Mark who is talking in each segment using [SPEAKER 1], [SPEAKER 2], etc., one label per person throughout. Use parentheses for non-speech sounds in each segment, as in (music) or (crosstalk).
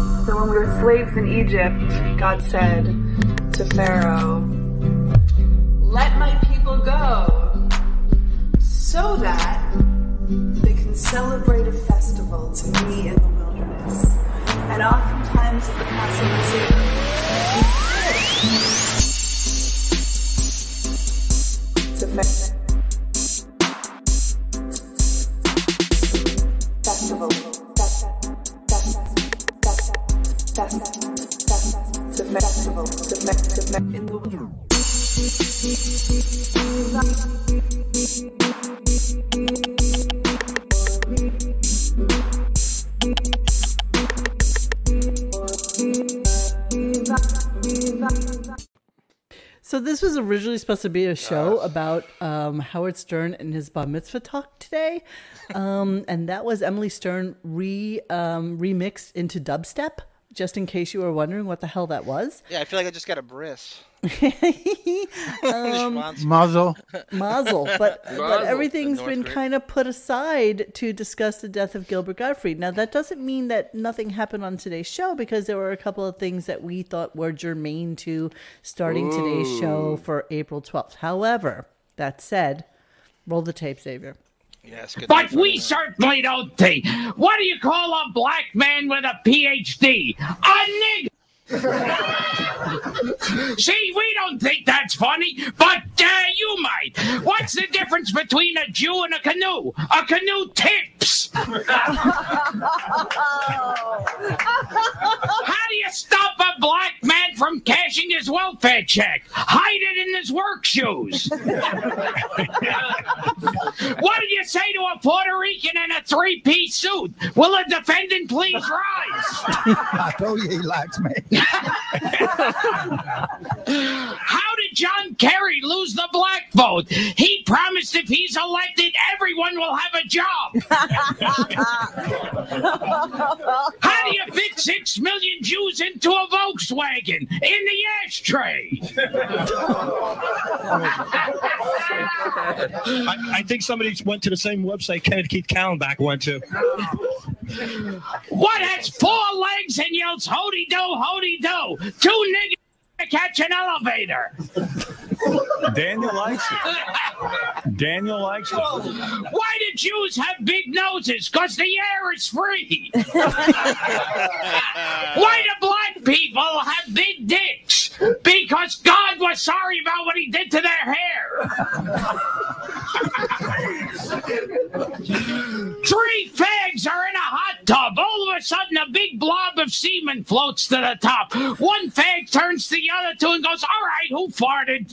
[SPEAKER 1] So when we were slaves in Egypt, God said to Pharaoh, Let my people go so that they can celebrate a festival to me in the wilderness. And oftentimes at the Passover too. To fe- festival. Festival. Festival. In the wilderness.
[SPEAKER 2] So this was originally supposed to be a show about um, Howard Stern and his bar mitzvah talk today, um, and that was Emily Stern re um, remixed into dubstep. Just in case you were wondering what the hell
[SPEAKER 3] (laughs)
[SPEAKER 2] that was,
[SPEAKER 3] Yeah, I feel like I just got a bris. (laughs)
[SPEAKER 2] Um,
[SPEAKER 4] Mazel.
[SPEAKER 3] (laughs)
[SPEAKER 2] Mazel. But but
[SPEAKER 5] Mazel.
[SPEAKER 2] everything's
[SPEAKER 3] North
[SPEAKER 2] been
[SPEAKER 3] Korea.
[SPEAKER 2] kind of put aside to discuss the death of Gilbert Gottfried. Now that doesn't mean that nothing happened on today's show because there were a couple of things that we thought were germane to starting today's show for April twelfth. However, that said, roll the tape, Xavier.
[SPEAKER 3] yes, good.
[SPEAKER 6] But
[SPEAKER 3] thing.
[SPEAKER 6] we certainly don't think. What do you call a black man with a PhD? A nigger. (laughs) See, we don't think that's funny, but uh, you might. What's the difference between a Jew and a canoe? A canoe tips. (laughs) How do you stop a black man from cashing his welfare check? Hide it in his work shoes. What did you say to a Puerto Rican in a three piece suit? Will a defendant please rise?
[SPEAKER 4] I told you he likes me.
[SPEAKER 6] How did John Kerry lose the black vote? He promised if he's elected, everyone will have a job. How do you fit six million Jews into a Volkswagen in the ashtray?
[SPEAKER 7] I, I think somebody went to the same website Kenneth Keith Callenbach went to.
[SPEAKER 6] What has four legs and yells hody do, hody do? Two niggas catch an elevator.
[SPEAKER 7] Daniel likes it. Daniel likes it.
[SPEAKER 6] Why do Jews have big noses? Because the air is free. Why do black people have big dicks? Because God was sorry about what he did to their hair. (laughs) Three fags are in a hot tub. All of a sudden, a big blob of semen floats to the top. One fag turns to the other two and goes, All right, who farted?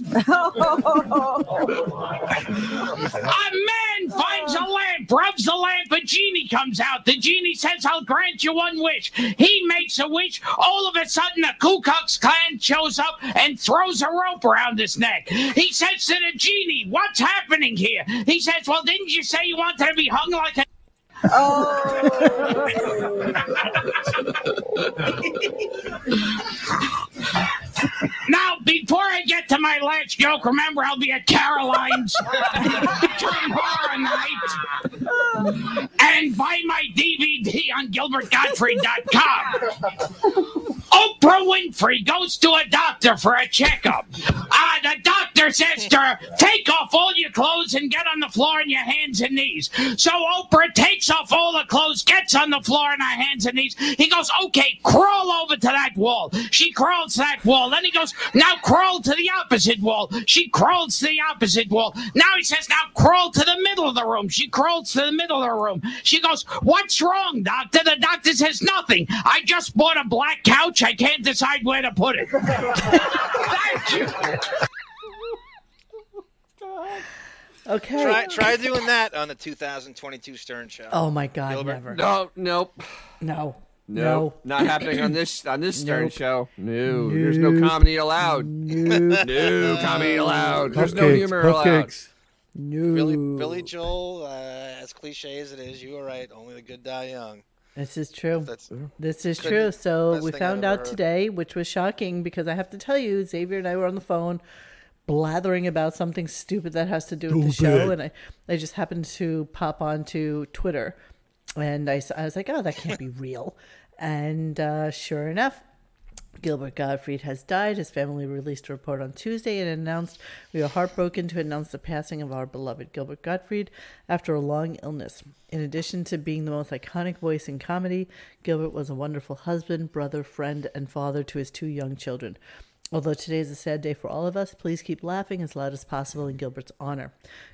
[SPEAKER 6] (laughs) A man finds a lamp, rubs the lamp, a genie comes out. The genie says, I'll grant you one wish. He makes a wish. All of a sudden, a Ku Klux Klan shows up and throws a rope around his neck. He says to the genie, What's happening here? He says, Well, didn't you say you wanted to be hung like a. (laughs) Now, before I get to my last joke, remember I'll be at Caroline's (laughs) tomorrow night and buy my DVD on GilbertGottfried.com. Oprah Winfrey goes to a doctor for a checkup. Uh, the doctor says to her, Take off all your clothes and get on the floor on your hands and knees. So Oprah takes off all her clothes, gets on the floor on her hands and knees. He goes, Okay, crawl over to that wall. She crawls to that wall. Then he goes, Now crawl to the opposite wall. She crawls to the opposite wall. Now he says, Now crawl to the middle of the room. She crawls to the middle of the room. She goes, What's wrong, doctor? The doctor says, Nothing. I just bought a black couch. I can't decide where to put it. Thank you.
[SPEAKER 2] Okay.
[SPEAKER 3] try, try doing that on the 2022 Stern Show.
[SPEAKER 2] Oh my God,
[SPEAKER 3] Gilbert.
[SPEAKER 2] never. No.
[SPEAKER 5] No, nope.
[SPEAKER 2] No.
[SPEAKER 5] Nope. Not happening on this
[SPEAKER 2] (coughs)
[SPEAKER 5] on this Stern
[SPEAKER 2] Nope.
[SPEAKER 5] show. No, there's no comedy allowed.
[SPEAKER 2] No.
[SPEAKER 5] No comedy allowed. There's no
[SPEAKER 4] Cupcakes,
[SPEAKER 5] humor allowed.
[SPEAKER 4] cupcakes.
[SPEAKER 2] No.
[SPEAKER 3] Billy, Billy Joel, uh, as cliche as it is, you were right. Only the good die young. (laughs)
[SPEAKER 2] This is true.
[SPEAKER 3] That's
[SPEAKER 2] This is
[SPEAKER 3] Good.
[SPEAKER 2] true. So
[SPEAKER 3] Best
[SPEAKER 2] we
[SPEAKER 3] thing I've
[SPEAKER 2] found
[SPEAKER 3] ever
[SPEAKER 2] out
[SPEAKER 3] heard.
[SPEAKER 2] today, which was shocking because I have to tell you, Xavier and I were on the phone blathering about something stupid that has to do with the show. And I, I just happened to pop onto Twitter and I, s- I was like, oh, that can't be real. And uh, sure enough, Gilbert Gottfried has died. His family released a report on Tuesday and announced we are heartbroken to announce the passing of our beloved Gilbert Gottfried after a long illness. In addition to being the most iconic voice in comedy, Gilbert was a wonderful husband, brother, friend, and father to his two young children. Although today is a sad day for all of us, please keep laughing as loud as possible in Gilbert's honor.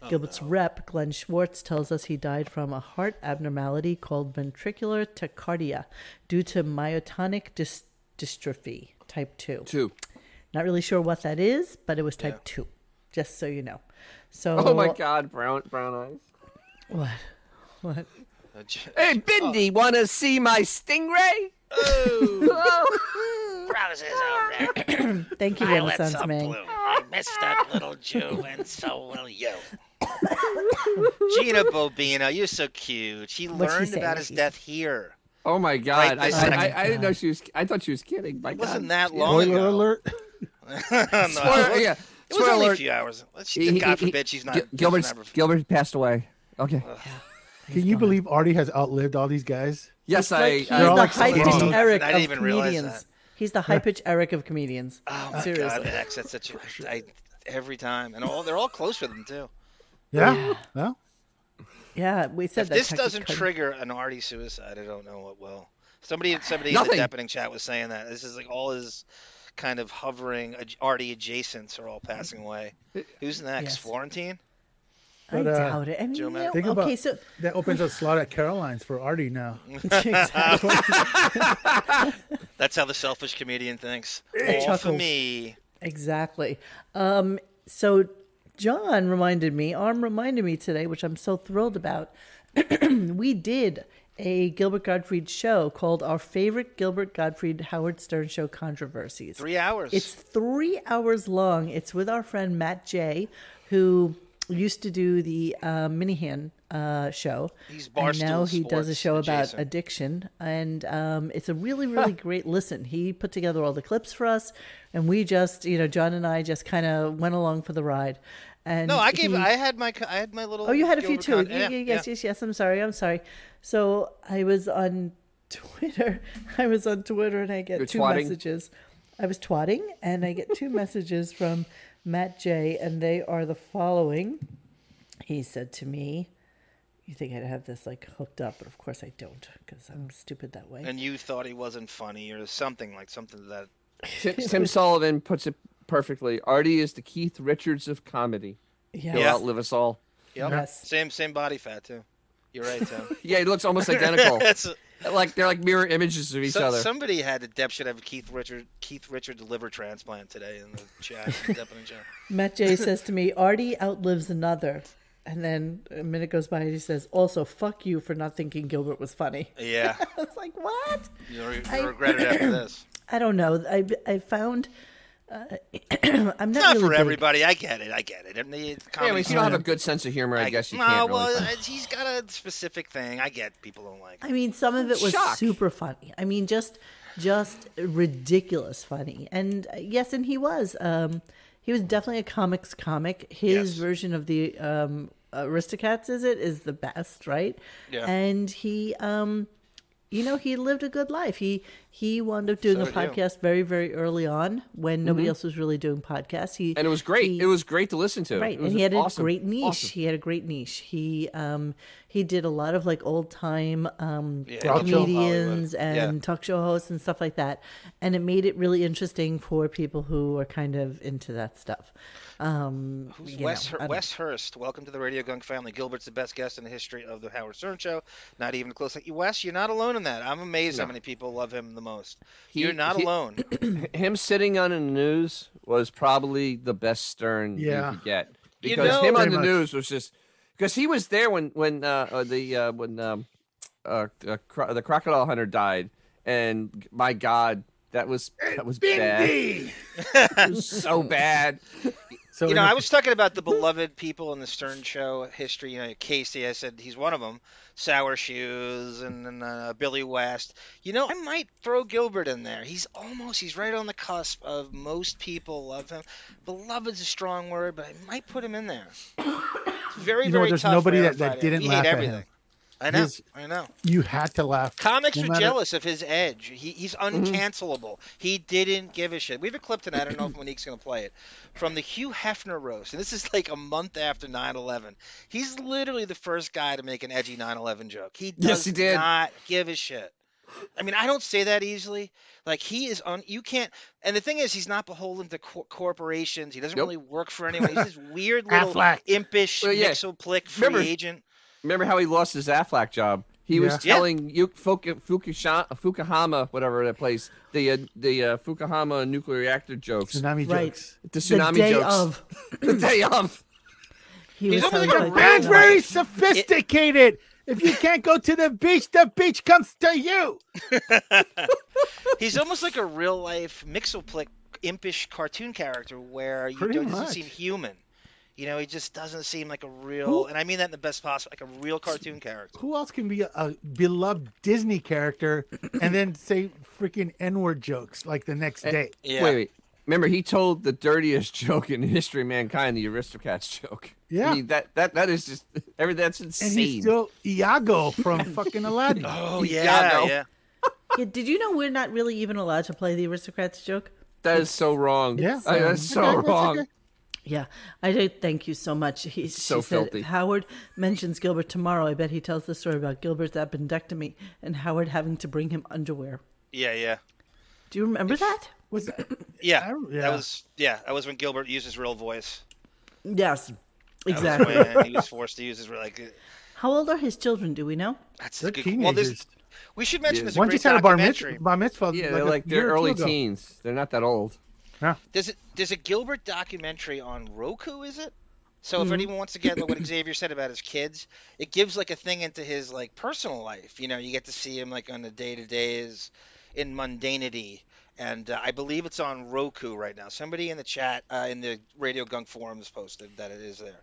[SPEAKER 2] Gilbert's rep, Glenn Schwartz, tells us he died from a heart abnormality called ventricular tachycardia due to myotonic dys- dystrophy type 2.
[SPEAKER 5] Two.
[SPEAKER 2] Not really sure what that is, but it was type 2, just so you know. So,
[SPEAKER 5] Oh my God, brown brown eyes.
[SPEAKER 2] What? What?
[SPEAKER 3] Uh, (laughs) j-
[SPEAKER 5] Hey, Bindi, wanna see my stingray?
[SPEAKER 6] (laughs) Roses are red,
[SPEAKER 2] (coughs) Thank you,
[SPEAKER 6] violets
[SPEAKER 2] Renaissance
[SPEAKER 6] are
[SPEAKER 2] Man.
[SPEAKER 6] blue. I miss that little Jew, and so will you.
[SPEAKER 3] Gina Bobina, you're so cute. He
[SPEAKER 2] What's he
[SPEAKER 3] learned
[SPEAKER 2] saying?
[SPEAKER 3] about
[SPEAKER 2] What's
[SPEAKER 3] his
[SPEAKER 2] he
[SPEAKER 3] death here.
[SPEAKER 5] Oh my God!
[SPEAKER 3] Right this
[SPEAKER 5] I, I,
[SPEAKER 3] second.
[SPEAKER 5] I,
[SPEAKER 3] (laughs)
[SPEAKER 5] I didn't know she was. I thought she was kidding. My
[SPEAKER 3] It wasn't
[SPEAKER 5] God.
[SPEAKER 3] that long
[SPEAKER 4] Spoiler
[SPEAKER 3] ago.
[SPEAKER 4] alert.
[SPEAKER 3] No, it
[SPEAKER 5] Spoiler,
[SPEAKER 3] was-
[SPEAKER 5] yeah.
[SPEAKER 3] It was only
[SPEAKER 5] Spoiler.
[SPEAKER 3] a few hours. Let's-
[SPEAKER 5] He- he-
[SPEAKER 3] God
[SPEAKER 5] he-
[SPEAKER 3] forbid she's not.
[SPEAKER 5] (laughs) Gil-
[SPEAKER 3] she's
[SPEAKER 5] Gilbert's,
[SPEAKER 3] not-
[SPEAKER 5] Gilbert passed away. Okay.
[SPEAKER 2] He's
[SPEAKER 8] Can you
[SPEAKER 2] gone.
[SPEAKER 8] believe Artie has outlived all these guys?
[SPEAKER 5] Yes,
[SPEAKER 2] Like,
[SPEAKER 5] I.
[SPEAKER 2] he's
[SPEAKER 5] I-
[SPEAKER 8] all
[SPEAKER 2] the
[SPEAKER 8] like so
[SPEAKER 2] high pitched
[SPEAKER 8] wrong.
[SPEAKER 2] Eric
[SPEAKER 3] I
[SPEAKER 2] of
[SPEAKER 3] didn't even realize
[SPEAKER 2] comedians.
[SPEAKER 3] that.
[SPEAKER 2] He's the high pitched Eric of comedians.
[SPEAKER 3] Oh my God,
[SPEAKER 2] Seriously.
[SPEAKER 3] that's, that's such a, I, every time, and all they're all close with him too.
[SPEAKER 8] Yeah. Well,
[SPEAKER 2] Yeah, we said
[SPEAKER 3] If
[SPEAKER 2] that.
[SPEAKER 3] this
[SPEAKER 2] Tucker
[SPEAKER 3] doesn't
[SPEAKER 2] couldn't-
[SPEAKER 3] trigger an Artie suicide, I don't know what will. Somebody, somebody in
[SPEAKER 5] Nothing.
[SPEAKER 3] the Depening chat was saying that this is like all his kind of hovering ad- Artie adjacents are all passing away. Who's next?
[SPEAKER 2] Yes.
[SPEAKER 3] Florentine?
[SPEAKER 2] I
[SPEAKER 8] But, uh,
[SPEAKER 2] doubt it. I mean,
[SPEAKER 3] Joe
[SPEAKER 2] you
[SPEAKER 3] Matt-
[SPEAKER 2] know,
[SPEAKER 8] think
[SPEAKER 2] okay,
[SPEAKER 3] (laughs)
[SPEAKER 8] about
[SPEAKER 2] so (laughs)
[SPEAKER 8] that opens a slot at Caroline's for Artie now.
[SPEAKER 3] That's how the selfish comedian thinks. All for
[SPEAKER 2] Chuckles.
[SPEAKER 3] me.
[SPEAKER 2] exactly. Um, so John reminded me, Arm reminded me today, which I'm so thrilled about. (clears throat) we did a Gilbert Gottfried show called "Our Favorite Gilbert Gottfried Howard Stern Show Controversies."
[SPEAKER 3] Three hours.
[SPEAKER 2] It's three hours long. It's with our friend Matt J, who used to do the uh, Minihan uh, show.
[SPEAKER 3] He's
[SPEAKER 2] and now
[SPEAKER 3] Barstool
[SPEAKER 2] he does a
[SPEAKER 3] Sports
[SPEAKER 2] show about
[SPEAKER 3] adjacent.
[SPEAKER 2] addiction, and um, it's a really, really great listen. He put together all the clips for us, and we just, you know, John and I just kind of went along for the ride. And
[SPEAKER 3] no, I gave.
[SPEAKER 2] he-
[SPEAKER 3] I had my. co- I had my little.
[SPEAKER 2] Oh, you had a few
[SPEAKER 3] Gilbert
[SPEAKER 2] too.
[SPEAKER 3] Con-
[SPEAKER 2] Yeah,
[SPEAKER 3] yeah,
[SPEAKER 2] yeah, yes,
[SPEAKER 3] yeah.
[SPEAKER 2] yes, yes. I'm sorry. I'm sorry. So I was on Twitter. (laughs) I was on Twitter and I get
[SPEAKER 5] You're
[SPEAKER 2] two
[SPEAKER 5] twatting?
[SPEAKER 2] messages. I was twatting and I get two messages from Matt J, and they are the following. He said to me, "You think I'd have this like hooked up, but of course I don't, because I'm stupid that way."
[SPEAKER 3] And (laughs) you thought he wasn't funny or something like something to that.
[SPEAKER 2] (laughs)
[SPEAKER 5] Tim, (laughs) Tim Sullivan puts it perfectly. Artie is the Keith Richards of comedy.
[SPEAKER 2] yeah.
[SPEAKER 5] He'll
[SPEAKER 3] Yeah.
[SPEAKER 5] outlive us all.
[SPEAKER 3] Yep.
[SPEAKER 2] Yes.
[SPEAKER 3] Same same body fat too. You're right, Tim.
[SPEAKER 5] (laughs) Yeah, he looks
[SPEAKER 3] (laughs)
[SPEAKER 5] almost identical.
[SPEAKER 3] That's-
[SPEAKER 5] like they're like mirror images of each
[SPEAKER 3] so-
[SPEAKER 5] other.
[SPEAKER 3] somebody had a dep should have a Keith Richard Keith Richard liver transplant today in the
[SPEAKER 5] (laughs)
[SPEAKER 3] chat. in the Deppin' chat.
[SPEAKER 2] Matt J says to me, Artie outlives another. And then a minute goes by and he says, also, fuck you for not thinking Gilbert was funny.
[SPEAKER 3] (laughs) Yeah,
[SPEAKER 2] I was like, what?
[SPEAKER 3] you re- you regret it after (laughs)
[SPEAKER 2] (laughs)
[SPEAKER 3] this.
[SPEAKER 2] I don't know. I, I found uh, (clears throat) I'm
[SPEAKER 3] Not
[SPEAKER 2] not,
[SPEAKER 3] for
[SPEAKER 2] really big.
[SPEAKER 3] everybody. I get it. I get it. And the
[SPEAKER 5] yeah,
[SPEAKER 3] comedy
[SPEAKER 5] if you don't have a good sense of humor, I, guess you
[SPEAKER 3] no,
[SPEAKER 5] can't really.
[SPEAKER 3] well,
[SPEAKER 5] find-
[SPEAKER 3] it's- he's got a specific thing. I get people don't like.
[SPEAKER 2] I mean, some of it was
[SPEAKER 5] Shock.
[SPEAKER 2] super funny. I mean, just just ridiculous funny. And uh, yes, and he was. Um, he was definitely a comics comic. His
[SPEAKER 3] Yes.
[SPEAKER 2] version of the um, Aristocats is it is the best, right?
[SPEAKER 3] Yeah.
[SPEAKER 2] And he, um, you know, he lived a good life. He he wound up doing
[SPEAKER 3] So
[SPEAKER 2] a
[SPEAKER 3] did you.
[SPEAKER 2] podcast very very early on when nobody else was really doing podcasts. He
[SPEAKER 5] and it was great.
[SPEAKER 2] he-
[SPEAKER 5] it was great to listen to.
[SPEAKER 2] Right,
[SPEAKER 5] It was
[SPEAKER 2] and he had
[SPEAKER 5] awesome.
[SPEAKER 2] a great niche.
[SPEAKER 5] Awesome.
[SPEAKER 2] He had a great niche. He um he did a lot of like old time um
[SPEAKER 3] Yeah,
[SPEAKER 8] Talk show
[SPEAKER 2] comedians
[SPEAKER 3] Hollywood.
[SPEAKER 2] and
[SPEAKER 3] Yeah.
[SPEAKER 2] talk show hosts and stuff like that, and it made it really interesting for people who are kind of into that stuff. Um,
[SPEAKER 3] Who's
[SPEAKER 2] you
[SPEAKER 3] Wes,
[SPEAKER 2] know, I
[SPEAKER 3] Hur-
[SPEAKER 2] don't-
[SPEAKER 3] Wes Hurst? Welcome to the Radio Gunk family. Gilbert's the best guest in the history of the Howard Stern Show. Not even close. Like, Wes, you're not alone in that. I'm amazed how many people love him the most.
[SPEAKER 5] He-
[SPEAKER 3] you're not
[SPEAKER 5] he-
[SPEAKER 3] alone.
[SPEAKER 5] (clears throat) Him sitting on the news was probably the best Stern
[SPEAKER 8] Yeah.
[SPEAKER 5] you could get
[SPEAKER 3] You
[SPEAKER 5] because
[SPEAKER 3] know-
[SPEAKER 5] him on
[SPEAKER 8] Pretty
[SPEAKER 5] the
[SPEAKER 8] much.
[SPEAKER 5] news was just because he was there when when uh, uh, the uh, when um, uh, uh, cro- the crocodile hunter died, and my God, that was that was bad. (laughs) It was so bad.
[SPEAKER 8] So
[SPEAKER 3] you
[SPEAKER 8] in
[SPEAKER 3] know,
[SPEAKER 8] the-
[SPEAKER 3] I was talking
[SPEAKER 8] (laughs)
[SPEAKER 3] about the beloved people in the Stern Show history. You know, Casey, I said he's one of them. Sour Shoes and, and uh, Billy West. You know, I might throw Gilbert in there. He's almost, he's right on the cusp of most people love him. Beloved's a strong word, but I might put him in there. It's
[SPEAKER 8] (laughs)
[SPEAKER 3] very,
[SPEAKER 8] You know,
[SPEAKER 3] very
[SPEAKER 8] there's
[SPEAKER 3] tough
[SPEAKER 8] nobody
[SPEAKER 3] for
[SPEAKER 8] that- that
[SPEAKER 3] everybody.
[SPEAKER 8] didn't
[SPEAKER 3] we
[SPEAKER 8] laugh at
[SPEAKER 3] hate
[SPEAKER 8] him.
[SPEAKER 3] everything. I know.
[SPEAKER 8] His-
[SPEAKER 3] I know.
[SPEAKER 8] You had to laugh.
[SPEAKER 3] Comics
[SPEAKER 8] No
[SPEAKER 3] were
[SPEAKER 8] matter- Mm-hmm.
[SPEAKER 3] jealous of his edge. He, he's uncancelable. He didn't give a shit. We have a clip tonight. I don't know if Monique's going to play it from the Hugh Hefner roast, and this is like a month after 9/11. He's literally the first guy to make an edgy 9/11 joke. He does
[SPEAKER 5] Yes, he did.
[SPEAKER 3] not give a shit. I mean, I don't say that easily. Like he is on. You can't. And the thing is, he's not beholden to cor- corporations. He doesn't
[SPEAKER 5] Nope.
[SPEAKER 3] really work for anyone.
[SPEAKER 5] (laughs)
[SPEAKER 3] He's this weird little
[SPEAKER 8] Affleck.
[SPEAKER 3] impish,
[SPEAKER 5] Well, yeah.
[SPEAKER 3] mixoplick free
[SPEAKER 5] Remember-
[SPEAKER 3] agent.
[SPEAKER 5] Remember how he lost his Aflac job? He was
[SPEAKER 3] Yeah. Yeah.
[SPEAKER 5] telling you Fuku, Fukusha- Fukuhama, whatever that place, the uh, the uh, Fukuhama nuclear reactor jokes,
[SPEAKER 8] Tsunami
[SPEAKER 2] Right.
[SPEAKER 8] jokes.
[SPEAKER 5] the tsunami
[SPEAKER 2] the day
[SPEAKER 5] jokes,
[SPEAKER 2] of.
[SPEAKER 5] (laughs) (laughs) the day of.
[SPEAKER 2] (laughs) He
[SPEAKER 3] He's
[SPEAKER 2] was
[SPEAKER 3] almost
[SPEAKER 2] telling
[SPEAKER 3] like a
[SPEAKER 2] like
[SPEAKER 8] Man's
[SPEAKER 3] Right.
[SPEAKER 8] very sophisticated. if you can't go to the beach, the beach comes to you.
[SPEAKER 3] He's almost like a real life mixoplick impish cartoon character where you
[SPEAKER 8] Pretty
[SPEAKER 3] don't, he doesn't
[SPEAKER 8] much.
[SPEAKER 3] seem human. You know, he just doesn't seem like a real,
[SPEAKER 8] Who-
[SPEAKER 3] and I mean that in the best possible, like a real cartoon character.
[SPEAKER 8] Who else can be a, a beloved Disney
[SPEAKER 2] (clears throat)
[SPEAKER 8] character and then say freaking N-word jokes like the next day?
[SPEAKER 3] Yeah.
[SPEAKER 5] Wait, wait. Remember, he told the dirtiest (laughs) joke in history of mankind, the Aristocats joke.
[SPEAKER 8] Yeah.
[SPEAKER 5] I mean, that that that is just (laughs) every that's insane.
[SPEAKER 8] And he's still Iago
[SPEAKER 2] (laughs)
[SPEAKER 8] from fucking Aladdin.
[SPEAKER 3] Oh
[SPEAKER 5] Yeah,
[SPEAKER 3] yeah,
[SPEAKER 5] no.
[SPEAKER 3] yeah.
[SPEAKER 2] Yeah, did you know we're not really even allowed to play the aristocrats joke?
[SPEAKER 5] that is so wrong.
[SPEAKER 8] Yeah.
[SPEAKER 5] I- that's so
[SPEAKER 8] Okay, that's
[SPEAKER 5] (laughs) wrong.
[SPEAKER 8] okay.
[SPEAKER 2] Yeah, I do. Thank you so much. He,
[SPEAKER 5] so
[SPEAKER 2] she said,
[SPEAKER 5] filthy.
[SPEAKER 2] Howard mentions Gilbert tomorrow. I bet he tells the story about Gilbert's appendectomy and Howard having to bring him underwear.
[SPEAKER 3] Yeah, yeah,
[SPEAKER 2] Do you remember that?
[SPEAKER 8] Was that,
[SPEAKER 3] yeah.
[SPEAKER 8] I don't-
[SPEAKER 3] That
[SPEAKER 8] yeah.
[SPEAKER 3] was yeah. That was when Gilbert used his real voice.
[SPEAKER 2] Yes,
[SPEAKER 3] That was
[SPEAKER 2] exactly.
[SPEAKER 3] when he was forced to use his real, like.
[SPEAKER 2] How old are his children? Do we know?
[SPEAKER 3] That's
[SPEAKER 8] They're
[SPEAKER 3] a good. Well, this
[SPEAKER 8] teenagers.
[SPEAKER 3] we should mention
[SPEAKER 5] Yeah.
[SPEAKER 3] this. is a
[SPEAKER 8] one
[SPEAKER 3] great
[SPEAKER 8] just had a bar, mitz-
[SPEAKER 3] documentary.
[SPEAKER 8] bar mitzvah.
[SPEAKER 5] Yeah, they're
[SPEAKER 8] a
[SPEAKER 5] like
[SPEAKER 8] year
[SPEAKER 5] they're
[SPEAKER 8] or two
[SPEAKER 5] early
[SPEAKER 8] ago.
[SPEAKER 5] teens. They're not that old.
[SPEAKER 3] There's a, there's a Gilbert documentary on Roku, is it? So
[SPEAKER 2] Mm-hmm.
[SPEAKER 3] if anyone wants to get like what Xavier said about his kids, it gives like a thing into his like personal life. You know, you get to see him like on the day to days, in mundanity, and uh, I believe it's on Roku right now. Somebody in the chat uh, in the Radio Gunk forums posted that it is there.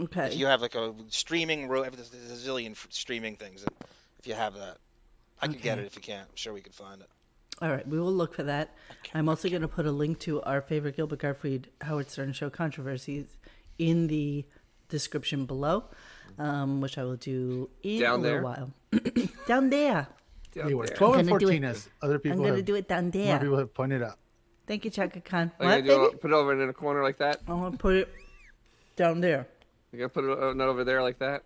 [SPEAKER 2] Okay.
[SPEAKER 3] If you have like a streaming, Ro- there's a zillion f- streaming things. If you have that, I can get
[SPEAKER 2] Okay.
[SPEAKER 3] it if you can't. I'm sure we can find it.
[SPEAKER 2] All right, we will look for that. I'm also going to put a link to our favorite Gilbert Garfried Howard Stern show controversies in the description below, um, which I will do in
[SPEAKER 5] Down
[SPEAKER 2] a little
[SPEAKER 5] there?
[SPEAKER 2] while. (coughs) down there.
[SPEAKER 8] They were 12 and
[SPEAKER 2] Gonna do it.
[SPEAKER 8] 14 as other
[SPEAKER 2] I'm
[SPEAKER 8] people
[SPEAKER 2] going to
[SPEAKER 8] have,
[SPEAKER 2] do it down
[SPEAKER 8] more
[SPEAKER 2] there.
[SPEAKER 8] people have pointed out.
[SPEAKER 2] Thank you, Chaka Khan.
[SPEAKER 5] Like, I
[SPEAKER 2] What,
[SPEAKER 5] do-
[SPEAKER 2] baby? Oh.
[SPEAKER 5] put it over in a corner like that.
[SPEAKER 2] I want to put it down there.
[SPEAKER 5] You gotta put it uh, not over there like that.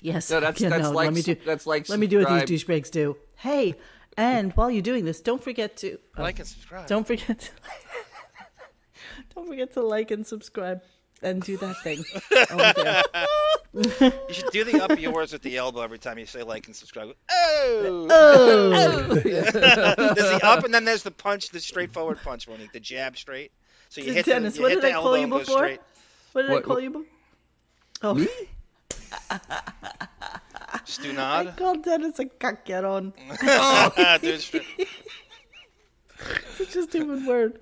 [SPEAKER 2] Yes.
[SPEAKER 5] (laughs) No,
[SPEAKER 2] (laughs)
[SPEAKER 5] that's
[SPEAKER 2] yeah,
[SPEAKER 5] that's
[SPEAKER 2] no,
[SPEAKER 5] like
[SPEAKER 2] let me do,
[SPEAKER 5] that's like
[SPEAKER 2] let me do what
[SPEAKER 5] subscribe.
[SPEAKER 2] these douchebags do. Hey, and while you're doing this, don't forget to oh,
[SPEAKER 3] Like and subscribe.
[SPEAKER 2] Don't forget to (laughs) don't forget to like and subscribe and do that
[SPEAKER 3] (laughs)
[SPEAKER 2] thing. over there.
[SPEAKER 3] You should do the up yours with the elbow every time you say like and subscribe. Oh, there's the up and then there's the punch, the straightforward punch, Monique, the jab straight. So you hit
[SPEAKER 2] Dennis,
[SPEAKER 3] the, you
[SPEAKER 2] what
[SPEAKER 3] hit the
[SPEAKER 2] did I
[SPEAKER 3] elbow
[SPEAKER 2] call you
[SPEAKER 3] and go
[SPEAKER 2] before?
[SPEAKER 3] straight.
[SPEAKER 2] What did I
[SPEAKER 5] What-
[SPEAKER 2] call you? bef- Oh, I (laughs)
[SPEAKER 3] Stunad.
[SPEAKER 2] called Dennis
[SPEAKER 3] (laughs)
[SPEAKER 2] a cacaron.
[SPEAKER 3] Do it straight.
[SPEAKER 2] (laughs) It's just a human word.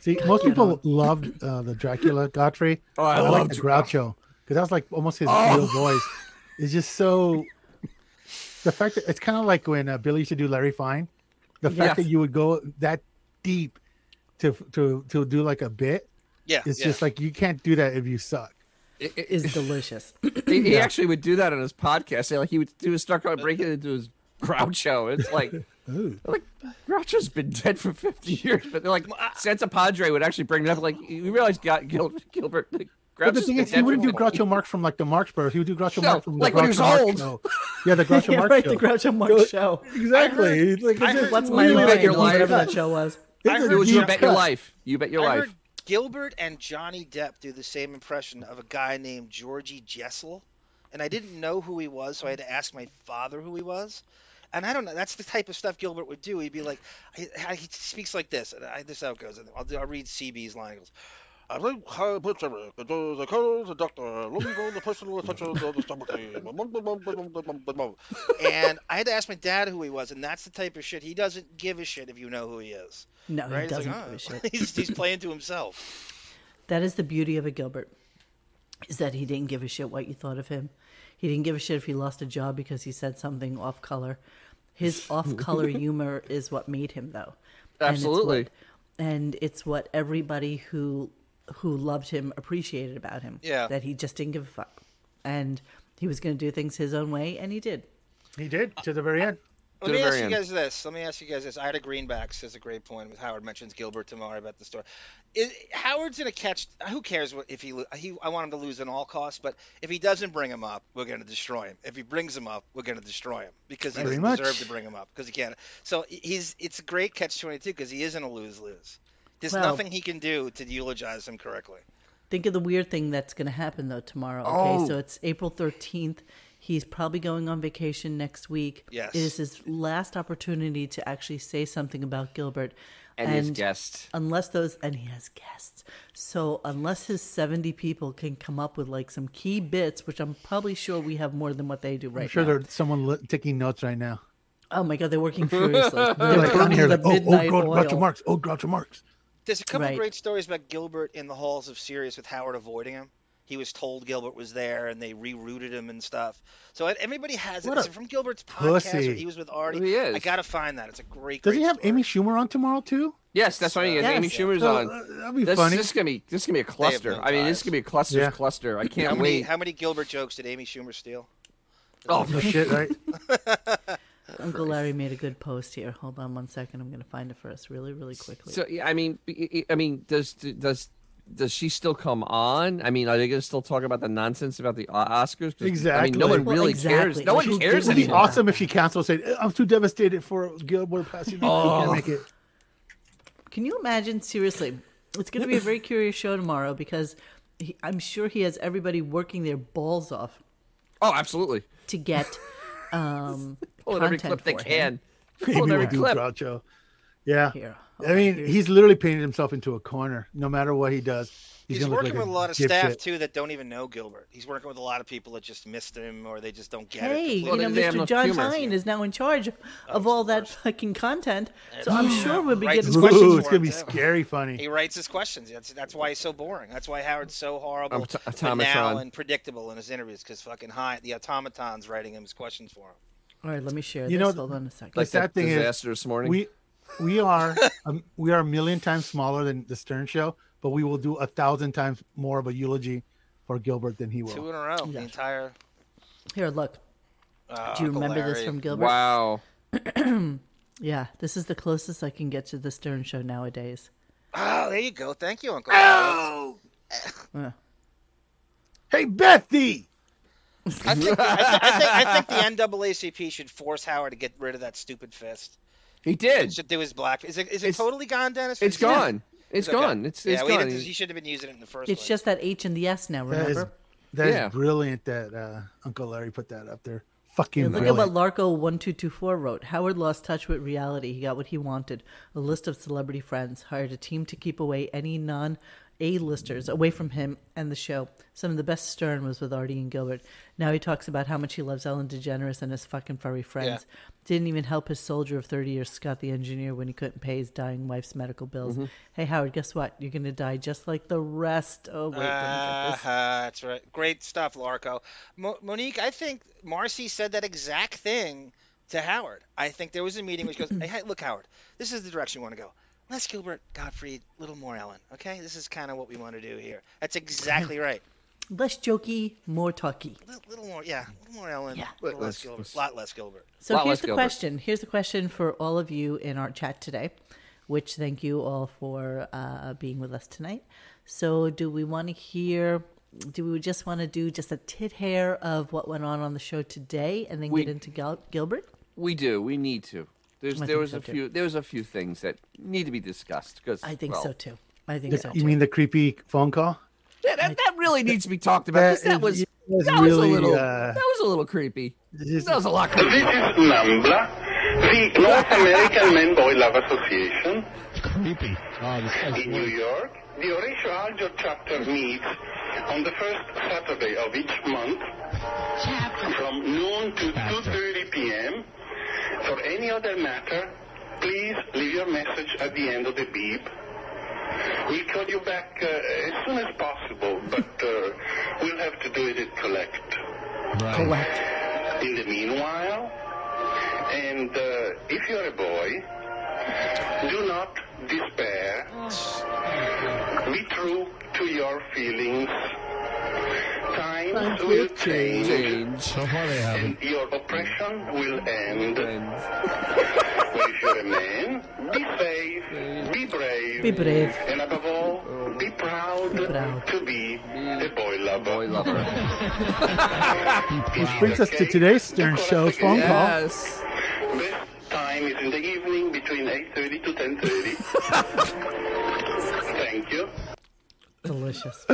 [SPEAKER 8] See, most people loved uh, the Dracula Daughtry.
[SPEAKER 5] Oh, I
[SPEAKER 8] I like
[SPEAKER 5] loved Oh.
[SPEAKER 8] the Groucho because that was like almost his real voice. It's just so. The fact that it's kind of like when uh, Billy used to do Larry Fine, the fact
[SPEAKER 5] Yes.
[SPEAKER 8] that you would go that deep to to to do like a bit,
[SPEAKER 3] Yeah,
[SPEAKER 8] it's
[SPEAKER 3] yeah.
[SPEAKER 8] just like you can't do that if you suck.
[SPEAKER 5] It- it-
[SPEAKER 2] Is delicious.
[SPEAKER 5] (laughs) he, he actually would do that on his podcast. Say, Like he would do a start going breaking into his Groucho. It's like, like Groucho's been dead for fifty years, but they're like Santa Padre would actually bring it up. Like you realize, got Gil- Gilbert. Like,
[SPEAKER 8] But the
[SPEAKER 5] Groucho's
[SPEAKER 8] thing
[SPEAKER 5] been
[SPEAKER 8] is, he
[SPEAKER 5] dead
[SPEAKER 8] wouldn't
[SPEAKER 5] for
[SPEAKER 8] do Groucho Marx from like the Marx Brothers. He would do Groucho
[SPEAKER 5] No,
[SPEAKER 8] Marx from
[SPEAKER 5] like
[SPEAKER 8] the
[SPEAKER 5] when
[SPEAKER 8] Groucho
[SPEAKER 5] he was
[SPEAKER 8] Marx
[SPEAKER 5] old.
[SPEAKER 8] show. Yeah, the Groucho
[SPEAKER 2] (laughs) yeah,
[SPEAKER 8] Marx
[SPEAKER 2] right,
[SPEAKER 8] show.
[SPEAKER 2] the
[SPEAKER 8] (laughs)
[SPEAKER 2] Groucho Marx show.
[SPEAKER 8] Exactly. It's like, it's just-
[SPEAKER 2] What's my
[SPEAKER 8] it's
[SPEAKER 5] You
[SPEAKER 2] line?
[SPEAKER 5] Bet
[SPEAKER 8] like-
[SPEAKER 5] Your
[SPEAKER 2] or
[SPEAKER 5] Life.
[SPEAKER 2] Whatever that show was.
[SPEAKER 8] it's
[SPEAKER 3] I
[SPEAKER 8] a
[SPEAKER 3] heard
[SPEAKER 5] It was you
[SPEAKER 8] deep
[SPEAKER 5] bet your
[SPEAKER 8] cut.
[SPEAKER 5] life. You bet your
[SPEAKER 3] I
[SPEAKER 5] life.
[SPEAKER 3] heard Gilbert and Johnny Depp do the same impression of a guy named Georgie Jessel, and I didn't know who he was, so I had to ask my father who he was. And I don't know. That's the type of stuff Gilbert would do. He'd be like, he, he speaks like this. And I, this is how it goes. And I'll, do- I'll read CB's line. He goes, I think I put every- it is a cause, a doctor, looking for the personal attention of the stomach.
[SPEAKER 5] (laughs)
[SPEAKER 3] and I had to ask my dad who he was, and that's the type of shit he doesn't give a shit if you know who he is.
[SPEAKER 2] No,
[SPEAKER 3] Right?
[SPEAKER 2] he
[SPEAKER 3] It's like,
[SPEAKER 2] doesn't
[SPEAKER 3] "Oh."
[SPEAKER 2] give a shit.
[SPEAKER 3] (laughs) he's, he's playing to himself.
[SPEAKER 2] That is the beauty of a Gilbert, is that he didn't give a shit what you thought of him. He didn't give a shit if he lost a job because he said something off color.
[SPEAKER 3] (laughs)
[SPEAKER 2] His off color humor is what made him, though. And it's what-
[SPEAKER 5] Absolutely.
[SPEAKER 2] and it's what everybody who who loved him appreciated about him.
[SPEAKER 3] Yeah.
[SPEAKER 2] that he just didn't give a fuck, and He was going to do things his own way, and he did.
[SPEAKER 8] He did to the very end.
[SPEAKER 3] Uh, Let
[SPEAKER 5] the
[SPEAKER 3] me ask
[SPEAKER 5] very
[SPEAKER 3] you
[SPEAKER 5] end.
[SPEAKER 3] guys this. Let me ask you guys this. Ida Greenbacks is a great point. With Howard mentions Gilbert tomorrow about the story. Is, Howard's gonna catch. Who cares what if he, lo- he? I want him to lose at all costs. But if he doesn't bring him up, we're gonna destroy him. If he brings him up, we're gonna destroy him because he
[SPEAKER 8] Very
[SPEAKER 3] doesn't
[SPEAKER 8] much.
[SPEAKER 3] deserve to bring him up because he can't. So he's. It's a great catch twenty two because he is in a lose lose. There's
[SPEAKER 2] Well-
[SPEAKER 3] nothing he can do to eulogize him correctly.
[SPEAKER 2] Think of the weird thing that's going to happen though tomorrow. Okay,
[SPEAKER 5] Oh.
[SPEAKER 2] so it's April 13th. He's probably going on vacation next week.
[SPEAKER 3] Yes.
[SPEAKER 2] It is his last opportunity to actually say something about Gilbert.
[SPEAKER 5] and his guest.
[SPEAKER 2] Unless those, and he has guests. So, unless his 70 people can come up with like some key bits, which I'm probably sure we have more than what they do right
[SPEAKER 8] I'm sure
[SPEAKER 2] now.
[SPEAKER 8] there's someone li- taking notes right now.
[SPEAKER 2] Oh my God, they're
[SPEAKER 5] (laughs)
[SPEAKER 8] (laughs)
[SPEAKER 2] working furiously. They're
[SPEAKER 8] Like on
[SPEAKER 2] burning
[SPEAKER 8] here,
[SPEAKER 2] the
[SPEAKER 8] like, oh, oh,
[SPEAKER 2] midnight
[SPEAKER 8] Groucho
[SPEAKER 2] oil.
[SPEAKER 8] Marx, oh, Groucho Marx.
[SPEAKER 3] There's a couple
[SPEAKER 2] Right.
[SPEAKER 3] great stories about Gilbert in the halls of Sirius with Howard avoiding him. He was told Gilbert was there, and they rerouted him and stuff. So e- everybody has it.
[SPEAKER 8] What
[SPEAKER 3] It's
[SPEAKER 8] a
[SPEAKER 3] from Gilbert's podcast.
[SPEAKER 8] pussy.
[SPEAKER 3] Or he was with Artie.
[SPEAKER 5] He is.
[SPEAKER 3] I gotta find that. It's a great.
[SPEAKER 8] Does
[SPEAKER 3] great
[SPEAKER 8] he have
[SPEAKER 3] story.
[SPEAKER 8] Amy Schumer on tomorrow too?
[SPEAKER 5] Yes, that's what I mean.
[SPEAKER 2] Yes.
[SPEAKER 5] Amy Schumer's
[SPEAKER 8] Oh,
[SPEAKER 5] on.
[SPEAKER 8] uh, that'd be
[SPEAKER 5] This,
[SPEAKER 8] funny.
[SPEAKER 5] this is gonna be this is gonna be a cluster.
[SPEAKER 3] no
[SPEAKER 5] I mean, this
[SPEAKER 3] ties.
[SPEAKER 5] is gonna be a cluster's
[SPEAKER 8] Yeah.
[SPEAKER 5] cluster. I
[SPEAKER 3] How
[SPEAKER 5] can't
[SPEAKER 3] many,
[SPEAKER 5] wait.
[SPEAKER 3] how many Gilbert jokes did Amy Schumer steal?
[SPEAKER 5] Oh,
[SPEAKER 8] No shit,
[SPEAKER 2] (laughs)
[SPEAKER 8] right?
[SPEAKER 2] (laughs) Uncle Larry made a good post here. Hold on one second. I'm going to find it for us really, really quickly.
[SPEAKER 5] so yeah, I mean, b- y- I mean, does does does she still come on? I mean, are they gonna still talk about the nonsense about the O- Oscars? 'Cause, I
[SPEAKER 8] (laughs)
[SPEAKER 5] mean,
[SPEAKER 8] Exactly.
[SPEAKER 5] no one
[SPEAKER 2] Well,
[SPEAKER 5] really
[SPEAKER 2] exactly.
[SPEAKER 5] cares. No
[SPEAKER 2] Like,
[SPEAKER 5] one
[SPEAKER 2] who
[SPEAKER 5] cares
[SPEAKER 2] gives a
[SPEAKER 8] It'd be
[SPEAKER 5] anymore.
[SPEAKER 8] awesome if she canceled. Said, "I'm too devastated for Gilbert (laughs) passing. I
[SPEAKER 2] Oh.
[SPEAKER 8] can't make it."
[SPEAKER 2] Can you imagine? Seriously, it's going to be a very curious show tomorrow because he, I'm sure he has everybody working their balls off
[SPEAKER 5] Oh, absolutely.
[SPEAKER 2] to get
[SPEAKER 5] (laughs)
[SPEAKER 2] um,
[SPEAKER 5] Pulling
[SPEAKER 2] content
[SPEAKER 5] every clip they
[SPEAKER 2] for him.
[SPEAKER 5] can.
[SPEAKER 8] (laughs) Maybe
[SPEAKER 5] Pulling every
[SPEAKER 8] we'll do
[SPEAKER 5] clip.
[SPEAKER 8] Groucho. Yeah,
[SPEAKER 2] Here,
[SPEAKER 8] I mean, he's literally painted himself into a corner. No matter what he does, he's,
[SPEAKER 3] He's,
[SPEAKER 8] gonna look
[SPEAKER 3] working
[SPEAKER 8] like
[SPEAKER 3] with a lot of
[SPEAKER 8] dipshit.
[SPEAKER 3] staff too that don't even know Gilbert. He's working with a lot of people that just missed him or they just don't get it.
[SPEAKER 2] Hey,
[SPEAKER 3] completely.
[SPEAKER 2] you know,
[SPEAKER 5] they have
[SPEAKER 2] Mr.
[SPEAKER 5] no
[SPEAKER 2] John
[SPEAKER 5] humor.
[SPEAKER 2] Hine is now in charge of all that fucking content, so
[SPEAKER 3] Yeah.
[SPEAKER 2] I'm sure we'll be
[SPEAKER 3] Right.
[SPEAKER 2] getting
[SPEAKER 3] Ooh.
[SPEAKER 2] questions.
[SPEAKER 8] Ooh,
[SPEAKER 3] questions
[SPEAKER 8] it's
[SPEAKER 3] for
[SPEAKER 8] gonna
[SPEAKER 3] him,
[SPEAKER 8] be
[SPEAKER 3] too.
[SPEAKER 8] scary funny.
[SPEAKER 3] He writes his questions. That's that's why he's so boring. That's why Howard's so horrible,
[SPEAKER 5] I'm t-
[SPEAKER 3] banal,
[SPEAKER 5] automaton.
[SPEAKER 3] and predictable in his interviews. Because fucking high, the automaton's writing him his questions for him.
[SPEAKER 2] All right, let me share.
[SPEAKER 8] You
[SPEAKER 2] this.
[SPEAKER 8] know,
[SPEAKER 2] hold on a second.
[SPEAKER 5] Like
[SPEAKER 8] sad
[SPEAKER 5] that
[SPEAKER 8] thing is,
[SPEAKER 5] disaster this morning.
[SPEAKER 8] We we are (laughs) um, we are a million times smaller than the Stern Show, but we will do a thousand times more of a eulogy for Gilbert than he
[SPEAKER 3] Two (laughs)
[SPEAKER 8] will.
[SPEAKER 3] in a row. The entire.
[SPEAKER 2] Here, look.
[SPEAKER 3] Uh,
[SPEAKER 2] Do you
[SPEAKER 3] Uncle
[SPEAKER 2] remember this
[SPEAKER 3] Larry.
[SPEAKER 2] from Gilbert?
[SPEAKER 5] wow.
[SPEAKER 2] (clears throat) Yeah, this is the closest I can get to the Stern Show nowadays.
[SPEAKER 3] Oh, there you go. Thank you, Uncle. Larry.
[SPEAKER 8] Hey, Bethy.
[SPEAKER 3] I, think, I,
[SPEAKER 8] (laughs)
[SPEAKER 3] think,
[SPEAKER 5] (laughs)
[SPEAKER 3] I, think, I think the NAACP should force Howard to get rid of that stupid fist.
[SPEAKER 5] He
[SPEAKER 3] It
[SPEAKER 5] did.
[SPEAKER 3] should do his black. Is it, is it
[SPEAKER 5] It's-
[SPEAKER 3] totally gone, Dennis?
[SPEAKER 5] It's
[SPEAKER 3] Is it-
[SPEAKER 5] gone. It's
[SPEAKER 3] Okay.
[SPEAKER 5] gone. It's
[SPEAKER 3] yeah,
[SPEAKER 5] it's
[SPEAKER 3] we
[SPEAKER 5] gone.
[SPEAKER 3] didn't- He should have been using it in the first
[SPEAKER 2] It's
[SPEAKER 3] place.
[SPEAKER 2] just that H and the S now.
[SPEAKER 8] That is,
[SPEAKER 2] Remember?
[SPEAKER 8] that is
[SPEAKER 5] Yeah.
[SPEAKER 8] brilliant that uh, Uncle Larry put that up there. Fucking
[SPEAKER 2] Look at
[SPEAKER 8] brilliant.
[SPEAKER 2] what Larko one two two four wrote. Howard lost touch with reality. He got what he wanted: a list of celebrity friends, hired a team to keep away any non A listers away from him and the show. Some of the best Stern was with Artie and Gilbert. Now he talks about how much he loves Ellen DeGeneres and his fucking furry friends. Didn't even help his soldier of thirty years, Scott the engineer, when he couldn't pay his dying wife's medical bills. Hey Howard, guess what? You're gonna die just like the rest. Oh wait, let me get
[SPEAKER 3] Uh,
[SPEAKER 2] this.
[SPEAKER 3] that's right. Great stuff, Larco. Mo- Monique, I think Marcy said that exact thing to Howard. I think there was a meeting which
[SPEAKER 2] (clears throat)
[SPEAKER 3] goes, hey, hey, look, Howard, this is the direction we want to go. Less Gilbert, Gottfried, little more Ellen. Okay, this is kind of what we want to do here. That's
[SPEAKER 2] (laughs)
[SPEAKER 3] exactly right.
[SPEAKER 2] less jokey, more talky.
[SPEAKER 3] Little, little more, yeah, little more Ellen.
[SPEAKER 2] Yeah.
[SPEAKER 3] little less,
[SPEAKER 5] Less-
[SPEAKER 3] Gilbert,
[SPEAKER 5] less-
[SPEAKER 3] lot less Gilbert.
[SPEAKER 2] So
[SPEAKER 5] Lot
[SPEAKER 2] here's
[SPEAKER 5] less
[SPEAKER 2] the
[SPEAKER 5] Gilbert.
[SPEAKER 2] question. Here's the question for all of you in our chat today, which thank you all for uh, being with us tonight. So, do we want to hear? Do we just want to do just a tit hair of what went on on the show today, and then
[SPEAKER 5] We-
[SPEAKER 2] get into Gil- Gilbert?
[SPEAKER 5] We do. We need to. There's
[SPEAKER 2] I
[SPEAKER 5] there
[SPEAKER 2] think
[SPEAKER 5] was
[SPEAKER 2] so,
[SPEAKER 5] a
[SPEAKER 2] too.
[SPEAKER 5] few there was a few things that need to be discussed because
[SPEAKER 2] I think so too. I think so.
[SPEAKER 8] you
[SPEAKER 2] too.
[SPEAKER 8] mean the creepy phone call?
[SPEAKER 5] Yeah, that, that really needs to be talked about.
[SPEAKER 8] That
[SPEAKER 5] 'cause That,
[SPEAKER 8] is-
[SPEAKER 5] was
[SPEAKER 8] it was
[SPEAKER 5] that was,
[SPEAKER 8] really,
[SPEAKER 5] a little
[SPEAKER 8] uh,
[SPEAKER 5] that was a little creepy.
[SPEAKER 8] is-
[SPEAKER 5] That was a lot. Creepy.
[SPEAKER 9] This is NAMBLA, the North American Men Boy Love Association.
[SPEAKER 4] Creepy. Oh, this guy's
[SPEAKER 9] In New York, the Horatio Alger chapter meets on the first Saturday of each month from noon to 2.30 p.m. For any other matter, please leave your message at the end of the beep. We'll call you back uh, as soon as possible, but uh, we'll have to do it at collect.
[SPEAKER 2] Collect.
[SPEAKER 9] In the meanwhile, and uh, if you're a boy, do not despair. Be true to your feelings. Times
[SPEAKER 8] Times
[SPEAKER 9] will
[SPEAKER 8] will
[SPEAKER 9] change,
[SPEAKER 5] Change.
[SPEAKER 4] So far they haven't.
[SPEAKER 9] and your oppression will end.
[SPEAKER 5] And
[SPEAKER 9] But if you're a man, be safe, be brave,
[SPEAKER 2] Be brave.
[SPEAKER 9] and above
[SPEAKER 8] Oh.
[SPEAKER 9] all, be proud,
[SPEAKER 2] proud.
[SPEAKER 9] to be a boy lover.
[SPEAKER 5] boy lover.
[SPEAKER 8] Which brings us to today's Stern Show phone call.
[SPEAKER 5] Yes.
[SPEAKER 9] Best time is in the evening between 8.30 to
[SPEAKER 8] (laughs)
[SPEAKER 9] 10.30. Thank you.
[SPEAKER 3] (laughs)
[SPEAKER 2] Delicious.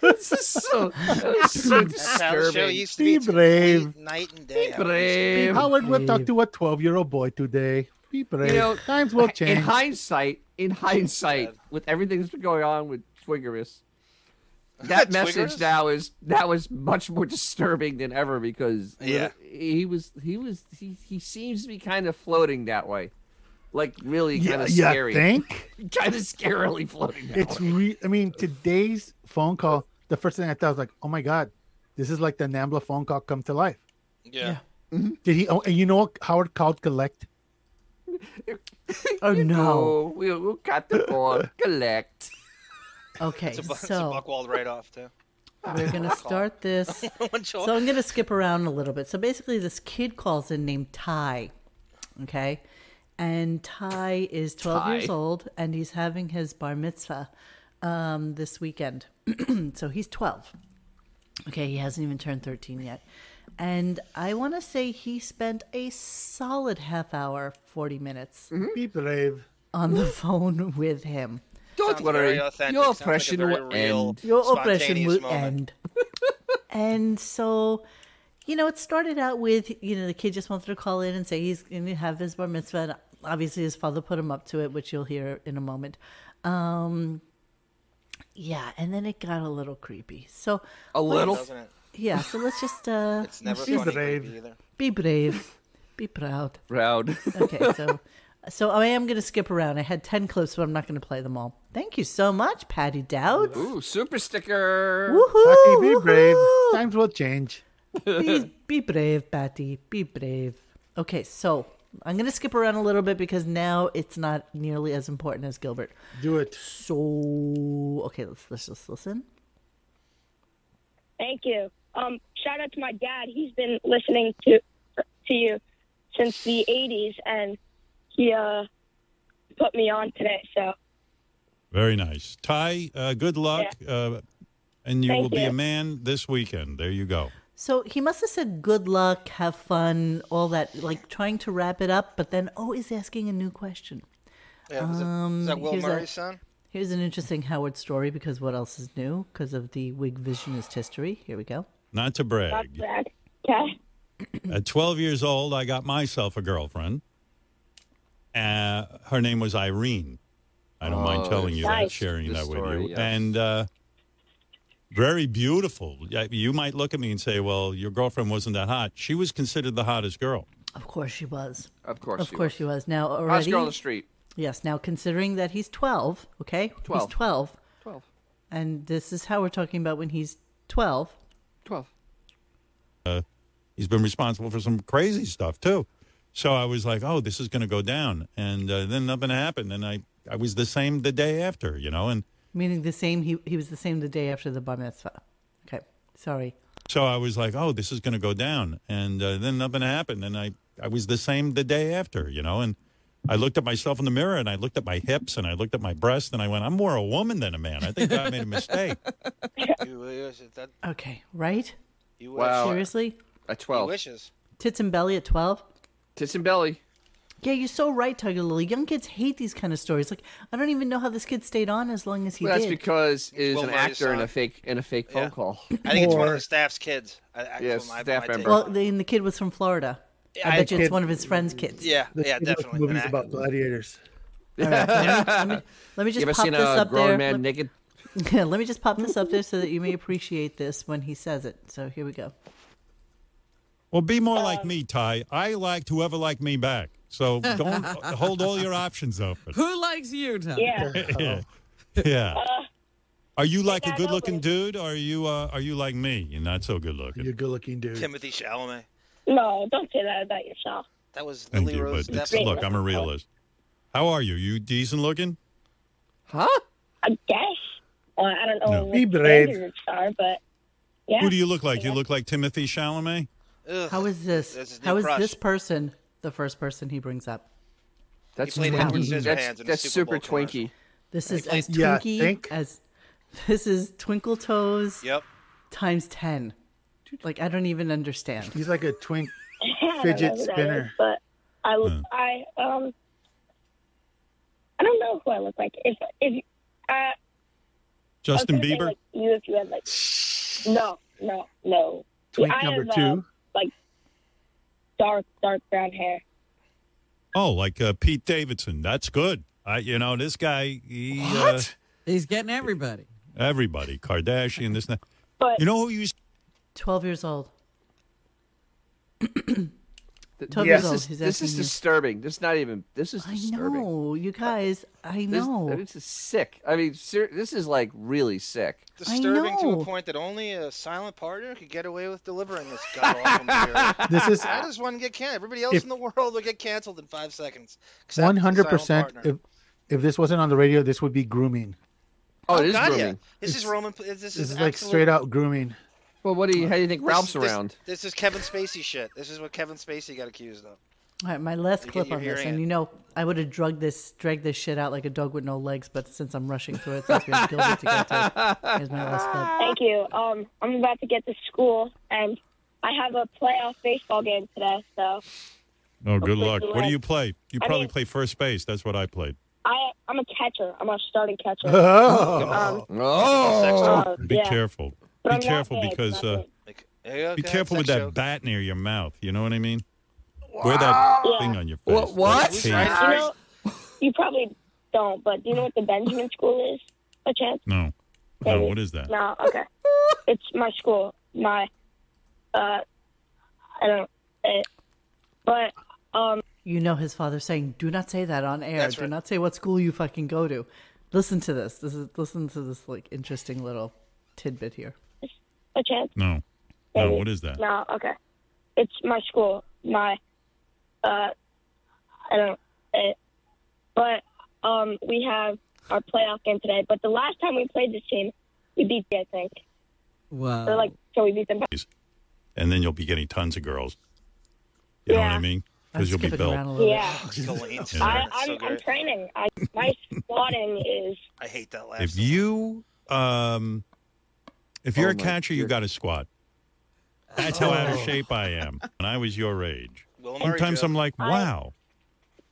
[SPEAKER 5] This
[SPEAKER 2] (laughs)
[SPEAKER 5] is so, this is so
[SPEAKER 3] That's how the show
[SPEAKER 5] disturbing.
[SPEAKER 3] used to
[SPEAKER 8] Be
[SPEAKER 3] be.
[SPEAKER 8] brave.
[SPEAKER 3] Night and day.
[SPEAKER 5] Brave.
[SPEAKER 8] Howard would talk
[SPEAKER 2] brave.
[SPEAKER 8] to a 12 year old boy today. Be brave.
[SPEAKER 5] know,
[SPEAKER 8] Times will
[SPEAKER 5] In
[SPEAKER 8] change.
[SPEAKER 5] hindsight, in hindsight, with everything that's been going on with
[SPEAKER 3] (laughs)
[SPEAKER 5] Twiggerus, that message
[SPEAKER 3] Twiggerus?
[SPEAKER 5] now is now is much more (laughs) disturbing than ever because
[SPEAKER 3] Yeah.
[SPEAKER 5] he was he was he, he seems to be kind of floating that way, like really kind of
[SPEAKER 8] yeah,
[SPEAKER 5] scary,
[SPEAKER 8] (laughs)
[SPEAKER 5] (laughs)
[SPEAKER 8] think?
[SPEAKER 5] kind of scarily floating. That
[SPEAKER 8] It's (laughs)
[SPEAKER 5] way.
[SPEAKER 8] re- I mean, today's phone call, the first thing I thought was like, oh my God, this is like the Nambla phone call come to life.
[SPEAKER 3] Yeah.
[SPEAKER 5] Mm-hmm.
[SPEAKER 8] Did he? Oh, and you know what Howard called collect?
[SPEAKER 2] Oh
[SPEAKER 5] (laughs) You
[SPEAKER 2] no.
[SPEAKER 5] know, we'll, we'll cut the ball,
[SPEAKER 2] (laughs)
[SPEAKER 5] collect.
[SPEAKER 3] (laughs)
[SPEAKER 2] Okay,
[SPEAKER 3] It's a, bu- it's a
[SPEAKER 2] so
[SPEAKER 3] Buckwald write-off too.
[SPEAKER 2] we're gonna start this.
[SPEAKER 3] One shot.
[SPEAKER 2] So I'm going to skip around a little bit. So basically, this kid calls in named Ty. Okay. And Ty is 12
[SPEAKER 5] Ty.
[SPEAKER 2] years old and he's having his bar mitzvah um, this weekend. (clears throat) so he's 12. Okay. He hasn't even turned 13 yet. And I want to say he spent a solid half hour, 40 minutes
[SPEAKER 8] Be brave.
[SPEAKER 2] on the (laughs) phone with him.
[SPEAKER 5] Don't
[SPEAKER 3] Sounds
[SPEAKER 5] worry,
[SPEAKER 3] very authentic.
[SPEAKER 5] your
[SPEAKER 3] Sounds like a
[SPEAKER 5] oppression
[SPEAKER 3] very
[SPEAKER 5] will
[SPEAKER 3] real-
[SPEAKER 5] end.
[SPEAKER 2] your oppression will
[SPEAKER 3] spontaneous moment.
[SPEAKER 2] end. and so, you know, it started out with you know the kid just wanted to call in and say he's going to have his bar mitzvah. And obviously, his father put him up to it, which you'll hear in a moment. Um, yeah, and then it got a little creepy. So
[SPEAKER 5] A little.
[SPEAKER 3] doesn't it?
[SPEAKER 2] yeah, so let's just uh,
[SPEAKER 3] (laughs) It's never
[SPEAKER 8] She's
[SPEAKER 3] funny
[SPEAKER 8] brave.
[SPEAKER 3] creepy either.
[SPEAKER 2] be brave, be proud.
[SPEAKER 5] Proud.
[SPEAKER 2] (laughs) Okay, so. So I am going to skip around. I had ten clips, but I'm not going to play them all. Thank you so much, Patty Dowd.
[SPEAKER 5] Ooh, super sticker.
[SPEAKER 2] Woohoo!
[SPEAKER 8] Be brave.
[SPEAKER 2] woohoo.
[SPEAKER 8] Times will change.
[SPEAKER 5] (laughs)
[SPEAKER 2] be, be brave, Patty. Be brave. Okay, so I'm going to skip around a little bit because now it's not nearly as important as Gilbert.
[SPEAKER 8] Do it.
[SPEAKER 2] So, okay, let's let's just listen.
[SPEAKER 10] Thank you. Um, shout out to my dad. He's been listening to to you since the '80s, and he uh, put me on today. So
[SPEAKER 11] Very nice. Ty, uh, good luck. Uh, and you
[SPEAKER 10] Thank
[SPEAKER 11] will be
[SPEAKER 10] you.
[SPEAKER 11] a man this weekend. There you go.
[SPEAKER 2] So he must have said good luck, have fun, all that, like trying to wrap it up, but then always asking a new question. Um,
[SPEAKER 3] Yeah, is, it- is that Will
[SPEAKER 2] here's a-
[SPEAKER 3] Murray's son?
[SPEAKER 2] Here's an interesting Howard story because what else is new because of the Whig visionist history. Here we go.
[SPEAKER 11] Not to
[SPEAKER 10] not
[SPEAKER 11] brag.
[SPEAKER 10] bad. Okay.
[SPEAKER 11] At 12 years old, I got myself a girlfriend. Uh, her name was Irene. I don't mind
[SPEAKER 5] Oh,
[SPEAKER 11] telling you
[SPEAKER 10] Nice.
[SPEAKER 11] that, sharing
[SPEAKER 5] This
[SPEAKER 11] that with
[SPEAKER 5] story,
[SPEAKER 11] you.
[SPEAKER 5] yes.
[SPEAKER 11] And uh, very beautiful. Yeah, You might look at me and say, well, your girlfriend wasn't that hot. She was considered the hottest girl.
[SPEAKER 2] Of course she was.
[SPEAKER 5] Of course.
[SPEAKER 2] Of course she was. Now already.
[SPEAKER 5] Hottest girl on the street.
[SPEAKER 2] Yes. Now, considering that he's 12, okay?
[SPEAKER 5] 12.
[SPEAKER 2] He's 12.
[SPEAKER 5] 12.
[SPEAKER 2] And this is how we're talking about when he's 12.
[SPEAKER 5] 12.
[SPEAKER 11] uh, he's been responsible for some crazy stuff too. So I was like, oh, this is going to go down, and uh, then nothing happened, and I I was the same the day after, you know, and
[SPEAKER 2] Meaning the same, he, he was the same the day after the bar mitzvah. Okay. Sorry.
[SPEAKER 11] so I was like, oh, this is going to go down, and uh, then nothing happened, and I I was the same the day after, you know, and I looked at myself in the mirror, and I looked at my hips, and I looked at my breast, and I went, I'm more a woman than a man. I think I made a
[SPEAKER 2] (laughs)
[SPEAKER 11] mistake.
[SPEAKER 3] (laughs) You wish that
[SPEAKER 2] Okay. Right?
[SPEAKER 3] you wish.
[SPEAKER 5] Wow.
[SPEAKER 2] Seriously?
[SPEAKER 5] At
[SPEAKER 3] He
[SPEAKER 5] 12.
[SPEAKER 3] wishes.
[SPEAKER 2] Tits and belly at 12?
[SPEAKER 5] Tits and belly.
[SPEAKER 2] Yeah, you're so right, Tiger Lily. Young kids hate these kind of stories. Like, I don't even know how this kid stayed on as long as he
[SPEAKER 5] Well, that's
[SPEAKER 2] did.
[SPEAKER 5] because it is
[SPEAKER 3] Will
[SPEAKER 5] an
[SPEAKER 3] Murray's
[SPEAKER 5] actor in
[SPEAKER 3] son.
[SPEAKER 5] a fake in a fake phone
[SPEAKER 3] Yeah.
[SPEAKER 5] call.
[SPEAKER 3] I think it's one
[SPEAKER 8] Or-
[SPEAKER 3] of the staff's kids. I, I,
[SPEAKER 5] Yes,
[SPEAKER 3] my-
[SPEAKER 5] staff
[SPEAKER 3] my take.
[SPEAKER 5] member.
[SPEAKER 2] well, the, and the kid was from Florida. I,
[SPEAKER 3] I-
[SPEAKER 2] bet you it's
[SPEAKER 8] Kid-
[SPEAKER 2] one of his friends' kids.
[SPEAKER 3] Yeah,
[SPEAKER 8] The
[SPEAKER 3] yeah,
[SPEAKER 8] thing with
[SPEAKER 3] definitely.
[SPEAKER 8] Movies
[SPEAKER 3] an
[SPEAKER 8] about
[SPEAKER 3] act-
[SPEAKER 5] (laughs)
[SPEAKER 8] gladiators.
[SPEAKER 2] Let me
[SPEAKER 5] You
[SPEAKER 2] just
[SPEAKER 5] ever
[SPEAKER 2] pop
[SPEAKER 5] seen
[SPEAKER 2] this
[SPEAKER 5] a
[SPEAKER 2] up
[SPEAKER 5] grown
[SPEAKER 2] there.
[SPEAKER 5] man
[SPEAKER 2] Let-
[SPEAKER 5] naked?
[SPEAKER 2] Yeah, (laughs) let me just pop this up there so that you may appreciate this when he says it. So here we go.
[SPEAKER 11] Well, be more like me, Ty. I liked whoever liked me back. So don't uh, hold all your options open.
[SPEAKER 12] Who likes you, Tom?
[SPEAKER 2] (laughs)
[SPEAKER 10] Yeah. Uh,
[SPEAKER 11] yeah. yeah. are you like a
[SPEAKER 10] got
[SPEAKER 11] good looking
[SPEAKER 10] over.
[SPEAKER 11] dude, or are you uh, are you like me? You're not so good looking.
[SPEAKER 8] You're good looking dude.
[SPEAKER 3] Timothy Chalamet.
[SPEAKER 10] No, don't say that about yourself.
[SPEAKER 3] That was
[SPEAKER 11] Thank
[SPEAKER 3] Lily
[SPEAKER 11] you,
[SPEAKER 3] Rose.
[SPEAKER 11] but it's,
[SPEAKER 3] Depp.
[SPEAKER 11] look, I'm a realist. How are you? You decent looking?
[SPEAKER 5] Huh?
[SPEAKER 10] I guess. Uh, I don't know
[SPEAKER 11] No.
[SPEAKER 10] what
[SPEAKER 11] Be
[SPEAKER 10] the
[SPEAKER 11] brave.
[SPEAKER 10] standards are, but yeah.
[SPEAKER 11] Who do you look like? You look like Timothy Chalamet.
[SPEAKER 2] How is this?
[SPEAKER 11] That's his new
[SPEAKER 2] How is
[SPEAKER 11] crush.
[SPEAKER 2] this person the first person he brings up?
[SPEAKER 5] That's played Edward Twinkie. Scissorhands That's- in a that's Super Bowl super commercial. twinky.
[SPEAKER 2] This
[SPEAKER 5] He
[SPEAKER 2] is
[SPEAKER 5] played-
[SPEAKER 2] as
[SPEAKER 5] Yeah,
[SPEAKER 2] twinky
[SPEAKER 5] think.
[SPEAKER 2] as this is Twinkle Toes.
[SPEAKER 3] Yep.
[SPEAKER 2] Times ten. Like I don't even understand.
[SPEAKER 8] He's like a twink
[SPEAKER 10] (laughs) I don't know who that is, but I look, I um, I don't know who I look like. If if uh,
[SPEAKER 11] Justin
[SPEAKER 10] I was gonna say,
[SPEAKER 11] Bieber.
[SPEAKER 10] like, you if you had like no no no
[SPEAKER 11] Twink
[SPEAKER 10] I
[SPEAKER 11] number
[SPEAKER 10] have, uh,
[SPEAKER 11] two.
[SPEAKER 10] like dark dark brown hair.
[SPEAKER 11] Oh, like uh, Pete Davidson. That's good. I, you know, this guy. He, what?
[SPEAKER 12] He's getting everybody.
[SPEAKER 11] Uh, everybody, Kardashian. This. and that.
[SPEAKER 10] But
[SPEAKER 11] you know who used.
[SPEAKER 2] Twelve years old.
[SPEAKER 5] Th-
[SPEAKER 2] Twelve
[SPEAKER 5] This
[SPEAKER 2] years old.
[SPEAKER 5] is,
[SPEAKER 2] He's
[SPEAKER 5] this is
[SPEAKER 2] asking you.
[SPEAKER 5] disturbing. This is not even. This is disturbing.
[SPEAKER 2] No, you guys. I
[SPEAKER 5] Uh, This,
[SPEAKER 2] know.
[SPEAKER 5] this is sick. I mean, ser- this is like really sick.
[SPEAKER 3] Disturbing to
[SPEAKER 5] know.
[SPEAKER 3] a point that only a silent partner could get away with delivering this god
[SPEAKER 5] (laughs)
[SPEAKER 3] awful material.
[SPEAKER 8] This
[SPEAKER 3] (laughs)
[SPEAKER 8] is-
[SPEAKER 3] how does one get canceled? Everybody else
[SPEAKER 8] If-
[SPEAKER 3] in the world will get canceled in five seconds. except
[SPEAKER 8] One
[SPEAKER 3] the silent
[SPEAKER 8] hundred percent.
[SPEAKER 3] partner.
[SPEAKER 8] If if this wasn't on the radio, this would be grooming.
[SPEAKER 5] Oh,
[SPEAKER 3] Oh,
[SPEAKER 5] it is
[SPEAKER 3] God, yeah.
[SPEAKER 5] grooming.
[SPEAKER 3] This is Roman. This is,
[SPEAKER 8] This is like
[SPEAKER 3] absolute-
[SPEAKER 8] straight out grooming.
[SPEAKER 5] Well, what do you? How do you think
[SPEAKER 3] This-
[SPEAKER 5] Ralph's
[SPEAKER 3] this-
[SPEAKER 5] around?
[SPEAKER 3] This is Kevin Spacey shit. This is what Kevin Spacey got accused of.
[SPEAKER 2] All right, my last
[SPEAKER 3] You get-
[SPEAKER 2] clip
[SPEAKER 3] you're
[SPEAKER 2] on this,
[SPEAKER 3] hearing
[SPEAKER 2] and
[SPEAKER 3] it.
[SPEAKER 2] you know, I would have drugged this, dragged this shit out like a dog with no legs. But since I'm rushing through it, since we have Gilbert to get to, here's my last clip.
[SPEAKER 10] Thank you. Um, I'm about to get to school, and I have a playoff baseball game today, so
[SPEAKER 11] Oh, good luck.
[SPEAKER 10] Like-
[SPEAKER 11] What do you play? You
[SPEAKER 10] I
[SPEAKER 11] probably
[SPEAKER 10] mean-
[SPEAKER 11] play first base. That's what I played.
[SPEAKER 10] I I'm a catcher. I'm a
[SPEAKER 11] (laughs)
[SPEAKER 10] starting catcher.
[SPEAKER 11] Oh.
[SPEAKER 10] Um,
[SPEAKER 3] (laughs) Oh.
[SPEAKER 10] uh,
[SPEAKER 11] Be
[SPEAKER 10] yeah.
[SPEAKER 11] careful.
[SPEAKER 10] But
[SPEAKER 11] Be
[SPEAKER 10] I'm not
[SPEAKER 11] careful
[SPEAKER 10] big,
[SPEAKER 11] because
[SPEAKER 10] not
[SPEAKER 11] uh,
[SPEAKER 10] big.
[SPEAKER 11] be
[SPEAKER 3] okay,
[SPEAKER 11] careful with
[SPEAKER 3] sex
[SPEAKER 11] that
[SPEAKER 3] joke.
[SPEAKER 11] bat near your mouth. You know what I mean? Wear that
[SPEAKER 10] Yeah.
[SPEAKER 11] thing on your face.
[SPEAKER 10] What-
[SPEAKER 12] what?
[SPEAKER 11] That
[SPEAKER 12] You
[SPEAKER 11] tape.
[SPEAKER 10] You know, you probably don't, but do you know what the Benjamin School is? By chance?
[SPEAKER 11] No. No, what is that?
[SPEAKER 10] No. Okay. It's my school. My, uh, I don't. eh, but um,
[SPEAKER 2] You know his father saying, "Do not say that on air. Do not say what school you fucking go to." Listen to this. This is listen to this like interesting little tidbit here.
[SPEAKER 10] by chance?
[SPEAKER 11] No. No, what is that?
[SPEAKER 10] No. Okay. It's my school. My, uh, I don't. eh, but um, we have our playoff game today. But the last time we played this team, we beat them. I think.
[SPEAKER 12] Wow.
[SPEAKER 10] Or like,
[SPEAKER 3] Oh.
[SPEAKER 10] so we beat them. by-
[SPEAKER 11] And then you'll be getting tons of girls. You know what I mean? Because you'll be built.
[SPEAKER 10] Yeah.
[SPEAKER 11] (laughs) Yeah.
[SPEAKER 10] I, I'm, I'm training. I, my squatting is.
[SPEAKER 3] (laughs) I hate that last.
[SPEAKER 11] If you um if
[SPEAKER 3] Oh
[SPEAKER 11] you're a catcher, you got to squat. That's how out of shape I am. When I was your age.
[SPEAKER 3] Will Murray
[SPEAKER 11] Sometimes
[SPEAKER 3] joke.
[SPEAKER 11] I'm like,
[SPEAKER 3] I-
[SPEAKER 11] wow.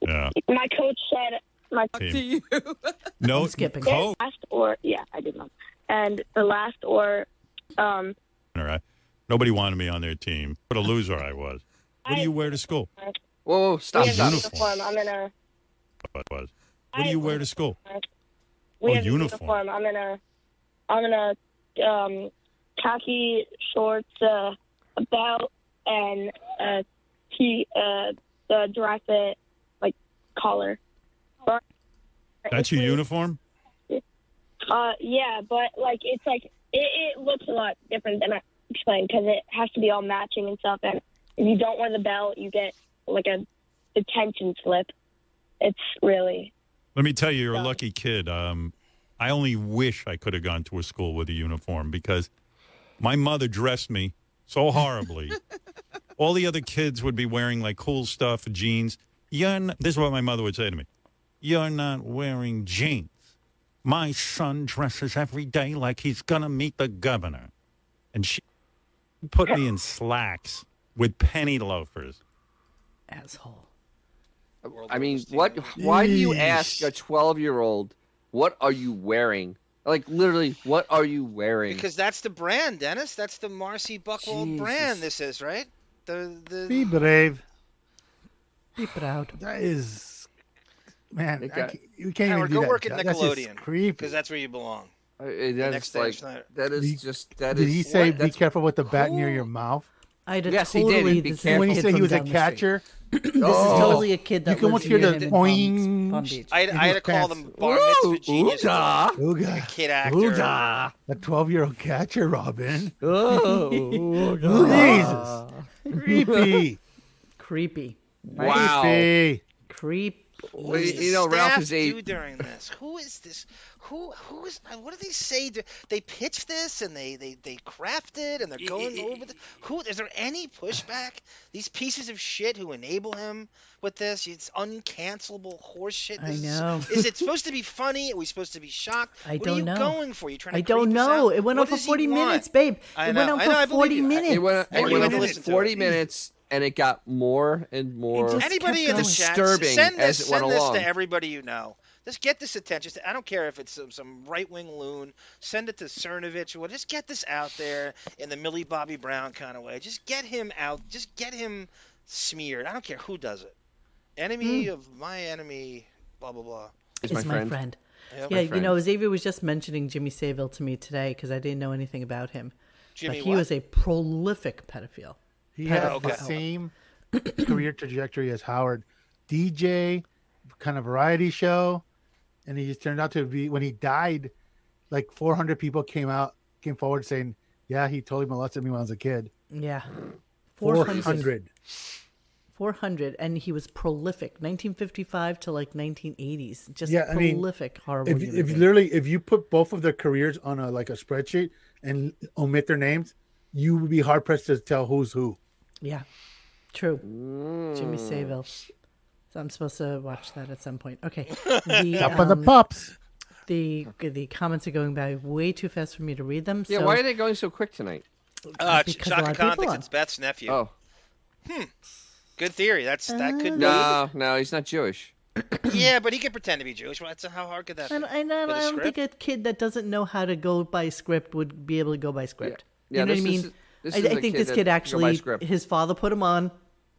[SPEAKER 11] Yeah.
[SPEAKER 10] My coach said my
[SPEAKER 11] Talk to Team. No,
[SPEAKER 10] The
[SPEAKER 11] coach.
[SPEAKER 10] Last or yeah, I did not. And the last or, um,
[SPEAKER 11] All right. Nobody wanted me on their team. What a loser I was. What do you wear to school?
[SPEAKER 5] Whoa, whoa stop,
[SPEAKER 10] we have
[SPEAKER 5] stop.
[SPEAKER 10] a uniform. I'm in a.
[SPEAKER 11] What was? What do you wear to school?
[SPEAKER 10] We
[SPEAKER 11] Oh,
[SPEAKER 10] have a
[SPEAKER 11] uniform.
[SPEAKER 10] uniform. I'm in a. I'm in a um, khaki shorts, uh, a belt, and a t uh, the dry fit like collar. But
[SPEAKER 11] That's your uniform?
[SPEAKER 10] Uh, yeah, but like it's like it, it looks a lot different than I explained because it has to be all matching and stuff. And if you don't wear the belt, you get like a detention slip. It's really
[SPEAKER 11] Let me tell you, you're a lucky kid. Um, I only wish I could have gone to a school with a uniform because my mother dressed me so horribly. All the other kids would be wearing like cool stuff, jeans. You're n- this is what my mother would say to me You're not wearing jeans. My son dresses every day like he's going to meet the governor. And she put me in slacks with penny loafers.
[SPEAKER 2] Asshole.
[SPEAKER 5] I mean, what? Why do you ask a twelve-year-old what are you wearing? Like literally, what are you wearing?
[SPEAKER 3] Because that's the brand, Dennis. That's the Marcy Buckwald brand. This is right. The the
[SPEAKER 8] Be brave.
[SPEAKER 2] Be proud.
[SPEAKER 8] That is, man,
[SPEAKER 3] It
[SPEAKER 8] I
[SPEAKER 3] got-
[SPEAKER 8] can't- you can't even
[SPEAKER 3] Howard,
[SPEAKER 8] do
[SPEAKER 3] go
[SPEAKER 8] that.
[SPEAKER 3] work at
[SPEAKER 8] job. That's just
[SPEAKER 3] Nickelodeon.
[SPEAKER 8] creepy.
[SPEAKER 3] because that's where you belong.
[SPEAKER 5] It,
[SPEAKER 3] The
[SPEAKER 5] that
[SPEAKER 3] next
[SPEAKER 5] is
[SPEAKER 3] day,
[SPEAKER 5] like
[SPEAKER 3] Schneider.
[SPEAKER 5] that is just that is.
[SPEAKER 8] Did he say
[SPEAKER 5] what?
[SPEAKER 8] be careful with the bat near
[SPEAKER 2] Oh.
[SPEAKER 8] your mouth?
[SPEAKER 2] I'd have
[SPEAKER 5] Yes, he
[SPEAKER 2] totally
[SPEAKER 5] did, and be
[SPEAKER 2] this is
[SPEAKER 13] (laughs)
[SPEAKER 5] careful.
[SPEAKER 8] When he
[SPEAKER 2] kid
[SPEAKER 8] said he
[SPEAKER 2] from
[SPEAKER 8] was a
[SPEAKER 2] down the street.
[SPEAKER 8] catcher,
[SPEAKER 2] this is totally a kid that
[SPEAKER 8] Oh. you can
[SPEAKER 2] lives
[SPEAKER 8] almost hear
[SPEAKER 2] near
[SPEAKER 8] the
[SPEAKER 2] him in
[SPEAKER 8] boing.
[SPEAKER 2] Palm- Palm Beach.
[SPEAKER 3] I had, I had to call them bar mitzvah genius.
[SPEAKER 8] Ooga.
[SPEAKER 3] Like a kid actor.
[SPEAKER 8] Ooga. A 12 year old catcher, Robin.
[SPEAKER 5] Oh,
[SPEAKER 8] (laughs)
[SPEAKER 2] (laughs)
[SPEAKER 8] Jesus. Creepy.
[SPEAKER 2] Creepy.
[SPEAKER 5] Wow.
[SPEAKER 8] Creepy.
[SPEAKER 2] Creepy.
[SPEAKER 3] What
[SPEAKER 5] Well,
[SPEAKER 3] does
[SPEAKER 5] you-
[SPEAKER 3] the
[SPEAKER 5] you know, Ralph
[SPEAKER 3] staff
[SPEAKER 5] is a-
[SPEAKER 3] do during this? Who is this? Who who is? What do they say? Do- They pitch this and they they they craft it and they're going over. The, who is there any pushback? These pieces of shit who enable him with this? It's uncancelable horseshit.
[SPEAKER 2] I
[SPEAKER 3] This is-
[SPEAKER 2] know.
[SPEAKER 3] Is,
[SPEAKER 2] (laughs)
[SPEAKER 3] it supposed to be funny? Are we supposed to be shocked?
[SPEAKER 2] I
[SPEAKER 3] what
[SPEAKER 2] don't
[SPEAKER 3] are you
[SPEAKER 2] know.
[SPEAKER 3] going for? You trying to?
[SPEAKER 2] I don't
[SPEAKER 3] creep us
[SPEAKER 2] know.
[SPEAKER 3] out?
[SPEAKER 2] It went
[SPEAKER 3] What
[SPEAKER 2] on for
[SPEAKER 3] does he
[SPEAKER 2] 40
[SPEAKER 3] want?
[SPEAKER 2] minutes, babe.
[SPEAKER 3] I
[SPEAKER 2] It
[SPEAKER 3] know.
[SPEAKER 2] went on
[SPEAKER 3] I
[SPEAKER 2] for
[SPEAKER 3] know, I believe
[SPEAKER 2] 40
[SPEAKER 3] you.
[SPEAKER 2] minutes.
[SPEAKER 5] It went,
[SPEAKER 3] I
[SPEAKER 5] it
[SPEAKER 3] didn't
[SPEAKER 5] went on
[SPEAKER 3] listen
[SPEAKER 5] for
[SPEAKER 3] to
[SPEAKER 5] 40
[SPEAKER 3] it.
[SPEAKER 5] minutes and it got more and more
[SPEAKER 2] just
[SPEAKER 3] Anybody in
[SPEAKER 2] kept
[SPEAKER 3] the
[SPEAKER 2] going.
[SPEAKER 3] chat,
[SPEAKER 5] disturbing
[SPEAKER 3] send this,
[SPEAKER 5] as it went
[SPEAKER 3] send
[SPEAKER 5] along.
[SPEAKER 3] this to everybody you know. Just get this attention. I don't care if it's some, some right wing loon. Send it to Cernovich. Well, just get this out there in the Millie Bobby Brown kind of way. Just get him out. Just get him smeared. I don't care who does it. Enemy of my enemy. Blah blah blah.
[SPEAKER 5] Hmm. Is
[SPEAKER 2] Is my friend.
[SPEAKER 3] Yep.
[SPEAKER 2] Yeah, you know, Xavier was just mentioning Jimmy Savile to me today because I didn't know anything about him.
[SPEAKER 3] Jimmy
[SPEAKER 2] but he
[SPEAKER 3] what?
[SPEAKER 2] was a prolific pedophile.
[SPEAKER 8] He had
[SPEAKER 2] Pedophile.
[SPEAKER 8] the same (clears throat) career trajectory as Howard, DJ, kind of variety show, and he just turned out to be when he died, like 400 people came out, came forward saying, "Yeah, he totally molested me when I was a kid."
[SPEAKER 2] Yeah.
[SPEAKER 8] 400.
[SPEAKER 2] 400 and he was prolific 1955 to like 1980s just
[SPEAKER 8] yeah, I mean,
[SPEAKER 2] prolific horrible
[SPEAKER 8] If, if
[SPEAKER 2] human
[SPEAKER 8] you
[SPEAKER 2] being.
[SPEAKER 8] literally, if you put both of their careers on a like a spreadsheet and omit their names, you would be hard pressed to tell who's who.
[SPEAKER 2] yeah true jimmy savile so i'm supposed to watch that at some point okay the,
[SPEAKER 8] Top of the
[SPEAKER 2] um,
[SPEAKER 8] pops.
[SPEAKER 2] the the comments are going by way too fast for me to read them
[SPEAKER 5] Yeah,
[SPEAKER 2] so
[SPEAKER 5] why are they going so quick tonight?
[SPEAKER 3] Uh, Ch-
[SPEAKER 2] because a lot
[SPEAKER 3] Chaka
[SPEAKER 2] of
[SPEAKER 3] Khan
[SPEAKER 2] people
[SPEAKER 3] thinks
[SPEAKER 2] are.
[SPEAKER 3] it's Beth's nephew.
[SPEAKER 5] Oh.
[SPEAKER 3] Hmm. Good theory. That's that could be.
[SPEAKER 5] No, no, he's not Jewish.
[SPEAKER 3] yeah, but he could pretend to be Jewish. Well, that's how hard could
[SPEAKER 5] (laughs)
[SPEAKER 3] that?
[SPEAKER 2] I don't, I don't,
[SPEAKER 3] With a
[SPEAKER 2] I don't think
[SPEAKER 3] script?
[SPEAKER 2] a kid that doesn't know how to go by script would be able to go by script.
[SPEAKER 5] Yeah. Yeah,
[SPEAKER 2] you know what I
[SPEAKER 5] this
[SPEAKER 2] mean?
[SPEAKER 5] is- this
[SPEAKER 2] I,
[SPEAKER 5] is
[SPEAKER 2] I
[SPEAKER 5] a
[SPEAKER 2] think
[SPEAKER 5] kid
[SPEAKER 2] this
[SPEAKER 5] that
[SPEAKER 2] kid
[SPEAKER 5] can go by
[SPEAKER 2] actually,
[SPEAKER 5] script.
[SPEAKER 2] his father put him on,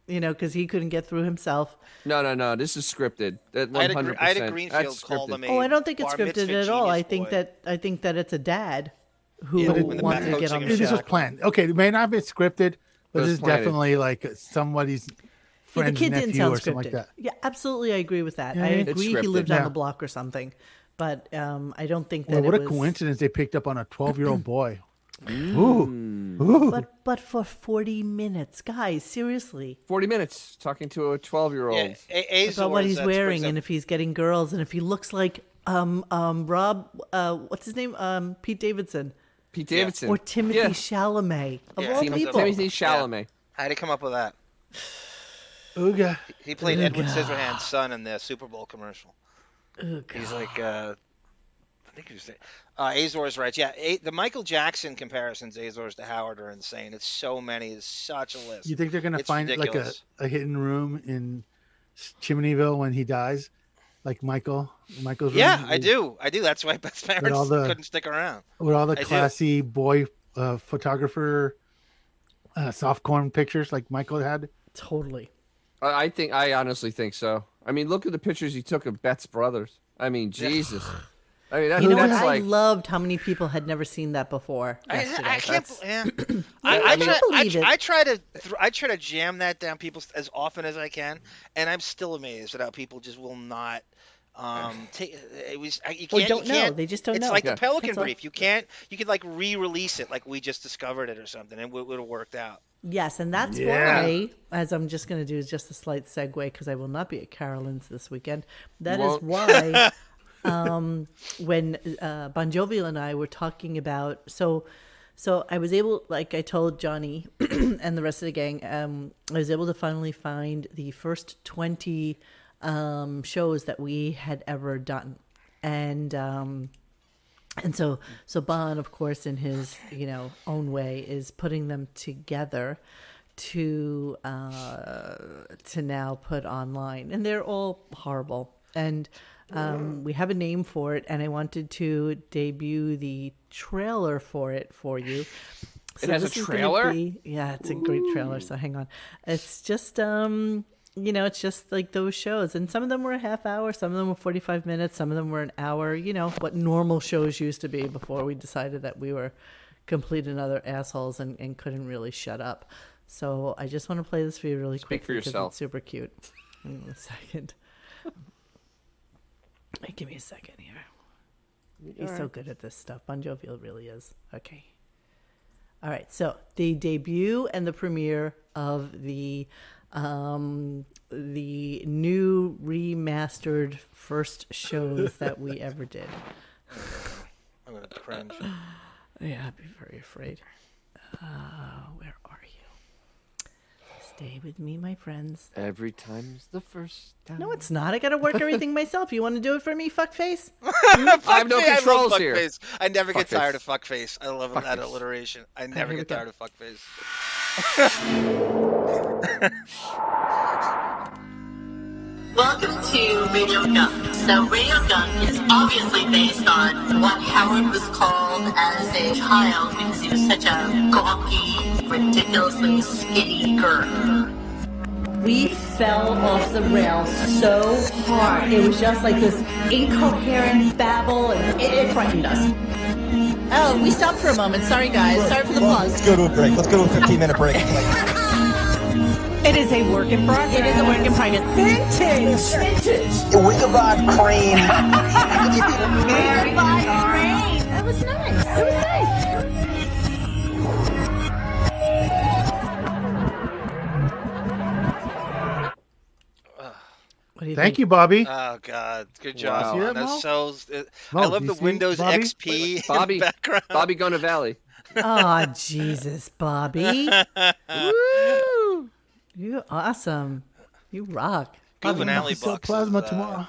[SPEAKER 2] you know, because he couldn't get through himself.
[SPEAKER 5] No, no, no. This is scripted. That
[SPEAKER 3] I had
[SPEAKER 5] 100%.
[SPEAKER 3] a gr- I had a Greenfield
[SPEAKER 5] That's
[SPEAKER 3] call
[SPEAKER 5] scripted.
[SPEAKER 3] them a-
[SPEAKER 2] Oh, I don't think it's
[SPEAKER 3] Bar
[SPEAKER 2] scripted
[SPEAKER 3] mitzvah
[SPEAKER 2] at all. I
[SPEAKER 3] genius
[SPEAKER 2] think
[SPEAKER 3] boy.
[SPEAKER 2] that I think that it's a dad who
[SPEAKER 3] Yeah, when the
[SPEAKER 2] wants
[SPEAKER 3] back
[SPEAKER 2] to get on
[SPEAKER 3] coaching
[SPEAKER 2] the show.
[SPEAKER 8] This was planned. Okay, it may not have been scripted, but
[SPEAKER 5] It was
[SPEAKER 8] this is
[SPEAKER 5] planted.
[SPEAKER 8] definitely like somebody's
[SPEAKER 2] Yeah, the
[SPEAKER 8] friend's
[SPEAKER 2] kid
[SPEAKER 8] nephew
[SPEAKER 2] didn't sound
[SPEAKER 8] or something
[SPEAKER 2] scripted.
[SPEAKER 8] like that.
[SPEAKER 2] Yeah, absolutely, I agree with that.
[SPEAKER 8] Yeah,
[SPEAKER 2] I
[SPEAKER 8] yeah. It's
[SPEAKER 2] agree he lived
[SPEAKER 8] scripted.
[SPEAKER 2] on
[SPEAKER 8] Yeah.
[SPEAKER 2] the block or something, but um, I don't think that
[SPEAKER 8] Well, what
[SPEAKER 2] it
[SPEAKER 8] a
[SPEAKER 2] was.
[SPEAKER 8] coincidence they picked up on a 12
[SPEAKER 2] (clears throat)
[SPEAKER 8] year old boy. Ooh. Ooh.
[SPEAKER 2] Mm. But but for forty minutes, guys, seriously.
[SPEAKER 5] 40 minutes talking to a 12 year old.
[SPEAKER 3] A-
[SPEAKER 2] about what
[SPEAKER 3] Azores,
[SPEAKER 2] he's
[SPEAKER 3] that's-
[SPEAKER 2] wearing
[SPEAKER 3] brings
[SPEAKER 2] and
[SPEAKER 3] up-
[SPEAKER 2] if he's getting girls and if he looks like um um Rob uh what's his name um Pete Davidson
[SPEAKER 5] Pete Davidson.
[SPEAKER 2] or Timothy
[SPEAKER 5] Yeah.
[SPEAKER 2] Chalamet of
[SPEAKER 3] Yeah,
[SPEAKER 2] all
[SPEAKER 3] Tim-
[SPEAKER 2] people.
[SPEAKER 5] Timothy Chalamet.
[SPEAKER 3] How'd he come up with that?
[SPEAKER 8] Ooga.
[SPEAKER 3] He played Edward
[SPEAKER 2] God.
[SPEAKER 3] Scissorhands' son in the Super Bowl commercial.
[SPEAKER 2] Oh,
[SPEAKER 3] He's like, uh, I think he was there. Uh, Azor's right. Yeah, A- the Michael Jackson comparisons Azor's to Howard are insane. It's so many. It's such a list.
[SPEAKER 8] You think they're going to
[SPEAKER 3] It's
[SPEAKER 8] find
[SPEAKER 3] ridiculous.
[SPEAKER 8] like a, a hidden room in Chimneyville when he dies? Like Michael? Michael's
[SPEAKER 3] Yeah,
[SPEAKER 8] room?
[SPEAKER 3] I do. I do. That's why (laughs) Beth's
[SPEAKER 8] all
[SPEAKER 3] parents
[SPEAKER 8] the-
[SPEAKER 3] couldn't stick around.
[SPEAKER 8] With all the
[SPEAKER 3] I do.
[SPEAKER 8] classy boy uh, photographer uh, soft corn pictures like Michael had.
[SPEAKER 2] Totally.
[SPEAKER 5] I I think I honestly think so. I mean, look at the pictures he took of Bet's brothers. I mean, Jesus.
[SPEAKER 2] (sighs)
[SPEAKER 5] I mean, that,
[SPEAKER 2] You know what?
[SPEAKER 5] that's
[SPEAKER 2] I
[SPEAKER 5] like
[SPEAKER 2] loved how many people had never seen that before.
[SPEAKER 3] I,
[SPEAKER 2] yesterday.
[SPEAKER 3] I can't. bel- Yeah.
[SPEAKER 2] I (clears throat)
[SPEAKER 3] I, I,
[SPEAKER 2] can't
[SPEAKER 3] try, I,
[SPEAKER 2] believe it.
[SPEAKER 3] I try to th- I try to jam that down people as often as I can, and I'm still amazed at how people just will not.
[SPEAKER 2] (laughs)
[SPEAKER 3] Um, take it was I, you
[SPEAKER 2] Or
[SPEAKER 3] can't. you
[SPEAKER 2] don't know.
[SPEAKER 3] can't-
[SPEAKER 2] They just don't
[SPEAKER 3] it's
[SPEAKER 2] know.
[SPEAKER 3] like
[SPEAKER 2] Yeah.
[SPEAKER 3] the Pelican
[SPEAKER 2] That's all.
[SPEAKER 3] Brief. You can't. You could like re-release it, like we just discovered it or something, and it would have worked out.
[SPEAKER 2] Yes, and that's
[SPEAKER 3] Yeah.
[SPEAKER 2] why, as I'm just going to do just a slight segue because I will not be at Carolyn's this weekend. That is
[SPEAKER 5] won't?
[SPEAKER 2] why, um, when uh, Bon Jovi and I were talking about, so, so I was able, like I told Johnny (clears throat) and the rest of the gang, um, I was able to finally find the first 20 um, shows that we had ever done, and. Um, and so so Bon, of course, in his you know own way, is putting them together to uh, to now put online, and they're all horrible. And um, we have a name for it, and I wanted to debut the trailer for it for you.
[SPEAKER 5] It has a
[SPEAKER 2] this is gonna
[SPEAKER 5] trailer?
[SPEAKER 2] be- yeah, it's a great trailer. So hang on. It's just um, you know, it's just like those shows, and some of them were a half hour, some of them were forty five minutes, some of them were an hour. You know what normal shows used to be before we decided that we were complete and other assholes and, and couldn't really shut up. So I just want to play this for you really quick
[SPEAKER 5] for yourself.
[SPEAKER 2] it's super cute. Hang on a second. Wait, give me a second here. He's so
[SPEAKER 12] Alright.
[SPEAKER 2] good at this stuff. Bon Jovi really is. Okay. All right. So the debut and the premiere of the um, the new remastered first
[SPEAKER 3] (laughs)
[SPEAKER 2] shows that we ever did.
[SPEAKER 3] I'm gonna
[SPEAKER 2] (sighs)
[SPEAKER 3] cringe.
[SPEAKER 2] Yeah, I'd be very afraid. Uh, where are you? Stay with me, my friends.
[SPEAKER 5] Every time's the first time.
[SPEAKER 2] No, it's not. I gotta
[SPEAKER 3] (laughs)
[SPEAKER 2] work everything myself. You want to do it for me, fuckface?
[SPEAKER 5] I have no
[SPEAKER 3] Fuckface,
[SPEAKER 5] controls
[SPEAKER 3] I love
[SPEAKER 5] here.
[SPEAKER 3] fuckface. I never get
[SPEAKER 5] Fuckface.
[SPEAKER 3] tired of fuckface. I love that
[SPEAKER 5] Fuckface.
[SPEAKER 3] alliteration. I
[SPEAKER 2] here
[SPEAKER 3] never
[SPEAKER 2] we
[SPEAKER 3] get
[SPEAKER 2] go.
[SPEAKER 3] tired of fuckface.
[SPEAKER 13] Welcome to Real Gunk. So Real Gunk is obviously based on what Howard was called as a child because he was such a gawky, ridiculously skinny girl.
[SPEAKER 14] We fell off the rails so hard. It was just like this incoherent babble, and it, it frightened us.
[SPEAKER 2] Oh, we stopped for a moment. Sorry, guys. Sorry for the
[SPEAKER 15] Let's
[SPEAKER 2] pause.
[SPEAKER 15] go to a break. Let's go to a 15 minute
[SPEAKER 3] (laughs)
[SPEAKER 2] (laughs)
[SPEAKER 15] break.
[SPEAKER 2] It is a work in progress. It is a work in progress. Vintage. Vintage.
[SPEAKER 15] Wickabob cream.
[SPEAKER 13] That
[SPEAKER 14] was nice. That was nice.
[SPEAKER 2] (laughs) What do you
[SPEAKER 8] Thank
[SPEAKER 2] think?
[SPEAKER 8] you, Bobby.
[SPEAKER 3] Oh God, good
[SPEAKER 8] Wow.
[SPEAKER 3] job.
[SPEAKER 8] See that,
[SPEAKER 3] man. That's so. uh,
[SPEAKER 8] Mo,
[SPEAKER 3] I
[SPEAKER 8] do
[SPEAKER 3] love
[SPEAKER 8] you
[SPEAKER 3] the
[SPEAKER 8] see
[SPEAKER 3] Windows
[SPEAKER 8] Bobby?
[SPEAKER 3] (laughs) XP
[SPEAKER 5] Bobby,
[SPEAKER 3] background.
[SPEAKER 5] Bobby Gona Valley.
[SPEAKER 2] oh, Jesus,
[SPEAKER 3] (laughs)
[SPEAKER 2] Bobby. Woo! You awesome. You rock.
[SPEAKER 8] Bobby,
[SPEAKER 2] Bobby,
[SPEAKER 8] I'm gonna
[SPEAKER 2] you
[SPEAKER 8] sell
[SPEAKER 3] uh,
[SPEAKER 8] plasma
[SPEAKER 2] (laughs)
[SPEAKER 8] tomorrow.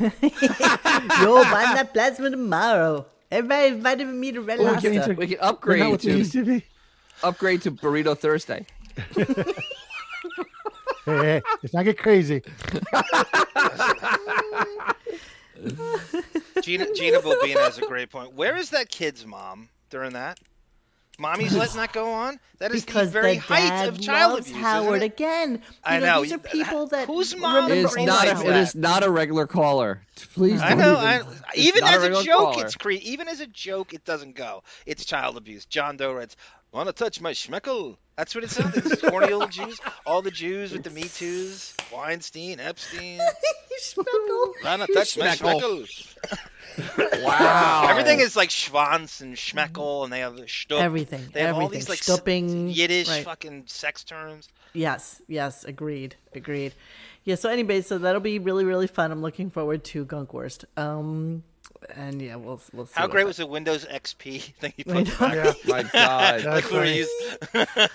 [SPEAKER 2] Yo, buy that plasma tomorrow. Everybody invited me Oh, to Red
[SPEAKER 5] Oh, We
[SPEAKER 2] Lobster.
[SPEAKER 5] can, we can upgrade to, upgrade to Burrito Thursday.
[SPEAKER 8] Hey, hey, let's not get
[SPEAKER 2] (laughs)
[SPEAKER 8] crazy.
[SPEAKER 3] Gina Gina Bobina has a great point. Where is that kid's mom during that? Mommy's letting that go on. That is
[SPEAKER 2] because
[SPEAKER 3] the very
[SPEAKER 2] the
[SPEAKER 3] height
[SPEAKER 2] dad
[SPEAKER 3] of child
[SPEAKER 2] loves
[SPEAKER 3] abuse.
[SPEAKER 2] Howard
[SPEAKER 3] isn't it?
[SPEAKER 2] again. You
[SPEAKER 3] I know.
[SPEAKER 2] These are
[SPEAKER 3] That-
[SPEAKER 2] people that who's
[SPEAKER 3] mom
[SPEAKER 5] It is not. A, it is not a regular caller. Please.
[SPEAKER 3] I
[SPEAKER 5] don't
[SPEAKER 3] know.
[SPEAKER 5] Even,
[SPEAKER 3] I,
[SPEAKER 5] it's
[SPEAKER 3] even
[SPEAKER 5] not
[SPEAKER 3] as a,
[SPEAKER 5] regular
[SPEAKER 3] joke,
[SPEAKER 5] caller.
[SPEAKER 3] it's cre- even as a joke, it doesn't go. It's child abuse. John Doe writes, "Want to touch my schmeckle?" That's what it sounds. It's corny
[SPEAKER 2] (laughs)
[SPEAKER 3] old Jews. All the Jews with the Me Too's. Weinstein,
[SPEAKER 2] (laughs)
[SPEAKER 3] Epstein. Want to touch my schmeckle?
[SPEAKER 5] Wow.
[SPEAKER 3] Everything is like Schwanz and Schmeckel, and they have the Stupp.
[SPEAKER 2] Everything,
[SPEAKER 3] They have all
[SPEAKER 2] everything.
[SPEAKER 3] these like s-
[SPEAKER 2] Stupping,
[SPEAKER 3] Yiddish
[SPEAKER 2] right.
[SPEAKER 3] fucking sex terms.
[SPEAKER 2] Yes, yes, agreed, agreed. Yeah, so anyway, so that'll be really, really fun. I'm looking forward to Gunkwurst. Um, and yeah, we'll we'll see.
[SPEAKER 3] How
[SPEAKER 2] what
[SPEAKER 3] great
[SPEAKER 2] that-
[SPEAKER 3] was the Windows (laughs) XP thing he
[SPEAKER 2] I
[SPEAKER 3] put
[SPEAKER 2] know.
[SPEAKER 3] back? (laughs)
[SPEAKER 2] Yeah. My
[SPEAKER 3] like
[SPEAKER 2] God. That's
[SPEAKER 3] we were
[SPEAKER 2] funny.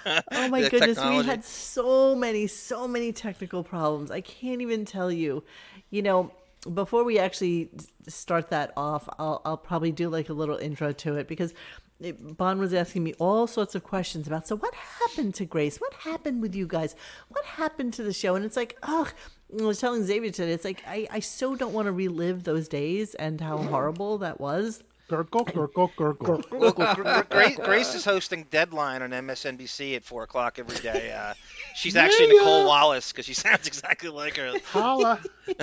[SPEAKER 3] used. (laughs)
[SPEAKER 2] Oh my
[SPEAKER 3] the
[SPEAKER 2] goodness, we
[SPEAKER 3] technology.
[SPEAKER 2] had so many, so many technical problems. I can't even tell you. You know, before we actually s- start that off, I'll, I'll probably do like a little intro to it because it, Bon was asking me all sorts of questions about. So, what happened to Grace? What happened with you guys? What happened to the show? And it's like, ugh. I was telling Xavier today, it's like I, I so don't want to relive those days and how horrible that was.
[SPEAKER 8] Gurgle, gurgle, gurgle.
[SPEAKER 3] Well, Gr- Gr- Grace, Grace is hosting Deadline on MSNBC at four o'clock every day. Uh, she's actually
[SPEAKER 8] Yeah.
[SPEAKER 3] Nicole Wallace because she (laughs) sounds exactly like her.
[SPEAKER 8] Holla.
[SPEAKER 2] (laughs)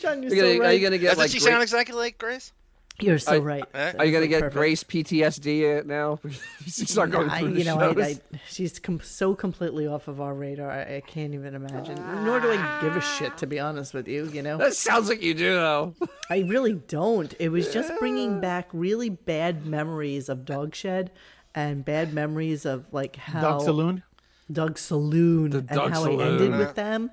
[SPEAKER 2] John, you're
[SPEAKER 5] You're gonna-
[SPEAKER 2] so
[SPEAKER 5] are
[SPEAKER 2] right.
[SPEAKER 5] you gonna get
[SPEAKER 3] Doesn't
[SPEAKER 5] like
[SPEAKER 3] she
[SPEAKER 5] great-
[SPEAKER 3] sound exactly like Grace?
[SPEAKER 2] You're so
[SPEAKER 5] Are-
[SPEAKER 2] right.
[SPEAKER 5] Are you gonna get Grace PTSD now? (laughs) she start going
[SPEAKER 2] I,
[SPEAKER 5] through the
[SPEAKER 2] you know, I,
[SPEAKER 5] shows.
[SPEAKER 2] I, she's com- so completely off of our radar. I, I can't even imagine. Nor do I give a shit, to be honest with you. You know,
[SPEAKER 5] That sounds like you do though.
[SPEAKER 2] I really don't. It was just bringing back really bad memories of Dog Shed and bad memories of like how
[SPEAKER 8] Dog Saloon?
[SPEAKER 2] Dog Saloon, and
[SPEAKER 8] Dog
[SPEAKER 2] how
[SPEAKER 8] Saloon.
[SPEAKER 2] it ended
[SPEAKER 8] Yeah.
[SPEAKER 2] with them,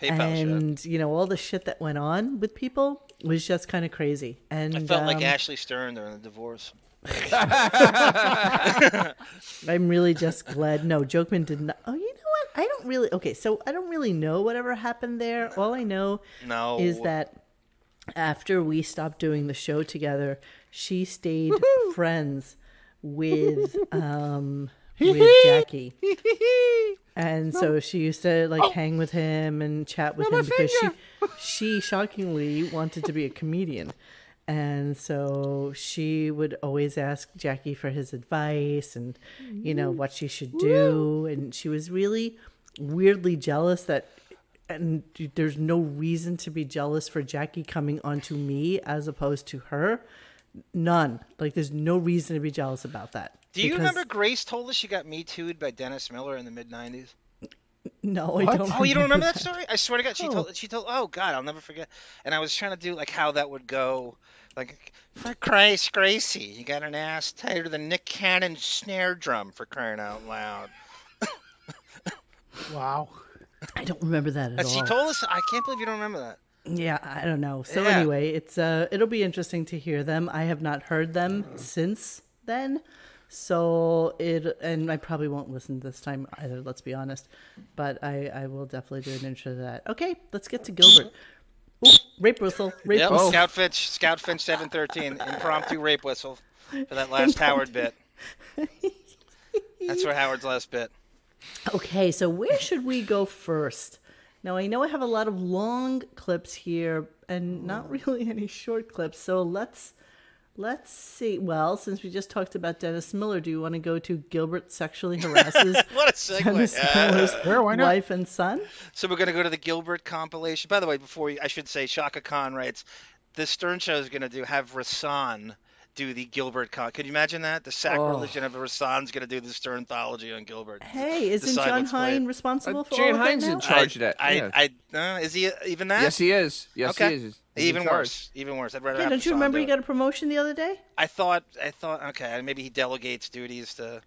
[SPEAKER 3] PayPal shit.
[SPEAKER 2] and you know all the shit that went on with people was just kind of crazy. And
[SPEAKER 3] I felt like
[SPEAKER 2] um,
[SPEAKER 3] Ashley Stern during the divorce.
[SPEAKER 2] I'm really just glad. No, Jokeman did not. Oh, you know what? I don't really. Okay, so I don't really know whatever happened there. All I know
[SPEAKER 3] No.
[SPEAKER 2] is that after we stopped doing the show together, she stayed friends with um with Jackie. And so she used to
[SPEAKER 3] Oh.
[SPEAKER 2] like hang with him and chat with
[SPEAKER 13] No, my
[SPEAKER 2] him because she
[SPEAKER 3] (laughs)
[SPEAKER 2] she shockingly wanted to be a comedian. And so she would always ask Jackie for his advice and you know what she should do and she was really weirdly jealous that and there's no reason to be jealous for Jackie coming onto me as opposed to her. None. Like there's no reason to be jealous about that.
[SPEAKER 3] Do you
[SPEAKER 2] Because-
[SPEAKER 3] remember Grace told us she got Me Too'd by Dennis Miller in the mid '90s?
[SPEAKER 2] No, I
[SPEAKER 3] What?
[SPEAKER 2] don't.
[SPEAKER 3] Oh, you don't remember that story? I swear to God, she
[SPEAKER 2] No.
[SPEAKER 3] told she told. Oh God, I'll never forget. And I was trying to do like how that would go, like for Christ, Gracie, you got an ass (laughs) tighter than Nick Cannon's snare drum for crying out loud.
[SPEAKER 8] Wow.
[SPEAKER 2] I don't remember that at
[SPEAKER 3] As he
[SPEAKER 2] all.
[SPEAKER 3] told us, I can't believe you don't remember that.
[SPEAKER 2] Yeah, I don't know. So
[SPEAKER 3] Yeah.
[SPEAKER 2] anyway, it's uh it'll be interesting to hear them. I have not heard them since then. So it and I probably won't listen this time either, let's be honest. But I I will definitely do an intro to that. Okay, let's get to Gilbert. Ooh, rape whistle, rape
[SPEAKER 3] yep,
[SPEAKER 2] whistle.
[SPEAKER 3] Scout Finch, Scout Finch, seven thirteen, impromptu rape whistle for that
[SPEAKER 2] (laughs)
[SPEAKER 3] last Howard bit. That's for Howard's last bit.
[SPEAKER 2] Okay, so where should we go first? Now, I know I have a lot of long clips here and
[SPEAKER 3] Oh.
[SPEAKER 2] not really (laughs) any short clips. So let's let's see. Well, since we just talked about Dennis Miller, do you want to go to Gilbert sexually harasses
[SPEAKER 3] (laughs) What a segue.
[SPEAKER 2] Dennis
[SPEAKER 3] Uh,
[SPEAKER 2] Miller's
[SPEAKER 3] Sure, why not?
[SPEAKER 2] wife and son?
[SPEAKER 3] So we're going to go to the Gilbert compilation. By the way, before we, I should say, Shaka Khan writes, the Stern Show is going to do have Rasan do the Gilbert con. Could you imagine that? The sacrilege of Rasan's going to do the Sternthology on Gilbert.
[SPEAKER 2] Oh. Hey, isn't
[SPEAKER 3] Decide
[SPEAKER 2] John
[SPEAKER 3] what's played.
[SPEAKER 2] Hine
[SPEAKER 3] Uh,
[SPEAKER 2] responsible for
[SPEAKER 5] Jan
[SPEAKER 2] all of
[SPEAKER 5] Uh, Hine's
[SPEAKER 2] that
[SPEAKER 5] in
[SPEAKER 2] now?
[SPEAKER 5] charge of that,
[SPEAKER 3] I,
[SPEAKER 5] yeah.
[SPEAKER 3] I, uh, is he even that?
[SPEAKER 5] Yes, he is. Yes,
[SPEAKER 3] okay.
[SPEAKER 5] he is. He's in
[SPEAKER 3] even
[SPEAKER 5] charge.
[SPEAKER 3] worse. Even worse. I'd rather
[SPEAKER 2] Yeah,
[SPEAKER 3] have
[SPEAKER 2] don't you
[SPEAKER 3] Rasan
[SPEAKER 2] remember
[SPEAKER 3] do
[SPEAKER 2] he
[SPEAKER 3] it.
[SPEAKER 2] got a promotion the other day?
[SPEAKER 3] I thought. I thought. Okay, maybe he delegates duties to.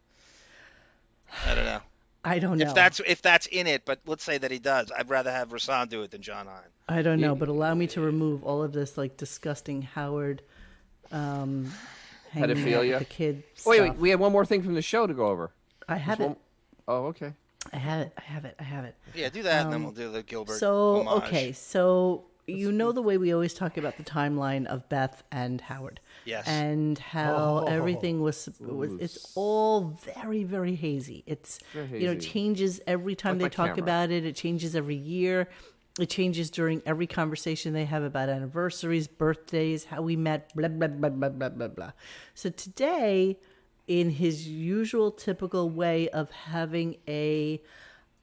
[SPEAKER 3] I don't
[SPEAKER 2] (sighs)
[SPEAKER 3] know.
[SPEAKER 2] I don't know.
[SPEAKER 3] If that's if that's in it, but let's say that he does. I'd rather have Rasan do it than John Hine.
[SPEAKER 2] I don't know, but allow me to remove all of this like disgusting Howard um hanging out with
[SPEAKER 5] Pedophilia.
[SPEAKER 2] the kid
[SPEAKER 5] Wait,
[SPEAKER 2] stuff.
[SPEAKER 5] wait, we had one more thing from the show to go over.
[SPEAKER 2] I have
[SPEAKER 5] There's
[SPEAKER 2] it.
[SPEAKER 5] one- Oh, okay.
[SPEAKER 2] I have it. I have it. I have it. Um,
[SPEAKER 3] Yeah, do that, and then we'll do the Gilbert.
[SPEAKER 2] So
[SPEAKER 3] homage.
[SPEAKER 2] okay, so you know the way we always talk about the timeline of Beth and Howard.
[SPEAKER 3] Yes.
[SPEAKER 2] And how
[SPEAKER 14] Oh.
[SPEAKER 2] everything was, was it's all (laughs) very very hazy. It's
[SPEAKER 14] Very
[SPEAKER 2] you know
[SPEAKER 14] hazy.
[SPEAKER 2] changes every
[SPEAKER 14] Like
[SPEAKER 2] time they
[SPEAKER 14] my
[SPEAKER 2] talk
[SPEAKER 14] camera.
[SPEAKER 2] about it. It changes every year. It changes during every conversation they have about anniversaries, birthdays, how we met, blah blah blah blah blah blah blah. So today, in his usual typical way of having a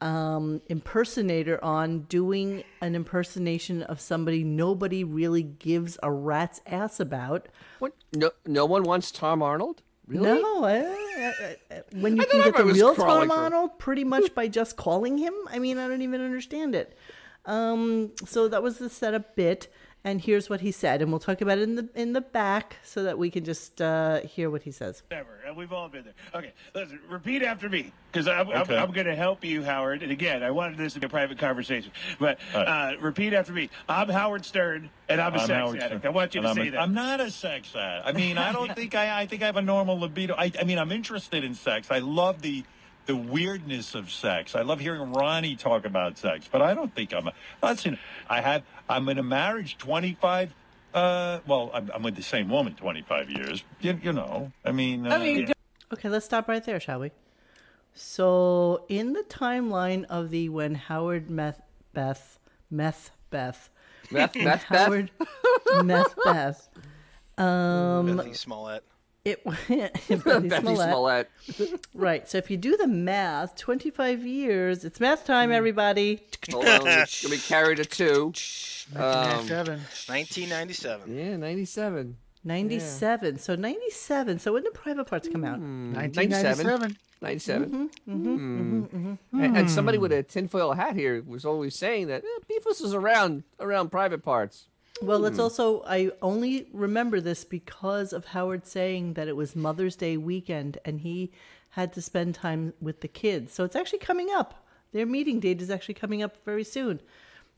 [SPEAKER 2] um, impersonator on doing an impersonation of somebody nobody really gives a rat's ass about.
[SPEAKER 5] What? No, no one wants Tom Arnold. Really?
[SPEAKER 2] No, I- I- I- when you
[SPEAKER 5] I
[SPEAKER 2] can
[SPEAKER 5] thought
[SPEAKER 2] get the
[SPEAKER 5] everybody was
[SPEAKER 2] real
[SPEAKER 5] crawling
[SPEAKER 2] Tom
[SPEAKER 5] for-
[SPEAKER 2] Arnold
[SPEAKER 5] (laughs)
[SPEAKER 2] pretty much by just calling him. I mean, I don't even understand it. Um, so that was the setup bit, and here's what he said, and we'll talk about it in the in the back so that we can just uh, hear what he says.
[SPEAKER 16] Ever. And we've all been there. Okay, listen, repeat after me, because I'm, I'm-
[SPEAKER 11] Okay.
[SPEAKER 16] I'm, going to help you, Howard. And again, I wanted this to be a private conversation, but
[SPEAKER 11] All
[SPEAKER 16] uh, repeat after me. I'm Howard Stern, and I'm a sex
[SPEAKER 11] Howard
[SPEAKER 16] addict. I
[SPEAKER 11] Stern.
[SPEAKER 16] want you
[SPEAKER 11] And
[SPEAKER 16] to
[SPEAKER 11] I'm
[SPEAKER 16] say
[SPEAKER 11] a-
[SPEAKER 16] that.
[SPEAKER 11] I'm not a sex addict. I mean, I don't think I. I think I have a normal libido. I, I mean, I'm interested in sex. I love the the weirdness of sex. I love hearing Ronnie talk about sex, but I don't think I'm a. Listen, I have. I'm in a marriage 25. Uh, well, I'm, I'm with the same woman 25 years. You, you know, I mean. Uh,
[SPEAKER 2] Oh, Okay, let's stop right there, shall we? So, in the timeline of the when Howard Meth Beth Meth Beth
[SPEAKER 3] Meth-
[SPEAKER 2] when
[SPEAKER 3] Meth Beth?
[SPEAKER 2] Howard Meth Beth, um,
[SPEAKER 3] Bethany Smollett.
[SPEAKER 2] it (laughs) Bethany right. So, if you do the math, twenty five years, it's math time, everybody.
[SPEAKER 5] Hold on.
[SPEAKER 2] (laughs)
[SPEAKER 5] It's gonna be carried to two. Um,
[SPEAKER 3] 1997.
[SPEAKER 5] Yeah, 97.
[SPEAKER 2] 97. So 97. So when did Private Parts come out?
[SPEAKER 5] 1997. 97.
[SPEAKER 2] hmm
[SPEAKER 13] (laughs)
[SPEAKER 2] hmm hmm
[SPEAKER 5] And, and somebody with a tinfoil hat here was always saying that eh, Beefus is around around private parts.
[SPEAKER 2] Well, it's
[SPEAKER 5] Hmm.
[SPEAKER 2] also I only remember this because of Howard saying that it was Mother's Day weekend and he had to spend time with the kids. So it's actually coming up. Their meeting date is actually coming up very soon.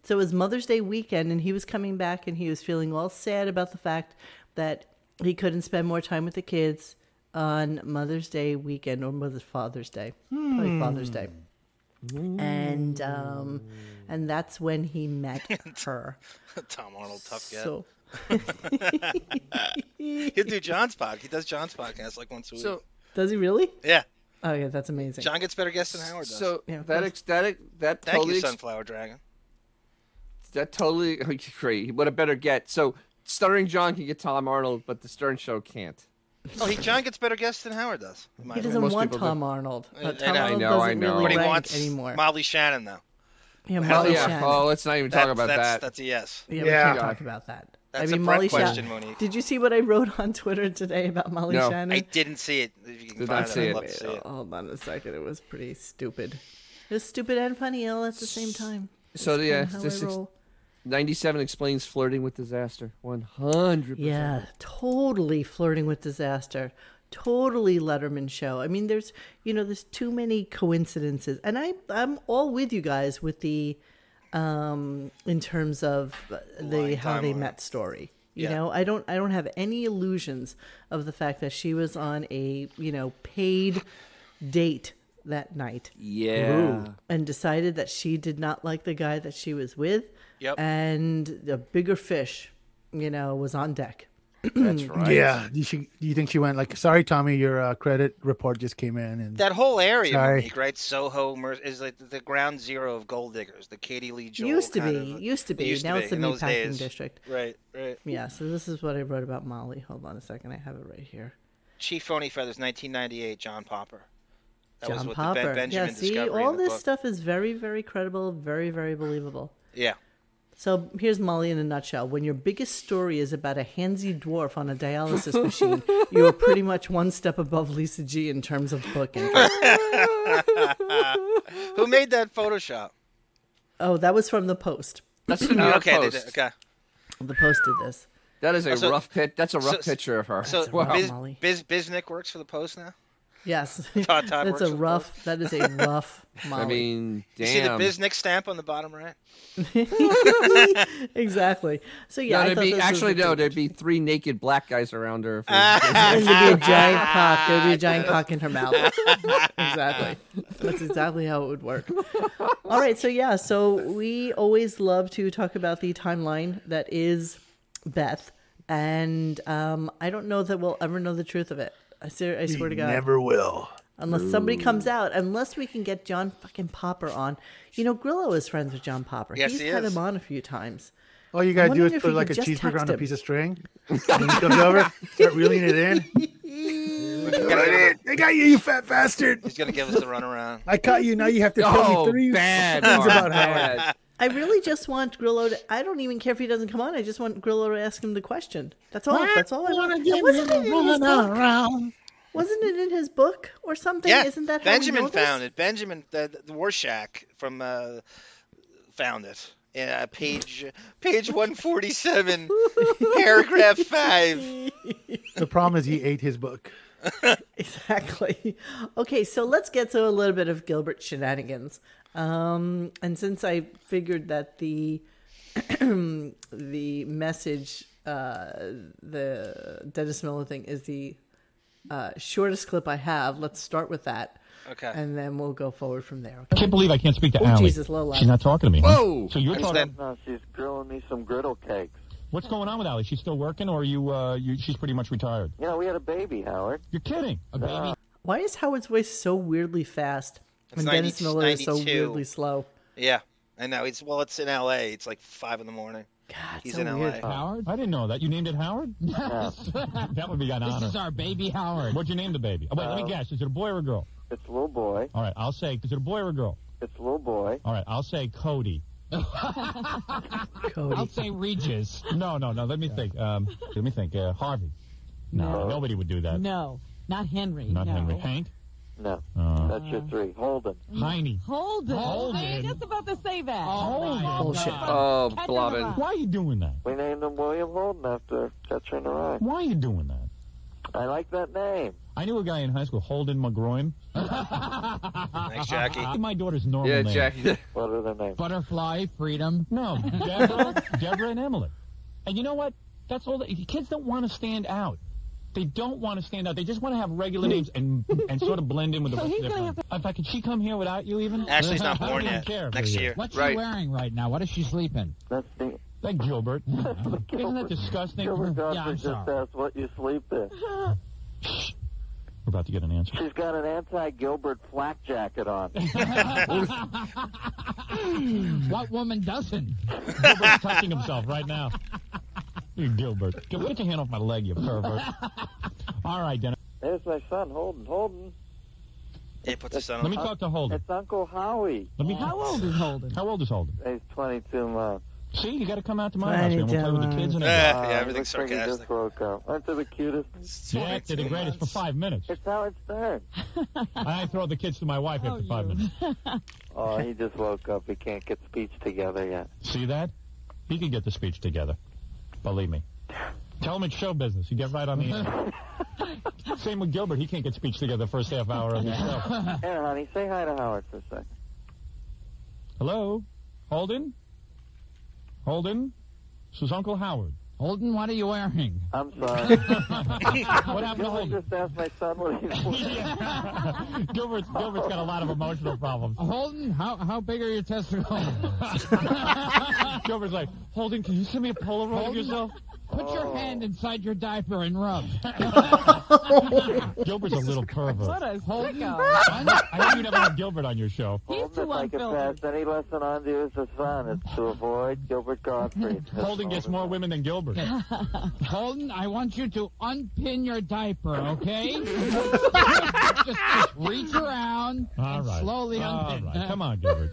[SPEAKER 2] So it was Mother's Day weekend and he was coming back and he was feeling all sad about the fact that he couldn't spend more time with the kids on Mother's Day weekend or Mother's Father's Day. Probably Father's Day. And um and that's when he met her.
[SPEAKER 3] Tom Arnold, tough guy.
[SPEAKER 2] So-
[SPEAKER 3] (laughs) He'll do John's podcast. He does John's podcast like once a week.
[SPEAKER 5] So-
[SPEAKER 2] Does he really?
[SPEAKER 3] Yeah.
[SPEAKER 2] Oh yeah, that's amazing.
[SPEAKER 3] John gets better guests than Howard does.
[SPEAKER 5] So that ex- that ex- that
[SPEAKER 3] Thank
[SPEAKER 5] totally
[SPEAKER 3] you,
[SPEAKER 5] ex-
[SPEAKER 3] Sunflower Dragon.
[SPEAKER 5] that totally (laughs) great. What a better get. So Stuttering John can get Tom Arnold, but the Stern Show can't.
[SPEAKER 3] Oh, he John gets better guests than Howard does. in my
[SPEAKER 2] He
[SPEAKER 3] opinion.
[SPEAKER 2] doesn't
[SPEAKER 5] Most
[SPEAKER 2] want
[SPEAKER 5] people do.
[SPEAKER 2] Tom Arnold.
[SPEAKER 3] I-
[SPEAKER 2] But
[SPEAKER 3] Uh, I
[SPEAKER 2] Tom
[SPEAKER 3] know.
[SPEAKER 2] Arnold doesn't really
[SPEAKER 3] But he
[SPEAKER 2] rank
[SPEAKER 3] wants
[SPEAKER 2] anymore.
[SPEAKER 3] Molly Shannon though.
[SPEAKER 2] Yeah,
[SPEAKER 5] Hell
[SPEAKER 2] Molly
[SPEAKER 5] yeah.
[SPEAKER 2] Shannon.
[SPEAKER 5] Oh, let's not even talk
[SPEAKER 3] That's-
[SPEAKER 5] about
[SPEAKER 3] that's-
[SPEAKER 5] that.
[SPEAKER 3] that's a yes.
[SPEAKER 2] Yeah, we
[SPEAKER 5] Yeah.
[SPEAKER 2] can't
[SPEAKER 5] God.
[SPEAKER 2] talk about that.
[SPEAKER 3] That's
[SPEAKER 2] I mean,
[SPEAKER 3] a Brett
[SPEAKER 2] Molly
[SPEAKER 3] question,
[SPEAKER 2] Shannon.
[SPEAKER 3] Monique.
[SPEAKER 2] Did you see what I wrote on Twitter today about Molly
[SPEAKER 5] No.
[SPEAKER 2] Shannon?
[SPEAKER 3] I didn't see it. If you can
[SPEAKER 5] Did
[SPEAKER 3] find
[SPEAKER 5] not see
[SPEAKER 3] I'd
[SPEAKER 5] it.
[SPEAKER 3] love to see it.
[SPEAKER 2] Hold on a second. It was pretty stupid. It was stupid and funny all at the same time.
[SPEAKER 5] So
[SPEAKER 2] That's
[SPEAKER 5] yeah,
[SPEAKER 2] kinda how
[SPEAKER 5] this
[SPEAKER 2] I
[SPEAKER 5] ex-
[SPEAKER 2] roll.
[SPEAKER 5] 97 explains flirting with disaster. 100.
[SPEAKER 2] Yeah, totally flirting with disaster. totally Letterman show. I mean, there's you know, there's too many coincidences, and I I'm all with you guys with the um in terms of the
[SPEAKER 14] Line
[SPEAKER 2] how they
[SPEAKER 14] timeline.
[SPEAKER 2] met story. You
[SPEAKER 14] Yeah.
[SPEAKER 2] know, I don't I don't have any illusions of the fact that she was on a you know paid date that night.
[SPEAKER 5] Yeah. Ooh.
[SPEAKER 2] and decided that she did not like the guy that she was with.
[SPEAKER 3] Yep.
[SPEAKER 2] and a bigger fish, you know, was on deck.
[SPEAKER 5] That's right.
[SPEAKER 8] Mm, Yeah, you should. You think she went like, "Sorry, Tommy, your uh, credit report just came in," and
[SPEAKER 3] That whole area,
[SPEAKER 8] Sorry.
[SPEAKER 3] Monique, right? Soho Mer- is like the ground zero of gold diggers. The Katie Lee Joel
[SPEAKER 2] used to
[SPEAKER 3] kind
[SPEAKER 2] be,
[SPEAKER 3] of-
[SPEAKER 2] used to
[SPEAKER 3] it
[SPEAKER 2] be. now
[SPEAKER 3] be
[SPEAKER 2] it's the
[SPEAKER 3] in those
[SPEAKER 2] meatpacking
[SPEAKER 3] days.
[SPEAKER 2] district.
[SPEAKER 3] Right, right.
[SPEAKER 2] (clears throat) Yeah, so this is what I wrote about Molly. Hold on a second, I have it right here.
[SPEAKER 3] Chief Phony Feathers, 1998, John Popper. That was
[SPEAKER 2] John
[SPEAKER 3] what
[SPEAKER 2] Popper.
[SPEAKER 3] the ben- Benjamin
[SPEAKER 2] yeah, see,
[SPEAKER 3] discovery in
[SPEAKER 2] all
[SPEAKER 3] the
[SPEAKER 2] this
[SPEAKER 3] book.
[SPEAKER 2] stuff is very, very credible, very, very believable.
[SPEAKER 3] Yeah.
[SPEAKER 2] So here's Molly in a nutshell. When your biggest story is about a handsy dwarf on
[SPEAKER 3] (laughs)
[SPEAKER 2] a dialysis machine, you are pretty much one step above Lisa G in terms of book interest.
[SPEAKER 3] (laughs) Who made that Photoshop?
[SPEAKER 2] Oh, that was from the Post.
[SPEAKER 5] That's the New York
[SPEAKER 3] Oh, okay, they
[SPEAKER 5] Post.
[SPEAKER 3] did- okay.
[SPEAKER 2] The Post did this.
[SPEAKER 5] That is a
[SPEAKER 3] Oh, Uh, So-
[SPEAKER 5] rough pit. That's a rough
[SPEAKER 3] so-
[SPEAKER 5] picture of her.
[SPEAKER 3] So
[SPEAKER 5] Wow.
[SPEAKER 3] Biz, Biz Biznick works for the Post
[SPEAKER 2] (laughs)
[SPEAKER 3] now. (laughs)
[SPEAKER 2] Yes,
[SPEAKER 3] Todd Todd
[SPEAKER 2] that's
[SPEAKER 3] works
[SPEAKER 2] a
[SPEAKER 3] for
[SPEAKER 2] rough.
[SPEAKER 3] (laughs)
[SPEAKER 2] That is a rough Molly.
[SPEAKER 5] I mean,
[SPEAKER 3] You see the
[SPEAKER 5] damn.
[SPEAKER 3] Biznick stamp on the bottom right?
[SPEAKER 2] (laughs) exactly. So yeah,
[SPEAKER 5] no,
[SPEAKER 2] I
[SPEAKER 5] there'd
[SPEAKER 2] thought
[SPEAKER 5] be
[SPEAKER 2] this was
[SPEAKER 5] actually
[SPEAKER 2] a-
[SPEAKER 5] no. There'd be three naked black guys around
[SPEAKER 2] (laughs)
[SPEAKER 5] her. for-
[SPEAKER 2] There'd be a giant cock. There'd be a giant cock in her mouth.
[SPEAKER 5] (laughs)
[SPEAKER 2] exactly. That's exactly how it
[SPEAKER 3] (laughs)
[SPEAKER 2] would work. All right. So, yeah. So, we always love to talk about the timeline that is Beth. And um, I don't know that we'll ever know the truth of it. I, ser- I swear to God.
[SPEAKER 8] never will.
[SPEAKER 2] Unless somebody
[SPEAKER 8] Ooh.
[SPEAKER 2] comes out, unless we can get John fucking Popper on. You know, Grillo is friends with John Popper.
[SPEAKER 8] Yes,
[SPEAKER 2] He's
[SPEAKER 8] he
[SPEAKER 2] had
[SPEAKER 8] is.
[SPEAKER 2] him on a few times.
[SPEAKER 8] all you
[SPEAKER 2] I'm
[SPEAKER 8] gotta do
[SPEAKER 2] wondering
[SPEAKER 8] is
[SPEAKER 2] if
[SPEAKER 8] put
[SPEAKER 2] we
[SPEAKER 8] like a
[SPEAKER 2] could just
[SPEAKER 8] cheeseburger
[SPEAKER 2] text
[SPEAKER 8] on a
[SPEAKER 2] him.
[SPEAKER 8] piece of string. (laughs) and he comes over, start reeling it in. (laughs) They got you, you fat bastard.
[SPEAKER 3] He's gonna give us the
[SPEAKER 2] (laughs)
[SPEAKER 3] runaround.
[SPEAKER 8] I caught you. Now you have to tell
[SPEAKER 5] Oh,
[SPEAKER 8] me three things about Howard.
[SPEAKER 2] I really just want Grillo to. I don't even care if he doesn't come on. I just want Grillo to ask him the question. That's all. That's all I want. And Wasn't it in his book? Wasn't it in his book or something?
[SPEAKER 3] yeah,
[SPEAKER 2] Isn't that how
[SPEAKER 3] Benjamin
[SPEAKER 2] we know
[SPEAKER 3] found
[SPEAKER 2] this?
[SPEAKER 3] it? Benjamin the, the Warshak from uh, found it. Yeah, page page one forty
[SPEAKER 2] (laughs)
[SPEAKER 3] seven, paragraph five.
[SPEAKER 8] The problem is he ate his book.
[SPEAKER 2] Exactly. Okay, so let's get to a little bit of Gilbert shenanigans. Um, and since I figured that the (clears throat) the message, uh, the Dennis Miller thing is the uh, shortest clip I have, let's start with that.
[SPEAKER 3] Okay.
[SPEAKER 2] And then we'll go forward from there.
[SPEAKER 7] I can't believe I can't speak to
[SPEAKER 2] Oh,
[SPEAKER 7] Allie.
[SPEAKER 2] Jesus, Lola.
[SPEAKER 7] She's not talking to me. huh? So you're talking.
[SPEAKER 17] No, she's grilling me some griddle cakes.
[SPEAKER 7] What's going on with Allie? She's still working, or you? Uh, you she's pretty much retired.
[SPEAKER 17] You know, we had a baby, Howard.
[SPEAKER 7] You're kidding. A baby.
[SPEAKER 2] Why is Howard's voice so weirdly fast
[SPEAKER 3] It's
[SPEAKER 2] and Dennis
[SPEAKER 3] 90
[SPEAKER 2] Miller is so
[SPEAKER 3] 92.
[SPEAKER 2] weirdly slow?
[SPEAKER 3] Yeah, I know. It's well, it's in L.A. It's like five in the morning. God, he's
[SPEAKER 7] so
[SPEAKER 3] in L.A.
[SPEAKER 7] weird. Howard? I didn't know that. You named it Howard? (laughs) Yes. that would be an
[SPEAKER 17] This
[SPEAKER 7] honor.
[SPEAKER 17] is
[SPEAKER 7] our baby Howard. What'd you name the baby? Oh, wait, let
[SPEAKER 17] Um,
[SPEAKER 7] me guess. Is it a boy or a girl?
[SPEAKER 17] It's a little boy.
[SPEAKER 7] All right, I'll say. Is it a boy or a girl?
[SPEAKER 17] It's a little boy.
[SPEAKER 7] All right, I'll say Cody. Cody. I'll say Regis. No, no, no. Let me think. Um, let me think. Uh, Harvey. No, nobody would do that.
[SPEAKER 12] No, not Henry.
[SPEAKER 7] Not
[SPEAKER 12] no.
[SPEAKER 7] Henry.
[SPEAKER 13] (laughs)
[SPEAKER 7] Hank.
[SPEAKER 17] No.
[SPEAKER 7] Uh, Mm.
[SPEAKER 17] That's your three. Holden.
[SPEAKER 7] Heine.
[SPEAKER 12] Holden.
[SPEAKER 17] Holden.
[SPEAKER 12] I was just about to say that.
[SPEAKER 7] Bullshit.
[SPEAKER 5] Oh,
[SPEAKER 17] blobbing.
[SPEAKER 7] Why are you doing that?
[SPEAKER 17] We named him William Holden after Catcher in the Rye.
[SPEAKER 7] Why are you doing that?
[SPEAKER 17] I like that name.
[SPEAKER 7] I knew a guy in high school, Holden McGroin.
[SPEAKER 3] Thanks, Jackie.
[SPEAKER 7] (laughs) My daughter's normal name. (laughs)
[SPEAKER 17] what are their names?
[SPEAKER 7] Butterfly, Freedom. (laughs) No, Deborah, Deborah and Emily. And you know what? That's all. The, kids don't want to stand out. They don't want to stand out. They just want to have regular names and and sort of blend in with the
[SPEAKER 12] So
[SPEAKER 7] rest
[SPEAKER 12] he's
[SPEAKER 7] of their
[SPEAKER 12] gonna
[SPEAKER 7] friends. In fact, could she come here without you even?
[SPEAKER 3] Ashley's not
[SPEAKER 7] (laughs) I don't
[SPEAKER 3] born
[SPEAKER 7] even
[SPEAKER 3] yet.
[SPEAKER 7] care if
[SPEAKER 3] Next
[SPEAKER 7] you're here.
[SPEAKER 3] year. What's she Right.
[SPEAKER 12] wearing right now? What is she sleeping?
[SPEAKER 17] That's the. (laughs)
[SPEAKER 7] Like Gilbert. Isn't that disgusting?
[SPEAKER 17] Gilbert
[SPEAKER 7] Yeah, I'm
[SPEAKER 17] Gottfried just
[SPEAKER 7] sorry.
[SPEAKER 17] asked what you sleep in.
[SPEAKER 7] (laughs) We're about to get an answer.
[SPEAKER 17] She's got an anti-Gilbert flak jacket
[SPEAKER 7] (laughs)
[SPEAKER 17] on.
[SPEAKER 7] what woman
[SPEAKER 3] (laughs)
[SPEAKER 7] doesn't? Gilbert's touching himself right now. You Gilbert. Gilbert, get your hand off my leg, you
[SPEAKER 3] (laughs)
[SPEAKER 7] pervert. All right, Dennis.
[SPEAKER 17] There's my son, Holden. Holden.
[SPEAKER 3] He puts his son
[SPEAKER 7] Let me talk to Holden.
[SPEAKER 17] It's Uncle Howie.
[SPEAKER 7] Let me How old is Holden? How old is Holden?
[SPEAKER 17] He's 22 months.
[SPEAKER 7] See, you got to come out to my house and we'll play with the kids and
[SPEAKER 17] Ah,
[SPEAKER 7] everything.
[SPEAKER 17] he looks like He just woke up. Aren't they the cutest?
[SPEAKER 7] Yeah, they're the greatest for five minutes.
[SPEAKER 17] It's Howard Stern.
[SPEAKER 7] (laughs) I throw the kids to my wife after five minutes. (laughs)
[SPEAKER 17] Oh, he just woke up. He can't get speech together yet. (laughs)
[SPEAKER 7] See that? He can get the speech together. Believe me. Tell him it's show business. You get right (laughs) on the air. Same with Gilbert. He can't get speech together the first half hour of the show.
[SPEAKER 17] Anna, honey, say hi to Howard for a second.
[SPEAKER 7] Hello? Holden? Holden? This is Uncle Howard. Holden, what are you wearing?
[SPEAKER 17] I'm
[SPEAKER 7] (laughs)
[SPEAKER 17] sorry.
[SPEAKER 7] what happened to Holden?
[SPEAKER 17] Just asked my son
[SPEAKER 7] (laughs)
[SPEAKER 17] what he
[SPEAKER 7] Gilbert's, Gilbert's got a lot of emotional problems. Holden, how, how big are your (laughs) testicles? Gilbert's like, Holden, can you send me a Polaroid of yourself?
[SPEAKER 13] Put your hand inside your diaper and
[SPEAKER 2] (laughs)
[SPEAKER 13] rub. (laughs)
[SPEAKER 7] Gilbert's a little pervert.
[SPEAKER 13] What a
[SPEAKER 7] I hope you never have Gilbert on your show.
[SPEAKER 17] Holden, if I could pass any lesson on to you, it's this one. It's to avoid Gilbert Gottfried.
[SPEAKER 7] Holden gets more women than Gilbert.
[SPEAKER 13] (laughs) Holden, I want you to unpin your diaper, okay? just, just reach around
[SPEAKER 7] All
[SPEAKER 13] and
[SPEAKER 7] right.
[SPEAKER 13] slowly
[SPEAKER 7] All
[SPEAKER 13] unpin.
[SPEAKER 7] right. Come on, Gilbert.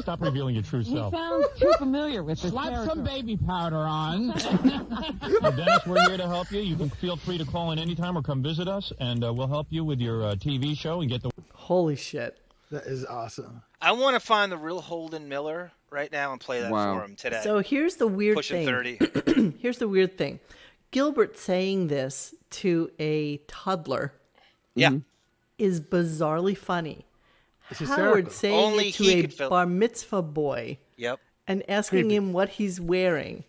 [SPEAKER 7] Stop revealing your true self.
[SPEAKER 13] sounds too familiar with
[SPEAKER 7] this
[SPEAKER 13] Slap
[SPEAKER 7] character.
[SPEAKER 13] some baby powder on.
[SPEAKER 7] Well, Dennis, we're here to help you. You can feel free to call in anytime or come visit us, and uh, we'll help you with your uh, TV show and get the.
[SPEAKER 2] Holy shit.
[SPEAKER 8] That is awesome.
[SPEAKER 3] I want to find the real Holden Miller right now and play that
[SPEAKER 2] Wow.
[SPEAKER 3] for him today.
[SPEAKER 2] So here's the weird
[SPEAKER 3] Pushing
[SPEAKER 2] thing.
[SPEAKER 3] 30.
[SPEAKER 2] (clears throat) here's the weird thing. Gilbert saying this to a toddler. Mm-hmm.
[SPEAKER 3] Yeah.
[SPEAKER 2] Is bizarrely funny.
[SPEAKER 3] hysterical.
[SPEAKER 2] Howard saying
[SPEAKER 3] Only
[SPEAKER 2] it to
[SPEAKER 3] he
[SPEAKER 2] a
[SPEAKER 3] could fill-
[SPEAKER 2] bar mitzvah boy
[SPEAKER 3] Yep.
[SPEAKER 2] and asking
[SPEAKER 3] Creepy.
[SPEAKER 2] him what he's wearing.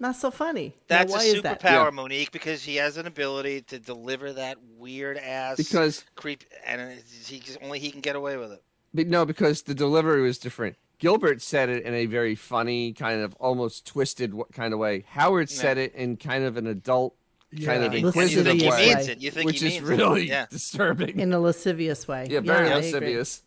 [SPEAKER 2] Not so funny. Now,
[SPEAKER 3] That's
[SPEAKER 2] why
[SPEAKER 3] a
[SPEAKER 2] is that?
[SPEAKER 3] superpower, Monique, because he has an ability to deliver that weird ass
[SPEAKER 5] Because-
[SPEAKER 3] creep, and it's- he just, only he can get away with it.
[SPEAKER 5] But no, because the delivery was different. Gilbert said it in a very funny, kind of almost twisted w- kind of way. Howard said it in kind of an adult, kind
[SPEAKER 2] Yeah.
[SPEAKER 5] of
[SPEAKER 2] You think he
[SPEAKER 5] inquisitive way,
[SPEAKER 2] means it. You think he
[SPEAKER 5] which is
[SPEAKER 2] means it.
[SPEAKER 5] really
[SPEAKER 2] Yeah.
[SPEAKER 5] (laughs) disturbing.
[SPEAKER 2] In a lascivious way.
[SPEAKER 5] Yeah, very
[SPEAKER 2] I agree.
[SPEAKER 5] lascivious.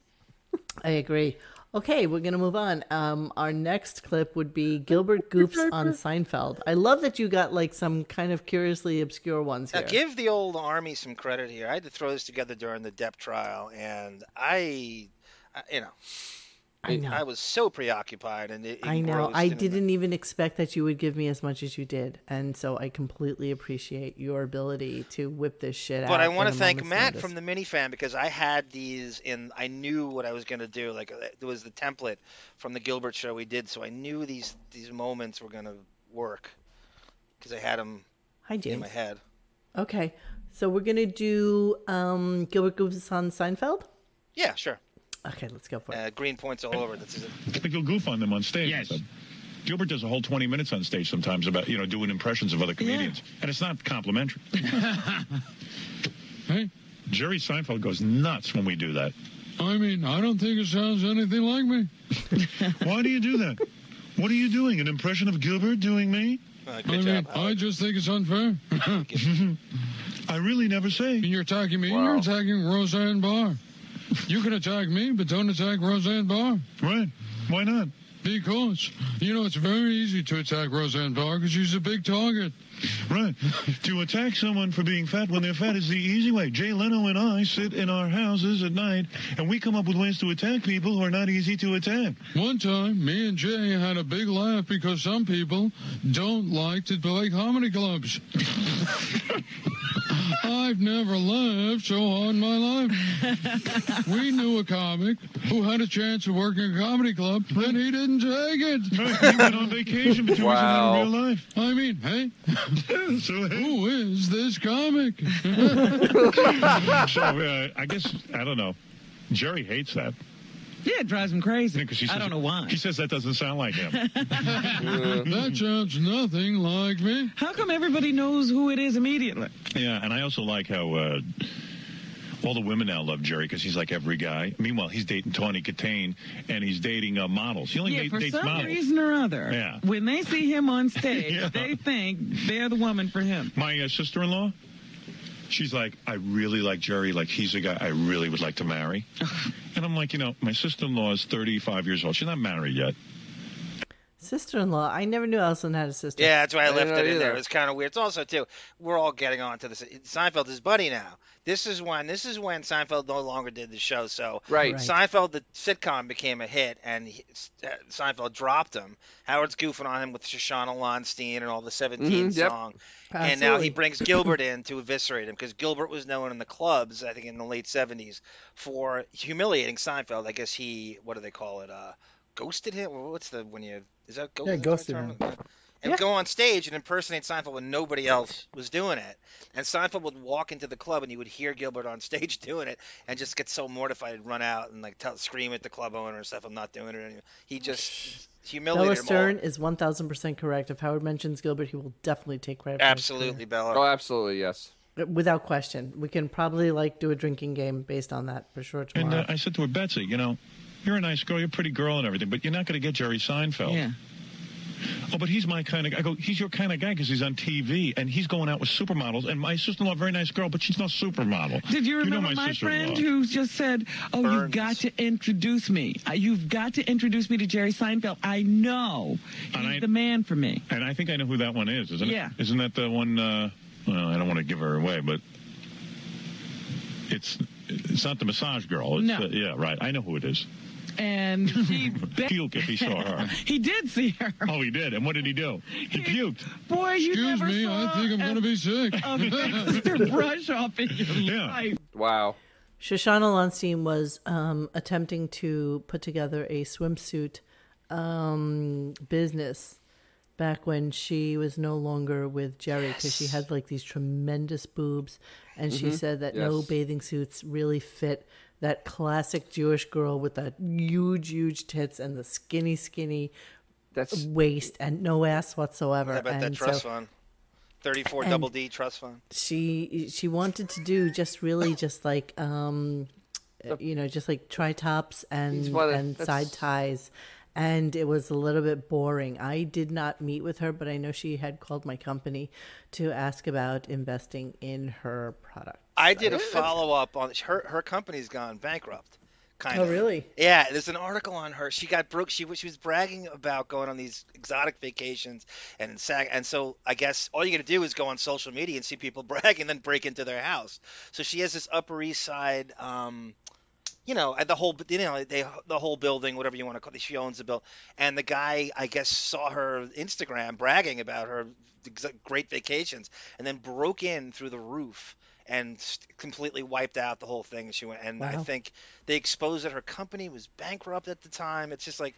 [SPEAKER 2] I agree. Okay, we're going to move on. Um, our next clip would be Gilbert Goofs on Seinfeld. I love that you got like some kind of curiously obscure ones
[SPEAKER 3] Now,
[SPEAKER 2] here.
[SPEAKER 3] give the old army some credit here. I had to throw this together during the Depp trial, and I, I you know,
[SPEAKER 2] I know.
[SPEAKER 3] was so preoccupied and it,
[SPEAKER 2] I know.
[SPEAKER 3] engrossed
[SPEAKER 2] I
[SPEAKER 3] in it.
[SPEAKER 2] didn't even expect that you would give me as much as you did. And so I completely appreciate your ability to whip this shit out.
[SPEAKER 3] But I
[SPEAKER 2] want to
[SPEAKER 3] thank Matt from the minifan because I had these in. I knew what I was going to do. Like uh, it was the template from the Gilbert show we did, so I knew these these moments were going to work because I had them
[SPEAKER 2] Hi,
[SPEAKER 3] in
[SPEAKER 2] James.
[SPEAKER 3] my head.
[SPEAKER 2] Okay. So we're going to do um, Gilbert Goofs on Seinfeld.
[SPEAKER 3] Yeah, sure.
[SPEAKER 2] Okay, let's go for
[SPEAKER 3] it. Uh, green points all over. This is it.
[SPEAKER 16] Typical goof on them on stage. Yes. Gilbert does a whole 20 minutes on stage sometimes about, you know, doing impressions of other comedians. And it's not complimentary. Jerry Seinfeld goes nuts when we do that. (laughs)
[SPEAKER 18] I mean, I don't think it sounds anything like me.
[SPEAKER 16] Why do you do that? What are you doing? An impression of Gilbert doing me?
[SPEAKER 18] I mean, I just think it's unfair.
[SPEAKER 16] (laughs) I really never say.
[SPEAKER 18] You're attacking me. You're attacking Roseanne Barr. You can attack me, but don't attack Roseanne Barr.
[SPEAKER 16] Right. Why not?
[SPEAKER 18] Because, you know, it's very easy to attack Roseanne Barr because she's a big target.
[SPEAKER 16] Right. to attack someone for being fat when they're fat is the easy way. Jay Leno and I sit in our houses at night and we come up with ways to attack people who are not easy to attack.
[SPEAKER 18] One time, me and Jay had a big laugh because some people don't like to play
[SPEAKER 16] (laughs)
[SPEAKER 18] comedy clubs. I've never laughed so hard in my life. We knew a comic who had a chance of working a comedy club, and he didn't take it.
[SPEAKER 16] he went on vacation, but there
[SPEAKER 18] wow.
[SPEAKER 16] wasn't in real life.
[SPEAKER 18] I mean,
[SPEAKER 16] (laughs)
[SPEAKER 18] hey, who is this comic?
[SPEAKER 16] so uh, I guess I don't know. Jerry hates that.
[SPEAKER 18] Yeah, it drives him crazy.
[SPEAKER 16] I don't know why. He says that doesn't sound like him.
[SPEAKER 18] (laughs) that sounds nothing like me. How come everybody knows who it is immediately?
[SPEAKER 16] yeah, and I also like how uh, all the women now love Jerry because he's like every guy. Meanwhile, he's dating Tawny Katane and he's dating uh, models. He only
[SPEAKER 19] Yeah,
[SPEAKER 16] date-
[SPEAKER 19] for
[SPEAKER 16] dates
[SPEAKER 19] some
[SPEAKER 16] models. (laughs)
[SPEAKER 19] reason or other,
[SPEAKER 16] Yeah.
[SPEAKER 19] when they see him on stage,
[SPEAKER 16] (laughs) Yeah.
[SPEAKER 19] they think they're the woman for him.
[SPEAKER 16] My uh, sister-in-law, she's like, I really like Jerry. Like he's a guy I really would like
[SPEAKER 19] (laughs)
[SPEAKER 16] to marry. and I'm like, you know, my sister-in-law is 35 years old. She's not married yet.
[SPEAKER 2] Sister in law. I never knew Alison had a sister.
[SPEAKER 3] Yeah, that's why I, left
[SPEAKER 2] didn't
[SPEAKER 3] it
[SPEAKER 2] know
[SPEAKER 3] in there. It
[SPEAKER 2] either.
[SPEAKER 3] was kind of weird. It's also too. We're all getting on to this. Seinfeld is buddy now. This is when this is when Seinfeld no longer did the show. So
[SPEAKER 5] Right. Right.
[SPEAKER 3] Seinfeld the sitcom became a hit, and he, uh, Seinfeld dropped him. Howard's goofing on him with Shoshana Lonstein and all the 17
[SPEAKER 5] Mhm, yep.
[SPEAKER 3] song. And now
[SPEAKER 5] Absolutely.
[SPEAKER 3] he brings Gilbert in to eviscerate him because Gilbert was known in the clubs, I think, in the late 70s for humiliating Seinfeld. I guess he what do they call it? Uh, ghosted him. What's the when you is that ghost?
[SPEAKER 8] Yeah,
[SPEAKER 3] is that the right
[SPEAKER 8] ghosted
[SPEAKER 3] term?
[SPEAKER 8] him.
[SPEAKER 3] and go on stage and impersonate Seinfeld when nobody else was doing it. And Seinfeld would walk into the club and you would hear Gilbert on (laughs) stage doing it and just get so mortified and run out and like tell, scream at the club owner and stuff, I'm not doing it anymore. He just humiliated
[SPEAKER 2] Bella
[SPEAKER 3] them all.
[SPEAKER 2] Stern is 1000% correct. If Howard mentions Gilbert, he will definitely take credit. for his
[SPEAKER 3] Absolutely, Bella.
[SPEAKER 5] Oh, absolutely, yes.
[SPEAKER 2] career. Without question. We can probably like do a drinking game based on that for sure
[SPEAKER 16] And
[SPEAKER 2] tomorrow.
[SPEAKER 16] uh, I said to her, Betsy, you know, you're a nice girl, you're a pretty girl and everything, but you're not going to get Jerry Seinfeld. Yeah. Oh, but he's my kind of guy. I go, he's your kind of guy because he's on TV and he's going out with supermodels. And my sister-in-law, very nice girl, but she's not supermodel.
[SPEAKER 19] Did you
[SPEAKER 16] know
[SPEAKER 19] remember my,
[SPEAKER 16] sister-in-law.
[SPEAKER 19] friend who just said, "Oh, you've got to introduce me. Uh, You've got to introduce me to Jerry Seinfeld. I know he's the man for me."
[SPEAKER 16] And I think I know who that one is, isn't
[SPEAKER 19] Yeah.
[SPEAKER 16] it? Isn't that the one? Uh, well, I don't want to give her away, but it's it's not the massage girl. It's
[SPEAKER 19] No.
[SPEAKER 16] the, yeah, right. I know who it is.
[SPEAKER 19] And
[SPEAKER 7] (laughs)
[SPEAKER 19] he bet-
[SPEAKER 16] Puke if he saw her.
[SPEAKER 19] (laughs) he did see her.
[SPEAKER 16] Oh, he did. And what did he do? He puked.
[SPEAKER 19] Boy, you
[SPEAKER 18] Excuse
[SPEAKER 19] never
[SPEAKER 18] me,
[SPEAKER 19] saw
[SPEAKER 18] I think I'm going to
[SPEAKER 19] (laughs)
[SPEAKER 18] be sick.
[SPEAKER 19] a
[SPEAKER 7] (laughs)
[SPEAKER 19] Mr. Brush off in
[SPEAKER 2] (laughs)
[SPEAKER 19] your life.
[SPEAKER 5] Wow.
[SPEAKER 2] Shoshana Lonstein was um, attempting to put together a swimsuit um, business back when she was no longer with Jerry because she had like these tremendous boobs, and she
[SPEAKER 3] Mm-hmm.
[SPEAKER 13] Mhm.
[SPEAKER 2] said that no
[SPEAKER 13] Yes.
[SPEAKER 2] bathing suits really fit that classic Jewish girl with that huge, huge tits and the skinny, skinny.
[SPEAKER 5] That's...
[SPEAKER 2] waist and no ass whatsoever.
[SPEAKER 3] How about that
[SPEAKER 2] And so-
[SPEAKER 3] trust fund? 34
[SPEAKER 2] and-
[SPEAKER 3] double D trust fund.
[SPEAKER 2] she she wanted to do just really just like um you know just like tri tops and
[SPEAKER 5] It's one of-
[SPEAKER 2] and
[SPEAKER 5] that's-
[SPEAKER 2] side ties and it was a little bit boring. I did not meet with her, but I know she had called my company to ask about investing in her product.
[SPEAKER 3] I did a follow up on her. Her company's gone bankrupt. Kind
[SPEAKER 2] Oh,
[SPEAKER 3] of.
[SPEAKER 2] really?
[SPEAKER 3] Yeah. There's an article on her. She got broke. She was she was bragging about going on these exotic vacations and sag. And so I guess all you got to do is go on social media and see people (laughs) brag and then break into their house. So she has this Upper East Side. Um, you know the whole you know they the whole building whatever you want to call it she owns the bill and the guy i guess saw her instagram bragging about her ex- great vacations and then broke in through the roof and st- completely wiped out the whole thing and she went and i
[SPEAKER 20] Wow.
[SPEAKER 3] think they exposed that her company was bankrupt at the time it's just like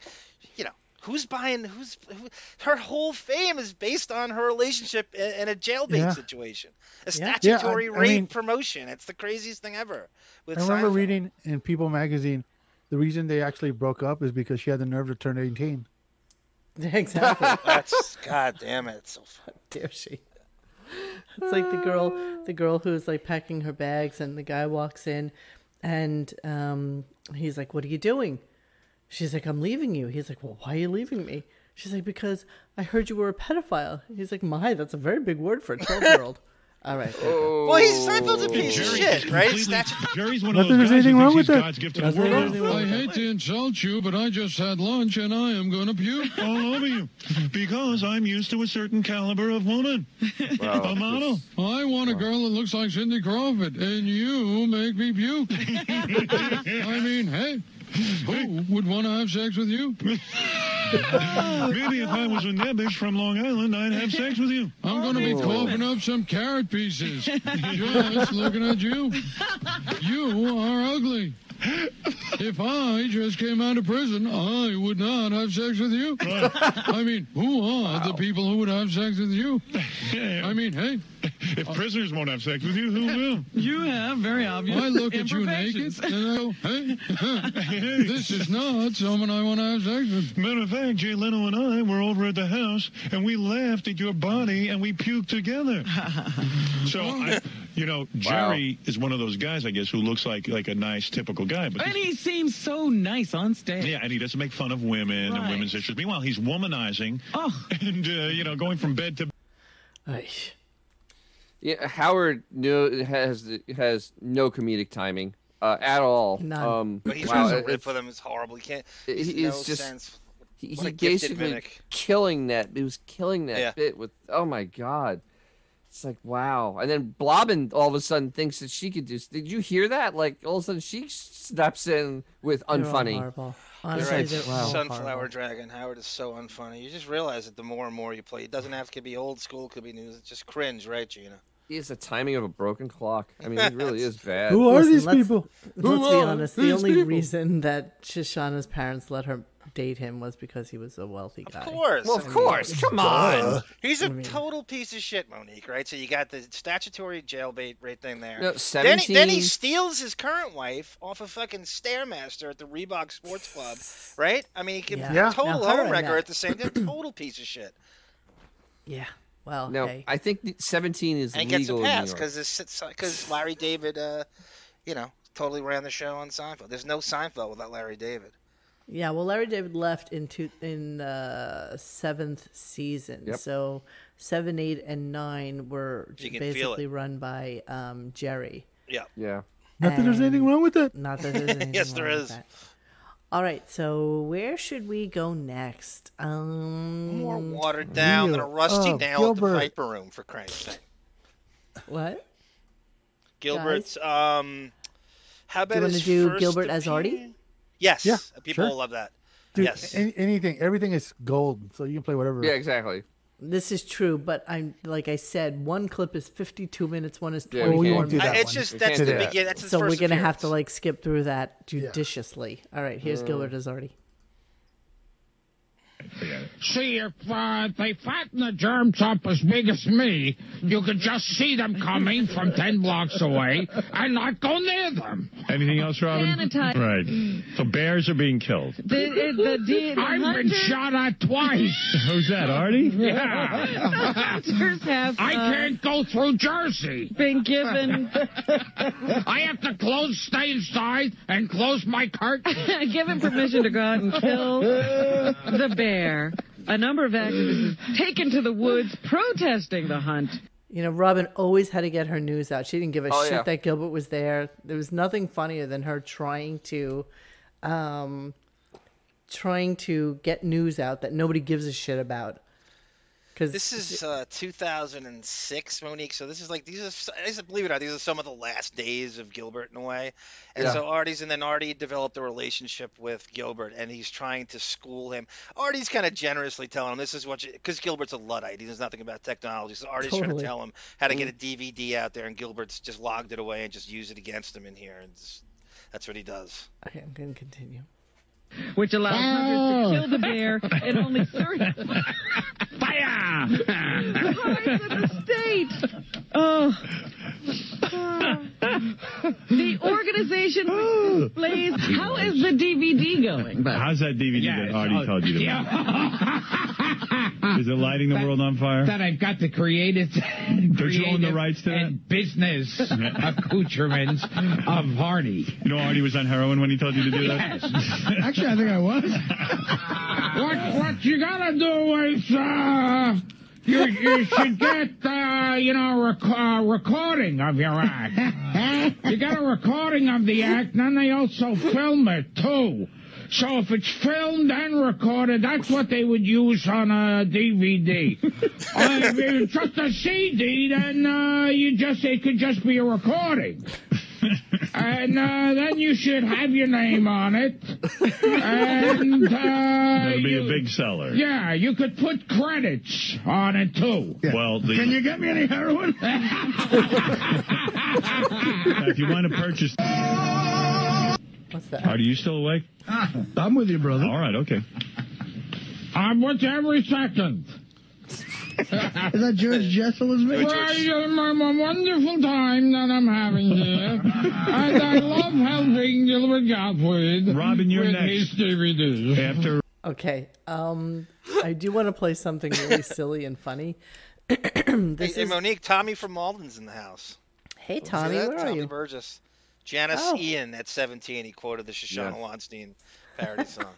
[SPEAKER 3] you know who's buying who's who, her whole fame is based on her relationship a- and a jailbait
[SPEAKER 8] Yeah.
[SPEAKER 3] situation a
[SPEAKER 8] Yeah. Yeah, I-
[SPEAKER 3] statutory
[SPEAKER 8] I
[SPEAKER 3] rape
[SPEAKER 8] mean-
[SPEAKER 3] promotion it's the craziest thing ever with
[SPEAKER 8] I remember
[SPEAKER 3] Seinfeld.
[SPEAKER 5] (laughs)
[SPEAKER 8] reading in People magazine the reason they actually broke up is because she had the nerve to turn
[SPEAKER 5] (laughs)
[SPEAKER 8] 18.
[SPEAKER 2] Exactly.
[SPEAKER 3] That's god damn it. It's so fun.
[SPEAKER 2] (laughs) Dare she? It's like the girl, the girl who's like packing her bags, and the guy walks in, and um, he's like, "What are you doing?" She's like, "I'm leaving you." He's like, "Well, why are you leaving me?" She's like, "Because I heard you were a pedophile." He's like, "My, that's a very big word for
[SPEAKER 16] (laughs)
[SPEAKER 2] a twelve-year-old." All right. there you go.
[SPEAKER 3] Well, he's Seinfeld's a piece of
[SPEAKER 16] Jerry
[SPEAKER 3] shit,
[SPEAKER 16] is
[SPEAKER 3] right?
[SPEAKER 16] completely-
[SPEAKER 3] Statu-
[SPEAKER 16] Jerry's one
[SPEAKER 8] Not
[SPEAKER 16] of
[SPEAKER 8] that
[SPEAKER 16] those
[SPEAKER 8] there's
[SPEAKER 16] guys
[SPEAKER 8] anything
[SPEAKER 16] who
[SPEAKER 8] wrong
[SPEAKER 16] thinks
[SPEAKER 8] with
[SPEAKER 16] he's
[SPEAKER 8] it.
[SPEAKER 16] God's gift to the
[SPEAKER 8] Not that there's
[SPEAKER 16] world.
[SPEAKER 8] anything wrong
[SPEAKER 18] I hate to insult you, but I just had lunch and I am going to puke all over you.
[SPEAKER 16] Because I'm used to a certain caliber of woman.
[SPEAKER 18] Wow.
[SPEAKER 16] A model.
[SPEAKER 18] I want a girl that looks like Cindy Crawford, and you make
[SPEAKER 16] (laughs)
[SPEAKER 18] me puke. I mean, hey, who would want to have sex with you?
[SPEAKER 16] Maybe if I was a nebbish from Long Island, I'd have sex with you.
[SPEAKER 18] I'm going to be
[SPEAKER 16] Oh.
[SPEAKER 18] coughing up some carrot
[SPEAKER 16] (laughs)
[SPEAKER 18] pieces. Just looking at you. You are ugly. If I just came out of prison, I would not have sex with you. I mean, who are the people who would have sex with you? I mean, hey. Uh, If prisoners won't have sex with you, who will?
[SPEAKER 19] You have very obvious.
[SPEAKER 18] I look at you naked
[SPEAKER 19] imperfections.
[SPEAKER 18] and I go,
[SPEAKER 16] (laughs)
[SPEAKER 18] hey, this is not someone I want to have sex with.
[SPEAKER 16] Matter of fact, Jay Leno and I were over at the house and we laughed at your body and we
[SPEAKER 19] (laughs)
[SPEAKER 16] puked together. so,
[SPEAKER 19] Oh.
[SPEAKER 16] I, you know, Jerry is one of those guys, I guess, who looks like like a nice, typical guy, but
[SPEAKER 19] And he seems so nice on stage.
[SPEAKER 16] yeah, and he doesn't make fun of women and
[SPEAKER 19] Right.
[SPEAKER 16] women's issues. Meanwhile, he's womanizing (laughs) and uh, you know going from bed to.
[SPEAKER 5] Yeah, Howard knew, has has no comedic timing uh, at all.
[SPEAKER 3] None.
[SPEAKER 5] Um,
[SPEAKER 3] But he
[SPEAKER 5] wow,
[SPEAKER 3] tries to
[SPEAKER 5] it-
[SPEAKER 3] rip with him. It's horrible. He can't.
[SPEAKER 5] it-
[SPEAKER 3] He's
[SPEAKER 5] he
[SPEAKER 3] no
[SPEAKER 5] is just
[SPEAKER 3] sense.
[SPEAKER 5] he,
[SPEAKER 3] What a
[SPEAKER 5] he
[SPEAKER 3] gifted
[SPEAKER 5] basically
[SPEAKER 3] mimic.
[SPEAKER 5] killing that. He was killing that
[SPEAKER 3] Yeah.
[SPEAKER 5] bit with. Oh my god, it's like wow. And then Blobbin all of a sudden thinks that she could do. Did you hear that? Like all of a sudden she steps in with
[SPEAKER 2] They're all
[SPEAKER 5] unfunny.
[SPEAKER 2] horrible.
[SPEAKER 5] You're
[SPEAKER 2] Honestly,
[SPEAKER 5] right.
[SPEAKER 2] they're all
[SPEAKER 3] Sunflower
[SPEAKER 2] horrible.
[SPEAKER 3] Dragon. Howard is so unfunny. You just realize it the more and more you play. It doesn't have to be old school. It could be new. It's just cringe, right, Gina?
[SPEAKER 5] It's the timing of a broken clock. I mean,
[SPEAKER 3] (laughs)
[SPEAKER 5] it really is bad.
[SPEAKER 2] Uh, Listen, (laughs) let's- Let's
[SPEAKER 5] Who
[SPEAKER 2] be
[SPEAKER 5] are
[SPEAKER 2] honest. The
[SPEAKER 5] these
[SPEAKER 2] only
[SPEAKER 5] people?
[SPEAKER 2] reason that Shoshana's parents let her not date him was because he was a wealthy guy.
[SPEAKER 3] Of course.
[SPEAKER 2] Well,
[SPEAKER 3] I
[SPEAKER 2] of
[SPEAKER 3] mean,
[SPEAKER 2] course. Come on.
[SPEAKER 3] He's a total piece of shit, Monique, right? So you got the statutory jailbait right thing there.
[SPEAKER 5] No,
[SPEAKER 3] then, he, then he
[SPEAKER 5] 17.
[SPEAKER 3] steals his current wife off a fucking Stairmaster at the Reebok Sports Club,
[SPEAKER 5] (laughs)
[SPEAKER 3] right? I mean, he can
[SPEAKER 5] Yeah. Yeah.
[SPEAKER 3] total
[SPEAKER 5] Now, her
[SPEAKER 3] home
[SPEAKER 5] and
[SPEAKER 3] wrecker
[SPEAKER 5] that.
[SPEAKER 3] at the same
[SPEAKER 5] (clears throat)
[SPEAKER 3] time. Total piece of shit.
[SPEAKER 2] Yeah. Well,
[SPEAKER 5] no, I think the- 17 is
[SPEAKER 3] And he gets a
[SPEAKER 5] legal
[SPEAKER 3] pass
[SPEAKER 5] in New York.
[SPEAKER 3] because Larry David, uh, you know, totally ran the show on Seinfeld. There's no Seinfeld without Larry David.
[SPEAKER 2] Yeah, well, Larry David left in two, in the seventh season,
[SPEAKER 3] Yep.
[SPEAKER 2] so seven, eight, and nine were
[SPEAKER 3] You can feel
[SPEAKER 2] basically
[SPEAKER 3] it.
[SPEAKER 2] run by um, Jerry.
[SPEAKER 3] Yeah.
[SPEAKER 5] Yeah.
[SPEAKER 8] Not that there's anything wrong with it.
[SPEAKER 2] Not
[SPEAKER 3] (laughs)
[SPEAKER 2] that there's anything
[SPEAKER 3] Yes, there
[SPEAKER 2] wrong
[SPEAKER 3] is.
[SPEAKER 2] With that. All right, so where should we go next? Um,
[SPEAKER 3] More watered down than a
[SPEAKER 2] Real-
[SPEAKER 3] rusty
[SPEAKER 2] oh,
[SPEAKER 3] nail at
[SPEAKER 2] Gilbert.
[SPEAKER 3] the Viper Room, for Christ's sake.
[SPEAKER 2] What?
[SPEAKER 3] Gilbert's. Um, how
[SPEAKER 2] Do
[SPEAKER 3] about
[SPEAKER 2] you want
[SPEAKER 3] his
[SPEAKER 2] to do
[SPEAKER 3] first
[SPEAKER 2] Gilbert
[SPEAKER 3] appearance?
[SPEAKER 2] as Artie?
[SPEAKER 3] Yes,
[SPEAKER 8] Yeah,
[SPEAKER 3] people
[SPEAKER 8] sure.
[SPEAKER 3] will love that.
[SPEAKER 8] Dude,
[SPEAKER 3] yes,
[SPEAKER 8] an- anything, everything is gold, so you can play whatever. (laughs)
[SPEAKER 3] (laughs)
[SPEAKER 5] Yeah, exactly.
[SPEAKER 2] This is true, but I'm like I said, one clip is 52 minutes, one is
[SPEAKER 5] Yeah, we
[SPEAKER 2] 24
[SPEAKER 5] can't do
[SPEAKER 2] minutes.
[SPEAKER 5] that Uh, it's one. just- We that's can't the do that. begin- that's his
[SPEAKER 2] so we're
[SPEAKER 5] first
[SPEAKER 2] gonna have to like skip through that judiciously. All right, here's
[SPEAKER 12] Mm.
[SPEAKER 2] Gilbert Azardi.
[SPEAKER 12] See, if uh, they fatten the germs up as big as me, you could just see them coming from 10 blocks away and not go near them.
[SPEAKER 7] Anything else, Robin?
[SPEAKER 12] Sanitize. Mm.
[SPEAKER 7] Right. So bears are being killed.
[SPEAKER 12] The, (laughs) the,
[SPEAKER 7] the
[SPEAKER 12] I've been
[SPEAKER 7] hunter-
[SPEAKER 12] shot at twice.
[SPEAKER 7] Who's that, Artie?
[SPEAKER 12] (laughs) Yeah.
[SPEAKER 19] (laughs) hunters have.
[SPEAKER 12] I
[SPEAKER 19] uh,
[SPEAKER 12] can't go through Jersey.
[SPEAKER 19] Been given-
[SPEAKER 12] (laughs)
[SPEAKER 19] (laughs)
[SPEAKER 12] I have to close, stay inside, and close my curtain.
[SPEAKER 19] (laughs) given permission to go out and kill the bear. A number of activists taken to the woods protesting the hunt.
[SPEAKER 2] You know, Robin always had to get her news out. She didn't give a
[SPEAKER 19] Oh,
[SPEAKER 2] shit
[SPEAKER 19] yeah.
[SPEAKER 2] that Gilbert was there. There was nothing funnier than her trying to, um, trying to get news out that nobody gives a shit about. Because
[SPEAKER 3] this is uh, 2006, Monique. So this is like these are s- these are- believe it or not, these are some of the last days of Gilbert in a way. And
[SPEAKER 5] Yeah.
[SPEAKER 3] so Artie's and then Artie developed a relationship with Gilbert, and he's trying to school him. Artie's kind of generously telling him this is what because Gilbert's a luddite. He knows nothing about technology, so Artie's trying to
[SPEAKER 5] Totally.
[SPEAKER 3] tell him how to
[SPEAKER 2] Mm.
[SPEAKER 3] get a DVD out there, and Gilbert's just logged it away and just used it against him in here, and just- that's what he does.
[SPEAKER 2] Okay, I'm going to continue.
[SPEAKER 19] Which allows
[SPEAKER 2] Wow.
[SPEAKER 19] hunters to kill the bear and only
[SPEAKER 2] (laughs)
[SPEAKER 19] certain (laughs) parts of the state. Oh. the organization which displays. How is the DVD going?
[SPEAKER 7] How's that DVD that Artie told you to make? Is it lighting the world on fire?
[SPEAKER 12] (laughs) That I've got the creative,
[SPEAKER 7] Don't you own the
[SPEAKER 12] creative
[SPEAKER 7] rights to that? (laughs)
[SPEAKER 12] business accoutrements of Hardy.
[SPEAKER 7] You know Artie was on heroin when he told you to do that?
[SPEAKER 12] (laughs) Actually, I think I was. (laughs) what what you gotta do is uh, you you should get uh, you know rec- uh, recording of your act. you got a recording of the act, and then they also film it too. So if it's filmed and recorded, that's what they would use on a DVD. (laughs) uh, if it's just a CD, then uh, you just it could just be a recording and uh, then you should have your name on it. And uh,
[SPEAKER 7] That'll be
[SPEAKER 12] you,
[SPEAKER 7] a big seller.
[SPEAKER 12] yeah, you could put credits on it too.
[SPEAKER 7] Well, the-
[SPEAKER 12] can you get me any (laughs) heroin?
[SPEAKER 7] Now, if you want to purchase.
[SPEAKER 2] What's that?
[SPEAKER 7] Artie, you still awake?
[SPEAKER 19] Ah.
[SPEAKER 7] I'm with you, brother. All right, okay.
[SPEAKER 12] I'm with you every second. Is that George Jessel is
[SPEAKER 18] me?
[SPEAKER 12] Well, you're my, my wonderful time that I'm having here. and I love helping Gilbert Gottfried Robin,
[SPEAKER 7] you're
[SPEAKER 12] with
[SPEAKER 7] next.
[SPEAKER 12] his DVDs.
[SPEAKER 7] After
[SPEAKER 2] Okay. Um, I do want to play something really silly and funny. (clears throat)
[SPEAKER 3] Hey,
[SPEAKER 2] this
[SPEAKER 3] hey,
[SPEAKER 2] is
[SPEAKER 3] Monique, Tommy from Malden's in the house.
[SPEAKER 2] hey
[SPEAKER 3] See
[SPEAKER 2] Tommy,
[SPEAKER 3] that?
[SPEAKER 2] where are
[SPEAKER 3] Tommy
[SPEAKER 2] you?
[SPEAKER 3] Burgess. Janice
[SPEAKER 2] Oh.
[SPEAKER 3] Ian at 17, he quoted the Shoshana
[SPEAKER 2] Yes.
[SPEAKER 3] Lonstein parody
[SPEAKER 2] (laughs)
[SPEAKER 3] song.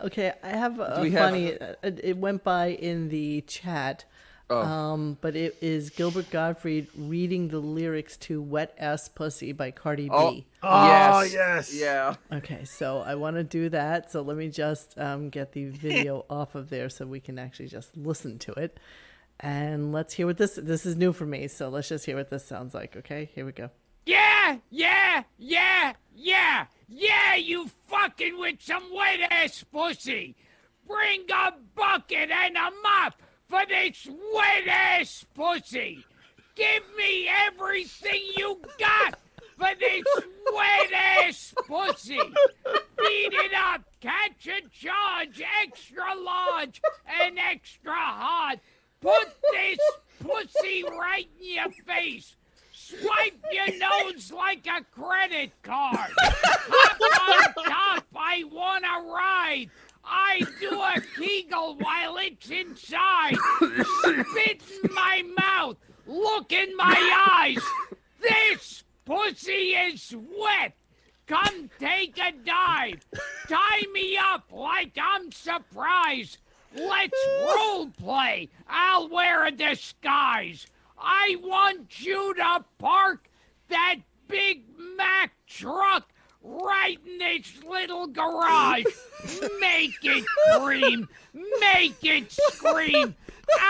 [SPEAKER 2] Okay, I have a
[SPEAKER 3] we have-
[SPEAKER 2] funny. uh, It, it went by in the chat,
[SPEAKER 3] Oh.
[SPEAKER 2] um, but it is Gilbert Gottfried reading the lyrics to "Wet Ass Pussy" by Cardi
[SPEAKER 3] Oh,
[SPEAKER 2] B.
[SPEAKER 5] Yeah.
[SPEAKER 2] Okay, so I want to do that. So let me just um, get the video off of there so we can actually just listen to it, and let's hear what this. This is new for me, so let's just hear what this sounds like. Okay, here we go.
[SPEAKER 6] (laughs) Yeah, yeah, yeah, yeah, yeah, you fucking with some wet ass pussy. Bring a bucket and a mop for this wet ass pussy. Give me everything you got. for this wet ass pussy. Beat it up. Catch a charge. Extra large and extra hard. Put this pussy right in your face. Swipe your nose like a credit card. Hop on top. I want to ride. I do a kegel while it's inside. Spit in my mouth. Look in my eyes. This pussy is wet. Come take a dive. Tie me up like I'm surprised. Let's role play. I'll wear a disguise. I want you to park that Big Mac truck right in this little garage. Make it scream. Make it scream.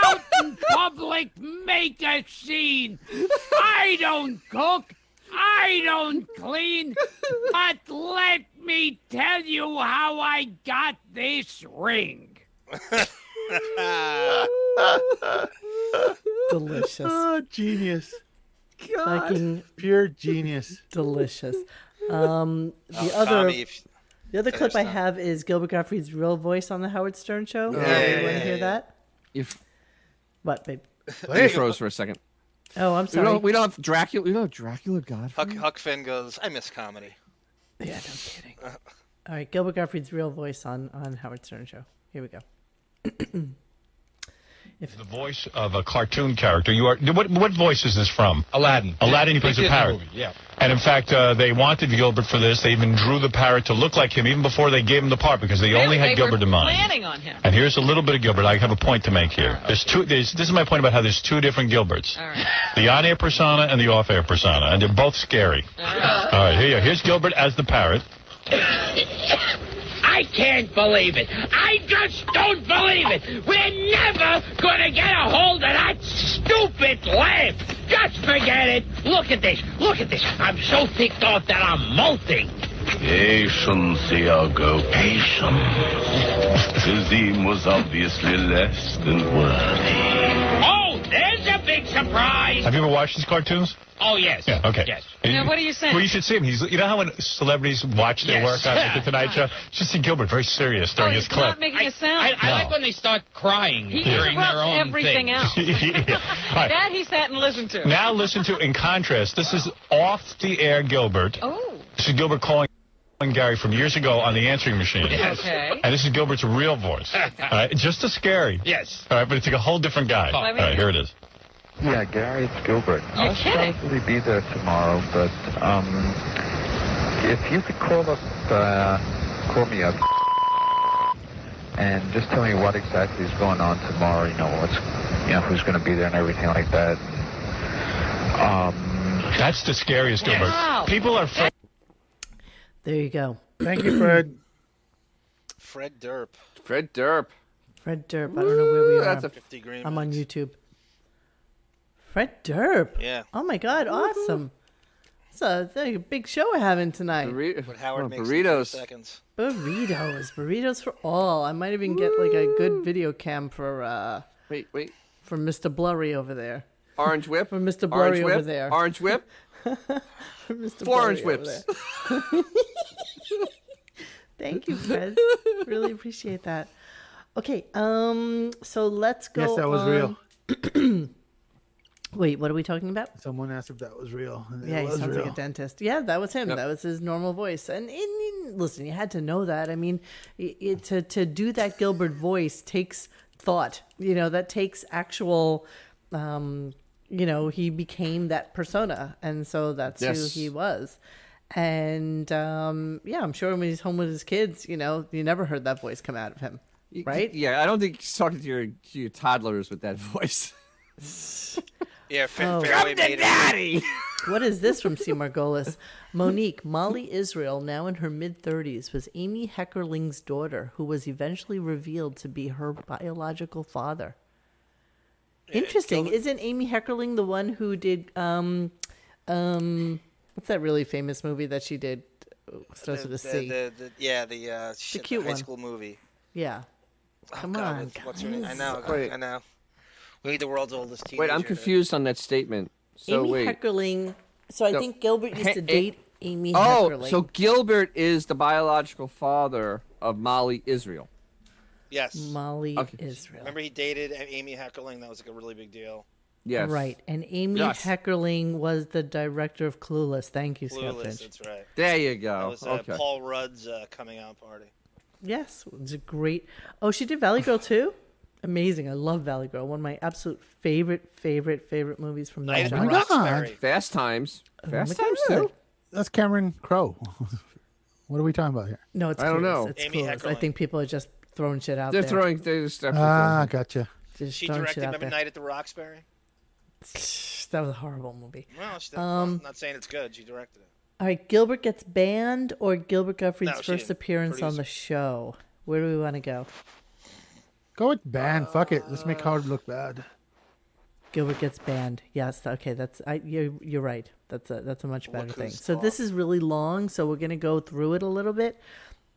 [SPEAKER 6] Out in public, make a scene. I don't cook. I don't clean. But let me tell you how I got this ring.
[SPEAKER 2] Delicious.
[SPEAKER 8] Oh, genius.
[SPEAKER 6] God.
[SPEAKER 2] Fucking
[SPEAKER 8] pure genius.
[SPEAKER 2] (laughs) Delicious. Um, the
[SPEAKER 8] Oh,
[SPEAKER 2] other
[SPEAKER 8] Tommy, if-
[SPEAKER 2] the other clip I
[SPEAKER 8] There's
[SPEAKER 2] have is Gilbert Gottfried's real voice on the Howard Stern show. you
[SPEAKER 5] Yeah, yeah,
[SPEAKER 2] want
[SPEAKER 5] yeah,
[SPEAKER 2] to hear
[SPEAKER 5] yeah.
[SPEAKER 2] that?
[SPEAKER 5] If
[SPEAKER 2] What,
[SPEAKER 5] (laughs)
[SPEAKER 2] babe?
[SPEAKER 5] you froze for a second.
[SPEAKER 2] Oh, I'm sorry.
[SPEAKER 5] We don't, we don't have Dracula. We don't have Dracula God.
[SPEAKER 3] Huck, Huck Finn goes, I miss comedy. Uh,
[SPEAKER 2] Yeah, no kidding. All right, Gilbert Gottfried's real voice on on Howard Stern show. Here we go.
[SPEAKER 7] The voice of a cartoon character. You are what? What voice is this from? Aladdin. Aladdin. He
[SPEAKER 16] He
[SPEAKER 7] plays a
[SPEAKER 16] did the
[SPEAKER 7] parrot.
[SPEAKER 16] movie, yeah.
[SPEAKER 7] And in fact, uh, they wanted Gilbert for this. They even drew the parrot to look like him, even before they gave him the part, because they only had
[SPEAKER 19] They
[SPEAKER 7] Gilbert
[SPEAKER 19] were
[SPEAKER 7] in mind.
[SPEAKER 19] Planning on him. Oh,
[SPEAKER 7] And here's a little bit of Gilbert. I have a point to make here. There's two. There's, this is my point about how there's two different Gilberts. The on-air persona and the off-air persona, and they're both scary.
[SPEAKER 19] Oh.
[SPEAKER 7] All right, here you are. Here's Gilbert as the parrot.
[SPEAKER 6] I can't believe it. I just don't believe it. We're never going to get a hold of that stupid lamp. Just forget it. Look at this. Look at this. I'm so ticked off that I'm molting.
[SPEAKER 21] Patience, Iago, patience. The theme was obviously less than worthy.
[SPEAKER 6] Oh, there's a big surprise.
[SPEAKER 7] Have you ever watched these cartoons?
[SPEAKER 6] Oh, yes.
[SPEAKER 7] Yeah. Okay. Yes.
[SPEAKER 19] Now, what are you saying?
[SPEAKER 7] Well, you should see him. He's, you know how when celebrities watch their
[SPEAKER 19] Yes.
[SPEAKER 7] work
[SPEAKER 19] (laughs)
[SPEAKER 7] on like, The Tonight Show? Just see Gilbert very serious during his clip.
[SPEAKER 19] Oh, Not making a sound.
[SPEAKER 7] I- I No. like
[SPEAKER 19] when they start crying he
[SPEAKER 7] during their
[SPEAKER 19] interrupts
[SPEAKER 7] own
[SPEAKER 19] everything
[SPEAKER 7] thing. (laughs)
[SPEAKER 19] else.
[SPEAKER 7] All right.
[SPEAKER 19] That he sat and listened to.
[SPEAKER 7] Now listen to, in contrast, this is off the air Gilbert.
[SPEAKER 19] Oh.
[SPEAKER 7] This is Gilbert calling Gary from years ago on the answering machine.
[SPEAKER 19] Yes. Okay.
[SPEAKER 7] And this is Gilbert's real
[SPEAKER 19] (laughs)
[SPEAKER 7] voice. All right, just as scary. Yes. All right, but it's like a whole different guy.
[SPEAKER 19] Oh.
[SPEAKER 7] All right, here it is.
[SPEAKER 22] Yeah, Gary, it's Gilbert.
[SPEAKER 19] You're
[SPEAKER 22] I'll
[SPEAKER 19] kidding.
[SPEAKER 22] probably be there tomorrow, but um, if you could call up, uh, call me up, and just tell me what exactly is going on tomorrow. You know what's, you know who's going to be there and everything like that. Um,
[SPEAKER 7] That's the scariest Gilbert.
[SPEAKER 2] Wow.
[SPEAKER 7] People are. Fr-
[SPEAKER 2] There you go.
[SPEAKER 8] Thank you, Fred.
[SPEAKER 3] Fred Durp.
[SPEAKER 5] Fred Durp.
[SPEAKER 2] Fred Durp. I don't know where we
[SPEAKER 5] Woo,
[SPEAKER 2] are.
[SPEAKER 5] that's a-
[SPEAKER 3] 50 green
[SPEAKER 2] I'm on YouTube. Fred Durp.
[SPEAKER 3] Yeah.
[SPEAKER 2] Oh my God! Awesome. So a big show we're having tonight.
[SPEAKER 3] What Howard
[SPEAKER 2] Oh,
[SPEAKER 3] makes in 30
[SPEAKER 2] burritos.
[SPEAKER 3] seconds.
[SPEAKER 2] Burritos, burritos for all. I might even get like a good video cam for uh
[SPEAKER 5] wait, wait
[SPEAKER 2] for Mr. Blurry over there.
[SPEAKER 5] Orange whip.
[SPEAKER 2] For Mr.
[SPEAKER 5] Orange
[SPEAKER 2] Blurry
[SPEAKER 5] whip.
[SPEAKER 2] over there. (laughs)
[SPEAKER 5] Orange whip.
[SPEAKER 2] For Mr.
[SPEAKER 5] Four
[SPEAKER 2] Blurry
[SPEAKER 5] orange
[SPEAKER 2] over
[SPEAKER 5] whips. (laughs)
[SPEAKER 2] there. (laughs) Thank you, Fred. really appreciate that. Okay, um, so let's go.
[SPEAKER 8] Yes, that was real.
[SPEAKER 2] real. Wait, what are we talking about?
[SPEAKER 8] Someone asked if that was real. and it
[SPEAKER 2] Yeah, he
[SPEAKER 8] was
[SPEAKER 2] sounds like
[SPEAKER 8] real.
[SPEAKER 2] a dentist. Yeah, that was him.
[SPEAKER 8] Yep.
[SPEAKER 2] That was his normal voice. And, and, and listen, you had to know that. I mean, i it, to to do that Gilbert voice takes thought. You know, that takes actual. Um, you know, he became that persona, and so that's
[SPEAKER 5] Yes.
[SPEAKER 2] who he was. And um, yeah, I'm sure when he's home with his kids, you know, you never heard that voice come out of him, right?
[SPEAKER 5] Yeah, I don't think he's talking to your, to your toddlers with that (laughs) voice.
[SPEAKER 3] Yeah, Fred
[SPEAKER 2] Oh.
[SPEAKER 3] Fairway
[SPEAKER 2] Come to
[SPEAKER 3] made it.
[SPEAKER 2] daddy! (laughs) What is this from C. Margolis? Monique, Molly Israel, now in her mid 30s, was Amy Heckerling's daughter, who was eventually revealed to be her biological father. Interesting. Isn't Amy Heckerling the one who did, um, um, what's that really famous movie that she did? Oh, Starts
[SPEAKER 3] The-
[SPEAKER 2] with a
[SPEAKER 3] the-
[SPEAKER 2] C.
[SPEAKER 3] the- the- yeah, the, uh, shit, the
[SPEAKER 2] cute
[SPEAKER 3] high
[SPEAKER 2] one.
[SPEAKER 3] school movie.
[SPEAKER 2] Yeah.
[SPEAKER 3] Oh,
[SPEAKER 2] Come
[SPEAKER 3] God,
[SPEAKER 2] on,
[SPEAKER 3] with- What's her name? I
[SPEAKER 2] guys.
[SPEAKER 3] know.
[SPEAKER 5] Wait.
[SPEAKER 3] I know. We need the world's oldest teenager.
[SPEAKER 5] Wait, I'm
[SPEAKER 3] to-
[SPEAKER 5] confused on that statement. So
[SPEAKER 2] Amy
[SPEAKER 5] wait,
[SPEAKER 2] Heckerling So I
[SPEAKER 5] No.
[SPEAKER 2] think Gilbert used (laughs) to
[SPEAKER 5] Hey,
[SPEAKER 2] date
[SPEAKER 5] eh,
[SPEAKER 2] Amy
[SPEAKER 5] Oh,
[SPEAKER 2] Heckerling.
[SPEAKER 5] so Gilbert is the biological father of Molly Israel.
[SPEAKER 3] Yes.
[SPEAKER 2] Molly
[SPEAKER 5] Okay.
[SPEAKER 2] Israel.
[SPEAKER 3] Remember he dated Amy Heckerling? That was like a really big deal.
[SPEAKER 5] Yes.
[SPEAKER 2] Right. And Amy
[SPEAKER 5] Yes.
[SPEAKER 2] Heckerling was the director of Clueless. Thank you,
[SPEAKER 3] Clueless,
[SPEAKER 2] Scott Finch.
[SPEAKER 3] that's right.
[SPEAKER 5] There you go.
[SPEAKER 3] That was uh,
[SPEAKER 5] Okay.
[SPEAKER 3] Paul Rudd's uh, coming out party.
[SPEAKER 2] Yes, it's a great. Oh, she did Valley Girl too. Amazing. I love Valley Girl. One of my absolute favorite, favorite, favorite movies from that genre.
[SPEAKER 5] Oh Fast Times.
[SPEAKER 2] Oh
[SPEAKER 5] Fast
[SPEAKER 2] my
[SPEAKER 5] Times
[SPEAKER 2] God.
[SPEAKER 5] too.
[SPEAKER 8] That's Cameron Crowe. (laughs) what are we talking about here?
[SPEAKER 2] No, it's
[SPEAKER 5] I don't
[SPEAKER 2] Clueless.
[SPEAKER 5] know.
[SPEAKER 2] It's
[SPEAKER 5] Amy
[SPEAKER 2] Clueless. I think people are just throwing shit out
[SPEAKER 5] They're
[SPEAKER 2] there.
[SPEAKER 5] throwing. They're just
[SPEAKER 8] Ah, gotcha.
[SPEAKER 2] Just
[SPEAKER 3] She
[SPEAKER 2] throwing
[SPEAKER 3] directed
[SPEAKER 2] shit out
[SPEAKER 3] remember
[SPEAKER 2] there.
[SPEAKER 3] Night at the
[SPEAKER 2] (laughs)
[SPEAKER 3] Roxbury.
[SPEAKER 2] That was a horrible movie.
[SPEAKER 3] Well, she, I'm
[SPEAKER 2] Um,
[SPEAKER 3] not saying it's good. She directed it.
[SPEAKER 2] All right, Gilbert gets banned or Gilbert Gottfried's
[SPEAKER 3] No, she
[SPEAKER 2] first
[SPEAKER 3] didn't.
[SPEAKER 2] appearance on
[SPEAKER 3] Producer.
[SPEAKER 2] the show. Where do we want to go?
[SPEAKER 8] Go with ban. Fuck it. Let's make Howard look bad.
[SPEAKER 2] Gilbert gets banned. Yes, okay, that's I. You're, you're right. That's a that's a much better
[SPEAKER 8] who's
[SPEAKER 2] thing. So this is really long. So we're gonna go through it a little bit,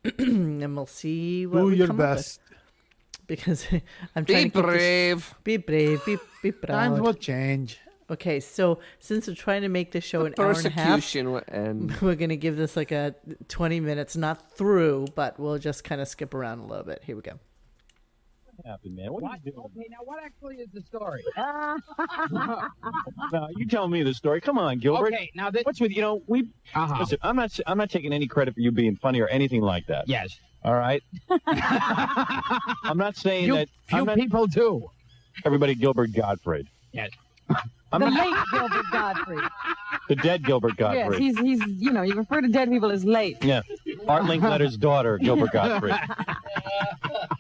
[SPEAKER 2] (clears throat) and we'll see what
[SPEAKER 8] Do
[SPEAKER 2] we
[SPEAKER 8] your
[SPEAKER 2] come up with.
[SPEAKER 8] best.
[SPEAKER 2] Because (laughs) I'm
[SPEAKER 8] Be
[SPEAKER 2] trying to keep this-
[SPEAKER 8] brave.
[SPEAKER 2] be brave. Be be proud.
[SPEAKER 8] Times will change.
[SPEAKER 2] Okay, so since we're trying to make this show an hour and a half,
[SPEAKER 5] Persecution will end.
[SPEAKER 2] (laughs) we're gonna give this like a 20 minutes, not through, but we'll just kind of skip around a little bit. Here we go.
[SPEAKER 7] happened, man? What are you doing?
[SPEAKER 4] Okay, now what actually is the story?
[SPEAKER 7] No, you tell me the story. Come on, Gilbert.
[SPEAKER 4] Okay, now that-
[SPEAKER 7] what's with you know we?
[SPEAKER 4] Uh-huh.
[SPEAKER 7] Listen, I'm not. I'm not taking any credit for you being funny or anything like that.
[SPEAKER 4] Yes.
[SPEAKER 7] All
[SPEAKER 4] (laughs)
[SPEAKER 7] right. I'm not saying
[SPEAKER 4] You-
[SPEAKER 7] that.
[SPEAKER 4] you
[SPEAKER 7] I'm not,
[SPEAKER 4] people do.
[SPEAKER 7] Everybody, Gilbert Gottfried.
[SPEAKER 4] Yes.
[SPEAKER 7] I'm
[SPEAKER 19] the
[SPEAKER 7] not-
[SPEAKER 19] late Gilbert Godfrey.
[SPEAKER 7] the dead Gilbert
[SPEAKER 19] yes,
[SPEAKER 7] Gottfried.
[SPEAKER 19] he's he's you know you refer to dead people as late.
[SPEAKER 7] yeah. Artlink Letter's daughter, Gilbert
[SPEAKER 4] (laughs)
[SPEAKER 7] Gottfried.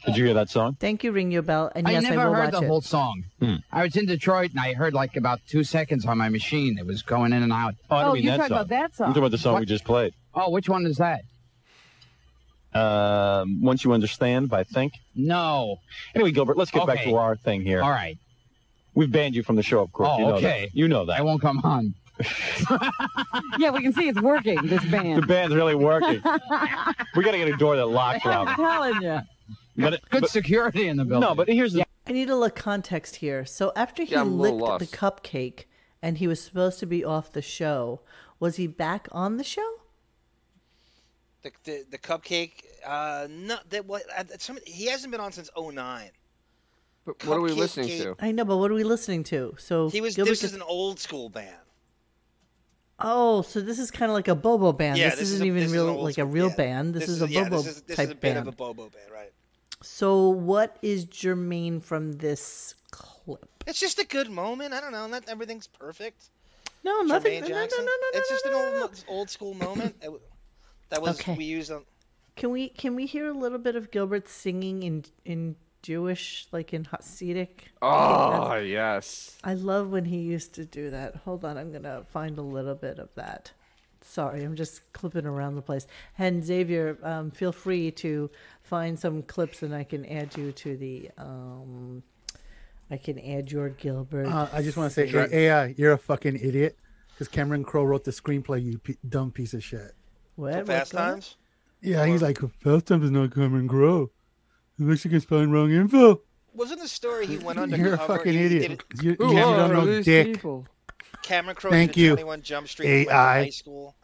[SPEAKER 7] Did you hear that song?
[SPEAKER 2] Thank you, Ring Your Bell. And
[SPEAKER 4] I
[SPEAKER 2] yes,
[SPEAKER 4] never
[SPEAKER 2] I will
[SPEAKER 4] heard
[SPEAKER 2] watch
[SPEAKER 4] the
[SPEAKER 2] it.
[SPEAKER 4] whole song.
[SPEAKER 7] Hmm.
[SPEAKER 4] I was in Detroit and I heard like about two seconds on my machine. It was going in and out.
[SPEAKER 7] Oh, I don't mean that song. I'm talking about the song
[SPEAKER 4] What-
[SPEAKER 7] we just played.
[SPEAKER 4] Oh, which one is that?
[SPEAKER 7] Um, Once you understand, I think.
[SPEAKER 4] No.
[SPEAKER 7] Anyway, Gilbert, let's get back
[SPEAKER 4] Okay.
[SPEAKER 7] to our thing here.
[SPEAKER 4] All right.
[SPEAKER 7] We've banned you from the show, of course.
[SPEAKER 4] Oh,
[SPEAKER 7] you know
[SPEAKER 4] okay.
[SPEAKER 7] That. You know that.
[SPEAKER 4] I won't come on.
[SPEAKER 19] Yeah, we can see it's working. This band.
[SPEAKER 7] The band's really
[SPEAKER 4] (laughs)
[SPEAKER 7] working. we got to get a door that locks
[SPEAKER 19] I'm
[SPEAKER 7] out.
[SPEAKER 19] telling you.
[SPEAKER 7] But good
[SPEAKER 4] security in the building.
[SPEAKER 7] No, but here's the.
[SPEAKER 2] I need a little context here. So after he
[SPEAKER 7] Yeah, I'm a little
[SPEAKER 2] licked the
[SPEAKER 7] lost.
[SPEAKER 2] cupcake and he was supposed to be off the show, was he back on the show?
[SPEAKER 3] The the, the cupcake. Uh, no, that what? uh, Some, he hasn't been on since 09.
[SPEAKER 5] But what are we
[SPEAKER 3] Cupcake
[SPEAKER 5] listening
[SPEAKER 3] Gate.
[SPEAKER 5] to?
[SPEAKER 2] I know, but what are we listening to? So
[SPEAKER 3] He was.
[SPEAKER 2] Gilbert
[SPEAKER 3] this
[SPEAKER 2] gets-
[SPEAKER 3] is an old school band.
[SPEAKER 2] Oh, so this is kind of like a bobo band.
[SPEAKER 3] Yeah,
[SPEAKER 2] this,
[SPEAKER 3] this is
[SPEAKER 2] isn't
[SPEAKER 3] a-
[SPEAKER 2] even
[SPEAKER 3] this is
[SPEAKER 2] real
[SPEAKER 3] an old
[SPEAKER 2] like a
[SPEAKER 3] school-
[SPEAKER 2] real
[SPEAKER 3] yeah.
[SPEAKER 2] band. This, is a
[SPEAKER 3] yeah,
[SPEAKER 2] bobo
[SPEAKER 3] this is, this
[SPEAKER 2] type
[SPEAKER 3] is a bit
[SPEAKER 2] band.
[SPEAKER 3] of a bobo band, right?
[SPEAKER 2] So what is Jermaine from this clip?
[SPEAKER 3] It's just a good moment. I don't know. Not everything's perfect.
[SPEAKER 2] No, nothing-
[SPEAKER 3] Jermaine
[SPEAKER 2] no, no,
[SPEAKER 3] Jackson.
[SPEAKER 2] no, no, no,
[SPEAKER 3] It's
[SPEAKER 2] no,
[SPEAKER 3] just an old old school moment. It w- That was
[SPEAKER 2] Okay.
[SPEAKER 3] we used on.
[SPEAKER 2] Can we can we hear a little bit of Gilbert singing in in Jewish like in Hasidic?
[SPEAKER 3] Ah,
[SPEAKER 5] Oh yes.
[SPEAKER 2] I love when he used to do that. Hold on, I'm gonna find a little bit of that. Sorry, I'm just clipping around the place. And Xavier, um, feel free to find some clips, and I can add you to the. Um, I can add your Gilbert.
[SPEAKER 8] Uh, I just want to say,
[SPEAKER 2] Sure.
[SPEAKER 8] A- AI, you're a fucking idiot. Because Cameron Crowe wrote the screenplay, you p- dumb piece of shit.
[SPEAKER 2] What?
[SPEAKER 3] So
[SPEAKER 2] What's
[SPEAKER 3] fast
[SPEAKER 2] going on?
[SPEAKER 3] times.
[SPEAKER 8] Yeah, he's like, Fast Times is not Cameron Crowe. The Mexican's spelling wrong info.
[SPEAKER 3] Wasn't the story he went undercover?
[SPEAKER 8] (laughs) You're a fucking
[SPEAKER 3] he
[SPEAKER 8] idiot.
[SPEAKER 3] did-
[SPEAKER 8] You, you don't know dick.
[SPEAKER 3] Cameron Crowe
[SPEAKER 8] Thank
[SPEAKER 3] Thank
[SPEAKER 8] you.
[SPEAKER 3] you. 21 Jump Street and went to
[SPEAKER 8] AI.
[SPEAKER 3] high school.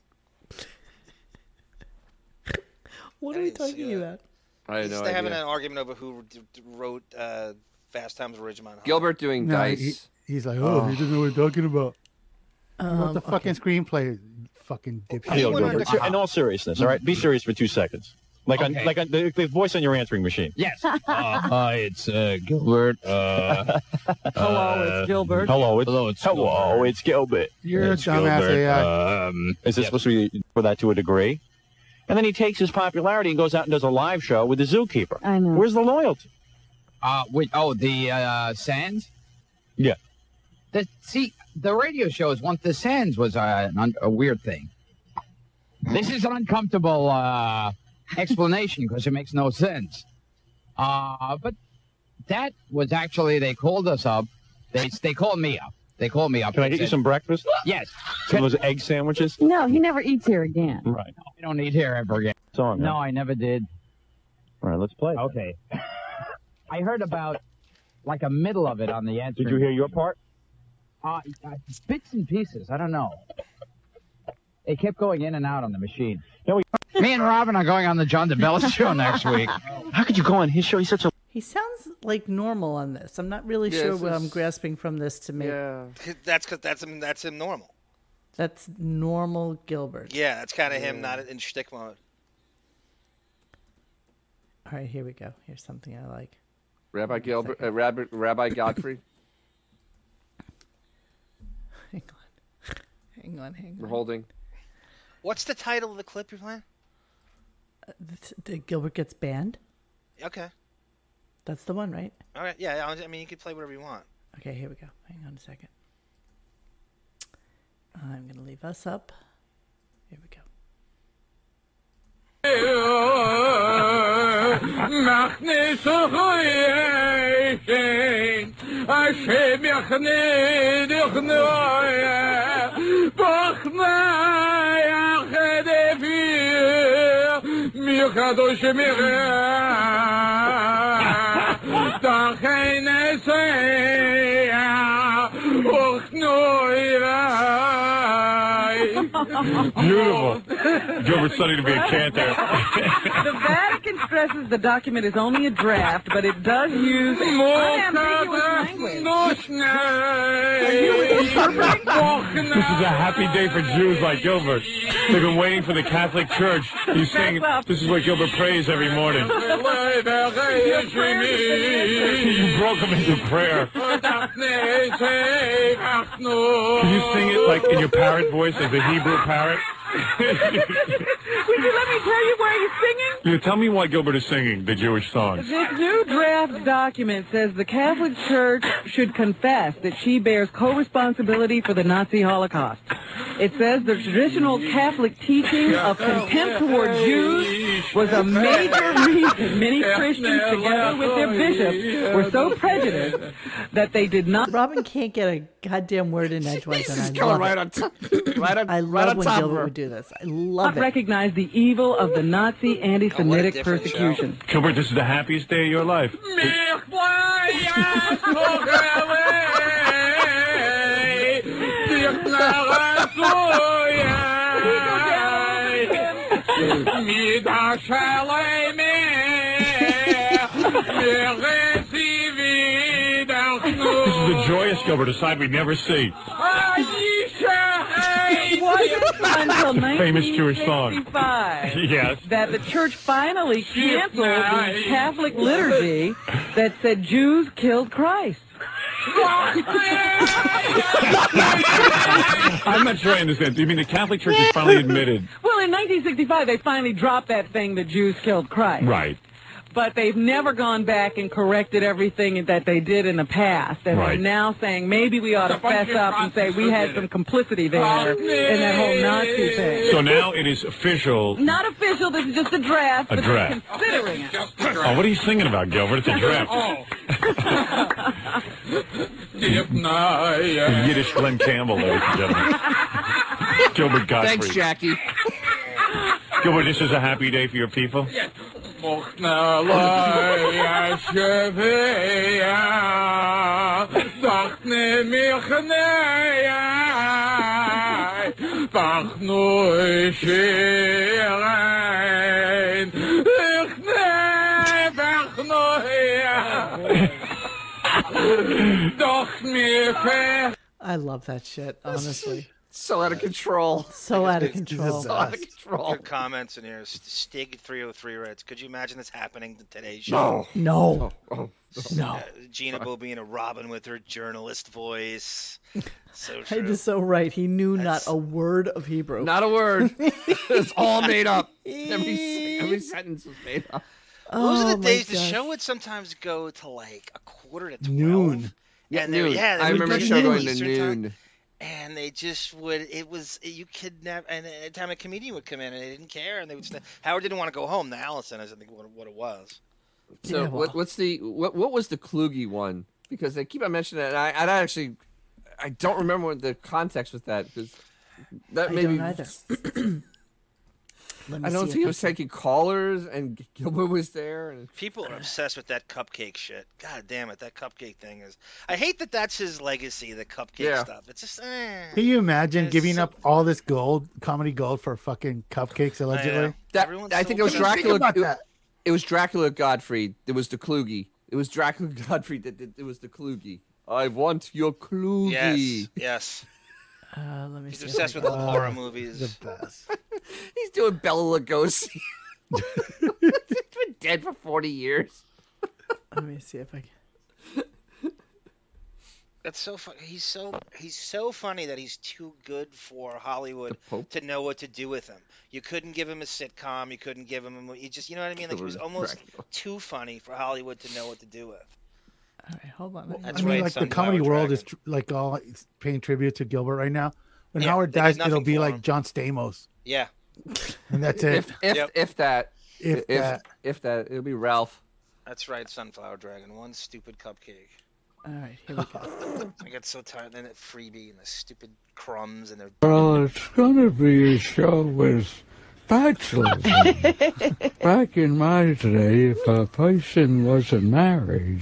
[SPEAKER 2] What are we talking about?
[SPEAKER 5] I had
[SPEAKER 3] They're
[SPEAKER 5] no
[SPEAKER 3] having
[SPEAKER 5] idea.
[SPEAKER 3] an argument over who d- d- wrote uh, Fast Times at Ridgemont High.
[SPEAKER 5] Gilbert doing
[SPEAKER 8] No,
[SPEAKER 5] dice.
[SPEAKER 8] he- he's like, oh, he doesn't know what we're talking about. He wrote
[SPEAKER 2] Um,
[SPEAKER 8] the fucking screenplay, fucking dipshit.
[SPEAKER 7] Hey, Gilbert, in all seriousness, all right? Be serious for two seconds. Like on,
[SPEAKER 8] Okay.
[SPEAKER 7] like on the, the voice on your answering machine.
[SPEAKER 4] Yes.
[SPEAKER 7] uh, it's uh, Gilbert.
[SPEAKER 8] (laughs)
[SPEAKER 7] Uh, hello, it's Gilbert. Hello, it's hello, it's hello, Gilbert. it's Gilbert.
[SPEAKER 8] You're a dumbass AI.
[SPEAKER 7] Um, is this supposed to be for that to a degree? And then he takes his popularity and goes out and does a live show with the zookeeper. I know. Where's the loyalty?
[SPEAKER 4] Uh, wait, oh, the uh, Sands?
[SPEAKER 7] Yeah.
[SPEAKER 4] The, see, the radio show is one. The Sands was uh, an un, a weird thing. This is an uncomfortable uh, explanation because it makes no sense. Uh, but that was actually, they called us up. They, they called me up. They called me up.
[SPEAKER 7] Can I
[SPEAKER 4] and
[SPEAKER 7] get you
[SPEAKER 4] said-
[SPEAKER 7] some breakfast?
[SPEAKER 4] Yes.
[SPEAKER 7] Some of those egg sandwiches?
[SPEAKER 19] No, he never eats here again.
[SPEAKER 7] Right.
[SPEAKER 4] I don't need hair ever again.
[SPEAKER 7] Song,
[SPEAKER 4] no,
[SPEAKER 7] huh?
[SPEAKER 4] I never did.
[SPEAKER 7] All right, let's play.
[SPEAKER 4] Okay. I heard about like a middle of it on the answer.
[SPEAKER 7] Did you hear your part?
[SPEAKER 4] Uh, uh, bits and pieces. I don't know. They kept going in and out on the machine. Me and Robin are going on the John DeBella (laughs) show next week. How could you go on his show? He's such a
[SPEAKER 2] He sounds like normal on this. I'm not really
[SPEAKER 3] Yeah,
[SPEAKER 2] sure
[SPEAKER 3] this
[SPEAKER 2] what I'm
[SPEAKER 3] is-
[SPEAKER 2] grasping from this to make
[SPEAKER 3] That's cause that's him. That's him normal.
[SPEAKER 2] that's normal Gilbert.
[SPEAKER 3] Yeah, that's kind of him, not in shtick mode.
[SPEAKER 2] All right, here we go. Here's something I like.
[SPEAKER 5] Rabbi Gilbert, uh, Rabbi,
[SPEAKER 3] (laughs)
[SPEAKER 5] Rabbi Godfrey.
[SPEAKER 2] Hang on, hang
[SPEAKER 5] We're
[SPEAKER 2] on.
[SPEAKER 5] holding.
[SPEAKER 3] What's the title of the clip you're playing?
[SPEAKER 2] Uh, Th- th- Gilbert gets banned.
[SPEAKER 3] Okay.
[SPEAKER 2] That's the one, right?
[SPEAKER 3] All right. Yeah. I I mean, you can play whatever you want.
[SPEAKER 2] Okay, here we go. Hang on a second. I'm going to leave us up. Here we go.
[SPEAKER 23] מכניס חויין, השם יכניד יכנויה, בוכנה יחד אפיר, מיוחדו שמירה, תחי נסיה, וכנו אליי.
[SPEAKER 16] Beautiful. Gilbert's starting to be a cantor.
[SPEAKER 19] The Vatican stresses the document is only a draft, but it does use unambiguous language.
[SPEAKER 16] This is a happy day for Jews like Gilbert. They've been waiting for the Catholic Church. He's saying this is what Gilbert prays every morning. You broke him into prayer. Can you sing it like in your parrot voice, as a Hebrew parrot?
[SPEAKER 19] Would you (laughs) let me tell you why he's singing?
[SPEAKER 16] You tell me why Gilbert is singing the Jewish songs.
[SPEAKER 19] This new draft document says the Catholic Church should confess that she bears co-responsibility for the Nazi Holocaust. It says the traditional Catholic teaching of contempt toward Jews was a major reason many Christians, together with their bishops, were so prejudiced that they did not.
[SPEAKER 2] Robin can't get a goddamn word in edgewise. and
[SPEAKER 19] This is
[SPEAKER 2] I
[SPEAKER 19] going
[SPEAKER 2] love
[SPEAKER 19] right
[SPEAKER 2] it.
[SPEAKER 19] on
[SPEAKER 5] right on,
[SPEAKER 2] I love
[SPEAKER 19] right on
[SPEAKER 2] when
[SPEAKER 19] top of
[SPEAKER 2] Gilbert
[SPEAKER 19] her.
[SPEAKER 2] would do this. I
[SPEAKER 19] not
[SPEAKER 2] love it.
[SPEAKER 19] recognize the evil of the Nazi anti-Semitic persecution.
[SPEAKER 16] Gilbert, this is the happiest day of your life.
[SPEAKER 23] This
[SPEAKER 16] This is the joyous Gilbert, a side we never see.
[SPEAKER 19] It wasn't until
[SPEAKER 16] The famous Jewish song.
[SPEAKER 19] 1965
[SPEAKER 16] Yes.
[SPEAKER 19] that the church finally canceled the Catholic liturgy that said Jews killed
[SPEAKER 16] (laughs)
[SPEAKER 19] Christ.
[SPEAKER 16] (laughs) I'm not sure I understand. Do you mean the Catholic Church has finally admitted?
[SPEAKER 19] Well, in 1965, they finally dropped that thing that Jews killed Christ.
[SPEAKER 16] Right.
[SPEAKER 19] But they've never gone back and corrected everything that they did in the past. And
[SPEAKER 16] Right.
[SPEAKER 19] they're now saying maybe we ought to fess up and say we had some complicity
[SPEAKER 16] Oh,
[SPEAKER 19] there in that whole Nazi thing.
[SPEAKER 16] So now it is official.
[SPEAKER 19] Not official, this is just a draft.
[SPEAKER 16] A
[SPEAKER 19] but they're
[SPEAKER 16] draft.
[SPEAKER 19] Considering it.
[SPEAKER 16] Oh, what are you singing about, Gilbert? It's a draft. Yiddish Glenn Campbell, ladies and gentlemen. Gilbert Gottfried.
[SPEAKER 5] Thanks, Jackie.
[SPEAKER 16] Gilbert, this is a happy day for your people.
[SPEAKER 2] I love that shit, honestly.
[SPEAKER 5] so out of control.
[SPEAKER 2] So out of
[SPEAKER 5] It's
[SPEAKER 2] control.
[SPEAKER 5] so out of control.
[SPEAKER 3] Good comments in here. Stig three hundred three writes, "Could you imagine this happening to today's show?"
[SPEAKER 2] No. No.
[SPEAKER 5] Oh,
[SPEAKER 19] Oh,
[SPEAKER 3] Uh, Gina Bo being a Robin with her journalist voice. So
[SPEAKER 2] I
[SPEAKER 3] true.
[SPEAKER 2] just so right. He knew not a word of Hebrew.
[SPEAKER 5] Not
[SPEAKER 2] (laughs)
[SPEAKER 5] a word. it's all made up. Every, se- every sentence was made up.
[SPEAKER 3] Those are
[SPEAKER 2] Oh,
[SPEAKER 3] the
[SPEAKER 2] my
[SPEAKER 3] days the
[SPEAKER 2] gosh.
[SPEAKER 3] show would sometimes go to like a quarter to
[SPEAKER 13] Noon.
[SPEAKER 3] Yeah, and they- noon. yeah, they
[SPEAKER 5] I
[SPEAKER 3] would go
[SPEAKER 5] remember the
[SPEAKER 3] to
[SPEAKER 5] show
[SPEAKER 3] noon
[SPEAKER 5] going to
[SPEAKER 3] Eastern time.
[SPEAKER 5] noon.
[SPEAKER 3] and they just would it was you could never and at the time a comedian would come in and they didn't care and they would st- howard didn't want to go home to allison is i think what, what it was
[SPEAKER 5] So
[SPEAKER 3] Yeah,
[SPEAKER 5] what, what's the what what was the Kluge one? Because they keep on mentioning it, and I, and I actually I don't (clears throat) remember what the context with that because that
[SPEAKER 2] I
[SPEAKER 5] maybe
[SPEAKER 2] don't either. Let
[SPEAKER 5] I
[SPEAKER 2] me
[SPEAKER 5] don't
[SPEAKER 2] see if
[SPEAKER 5] see he
[SPEAKER 2] I
[SPEAKER 5] was taking callers, and Gilbert was there. And
[SPEAKER 3] People are obsessed with that cupcake shit. God damn it, that cupcake thing is. I hate that that's his legacy, the cupcake
[SPEAKER 5] Yeah.
[SPEAKER 3] stuff. It's just. Eh.
[SPEAKER 8] Can you imagine giving up all this gold, comedy gold, for fucking cupcakes allegedly?
[SPEAKER 5] that, I think it was
[SPEAKER 8] Think
[SPEAKER 5] Dracula.
[SPEAKER 8] about
[SPEAKER 5] it,
[SPEAKER 8] that.
[SPEAKER 5] it was Dracula Godfrey. It was the Kluge. It was Dracula (laughs) Godfrey. That did- it was the Kluge. I want your Kluge.
[SPEAKER 3] Yes, yes.
[SPEAKER 2] Uh, let me
[SPEAKER 3] He's
[SPEAKER 2] see.
[SPEAKER 3] obsessed with
[SPEAKER 5] Uh,
[SPEAKER 8] "Oh,
[SPEAKER 3] horror movies.
[SPEAKER 5] (laughs) He's doing Bella Lugosi. He's (laughs) been dead for forty years.
[SPEAKER 2] Let me see if I can.
[SPEAKER 3] That's so funny. He's so he's so funny that he's too good for Hollywood to know what to do with him. You couldn't give him a sitcom. You couldn't give him a movie. You just you know what I mean. Like he was almost too funny for Hollywood to know what to do with.
[SPEAKER 2] All right, hold on.
[SPEAKER 3] That's
[SPEAKER 8] I mean,
[SPEAKER 3] why
[SPEAKER 8] like
[SPEAKER 3] it's
[SPEAKER 8] the
[SPEAKER 3] on
[SPEAKER 8] comedy
[SPEAKER 3] Howard
[SPEAKER 8] world is tr- like all it's paying tribute to Gilbert right now. When
[SPEAKER 3] Yeah,
[SPEAKER 8] Howard
[SPEAKER 3] they did
[SPEAKER 8] dies,
[SPEAKER 3] nothing
[SPEAKER 8] it'll be
[SPEAKER 3] for
[SPEAKER 8] like
[SPEAKER 3] him.
[SPEAKER 8] John Stamos,
[SPEAKER 3] Yeah.
[SPEAKER 8] and that's it.
[SPEAKER 5] If if, if that
[SPEAKER 8] If
[SPEAKER 5] if
[SPEAKER 8] that.
[SPEAKER 5] if that it'll be Ralph.
[SPEAKER 3] That's right, Sunflower Dragon. One stupid cupcake.
[SPEAKER 2] All right, here we go.
[SPEAKER 3] (laughs) I got so tired. Then that freebie and the stupid crumbs and their
[SPEAKER 21] Well, it's gonna be a show with bachelors. in it. Back in my day, if a person wasn't married,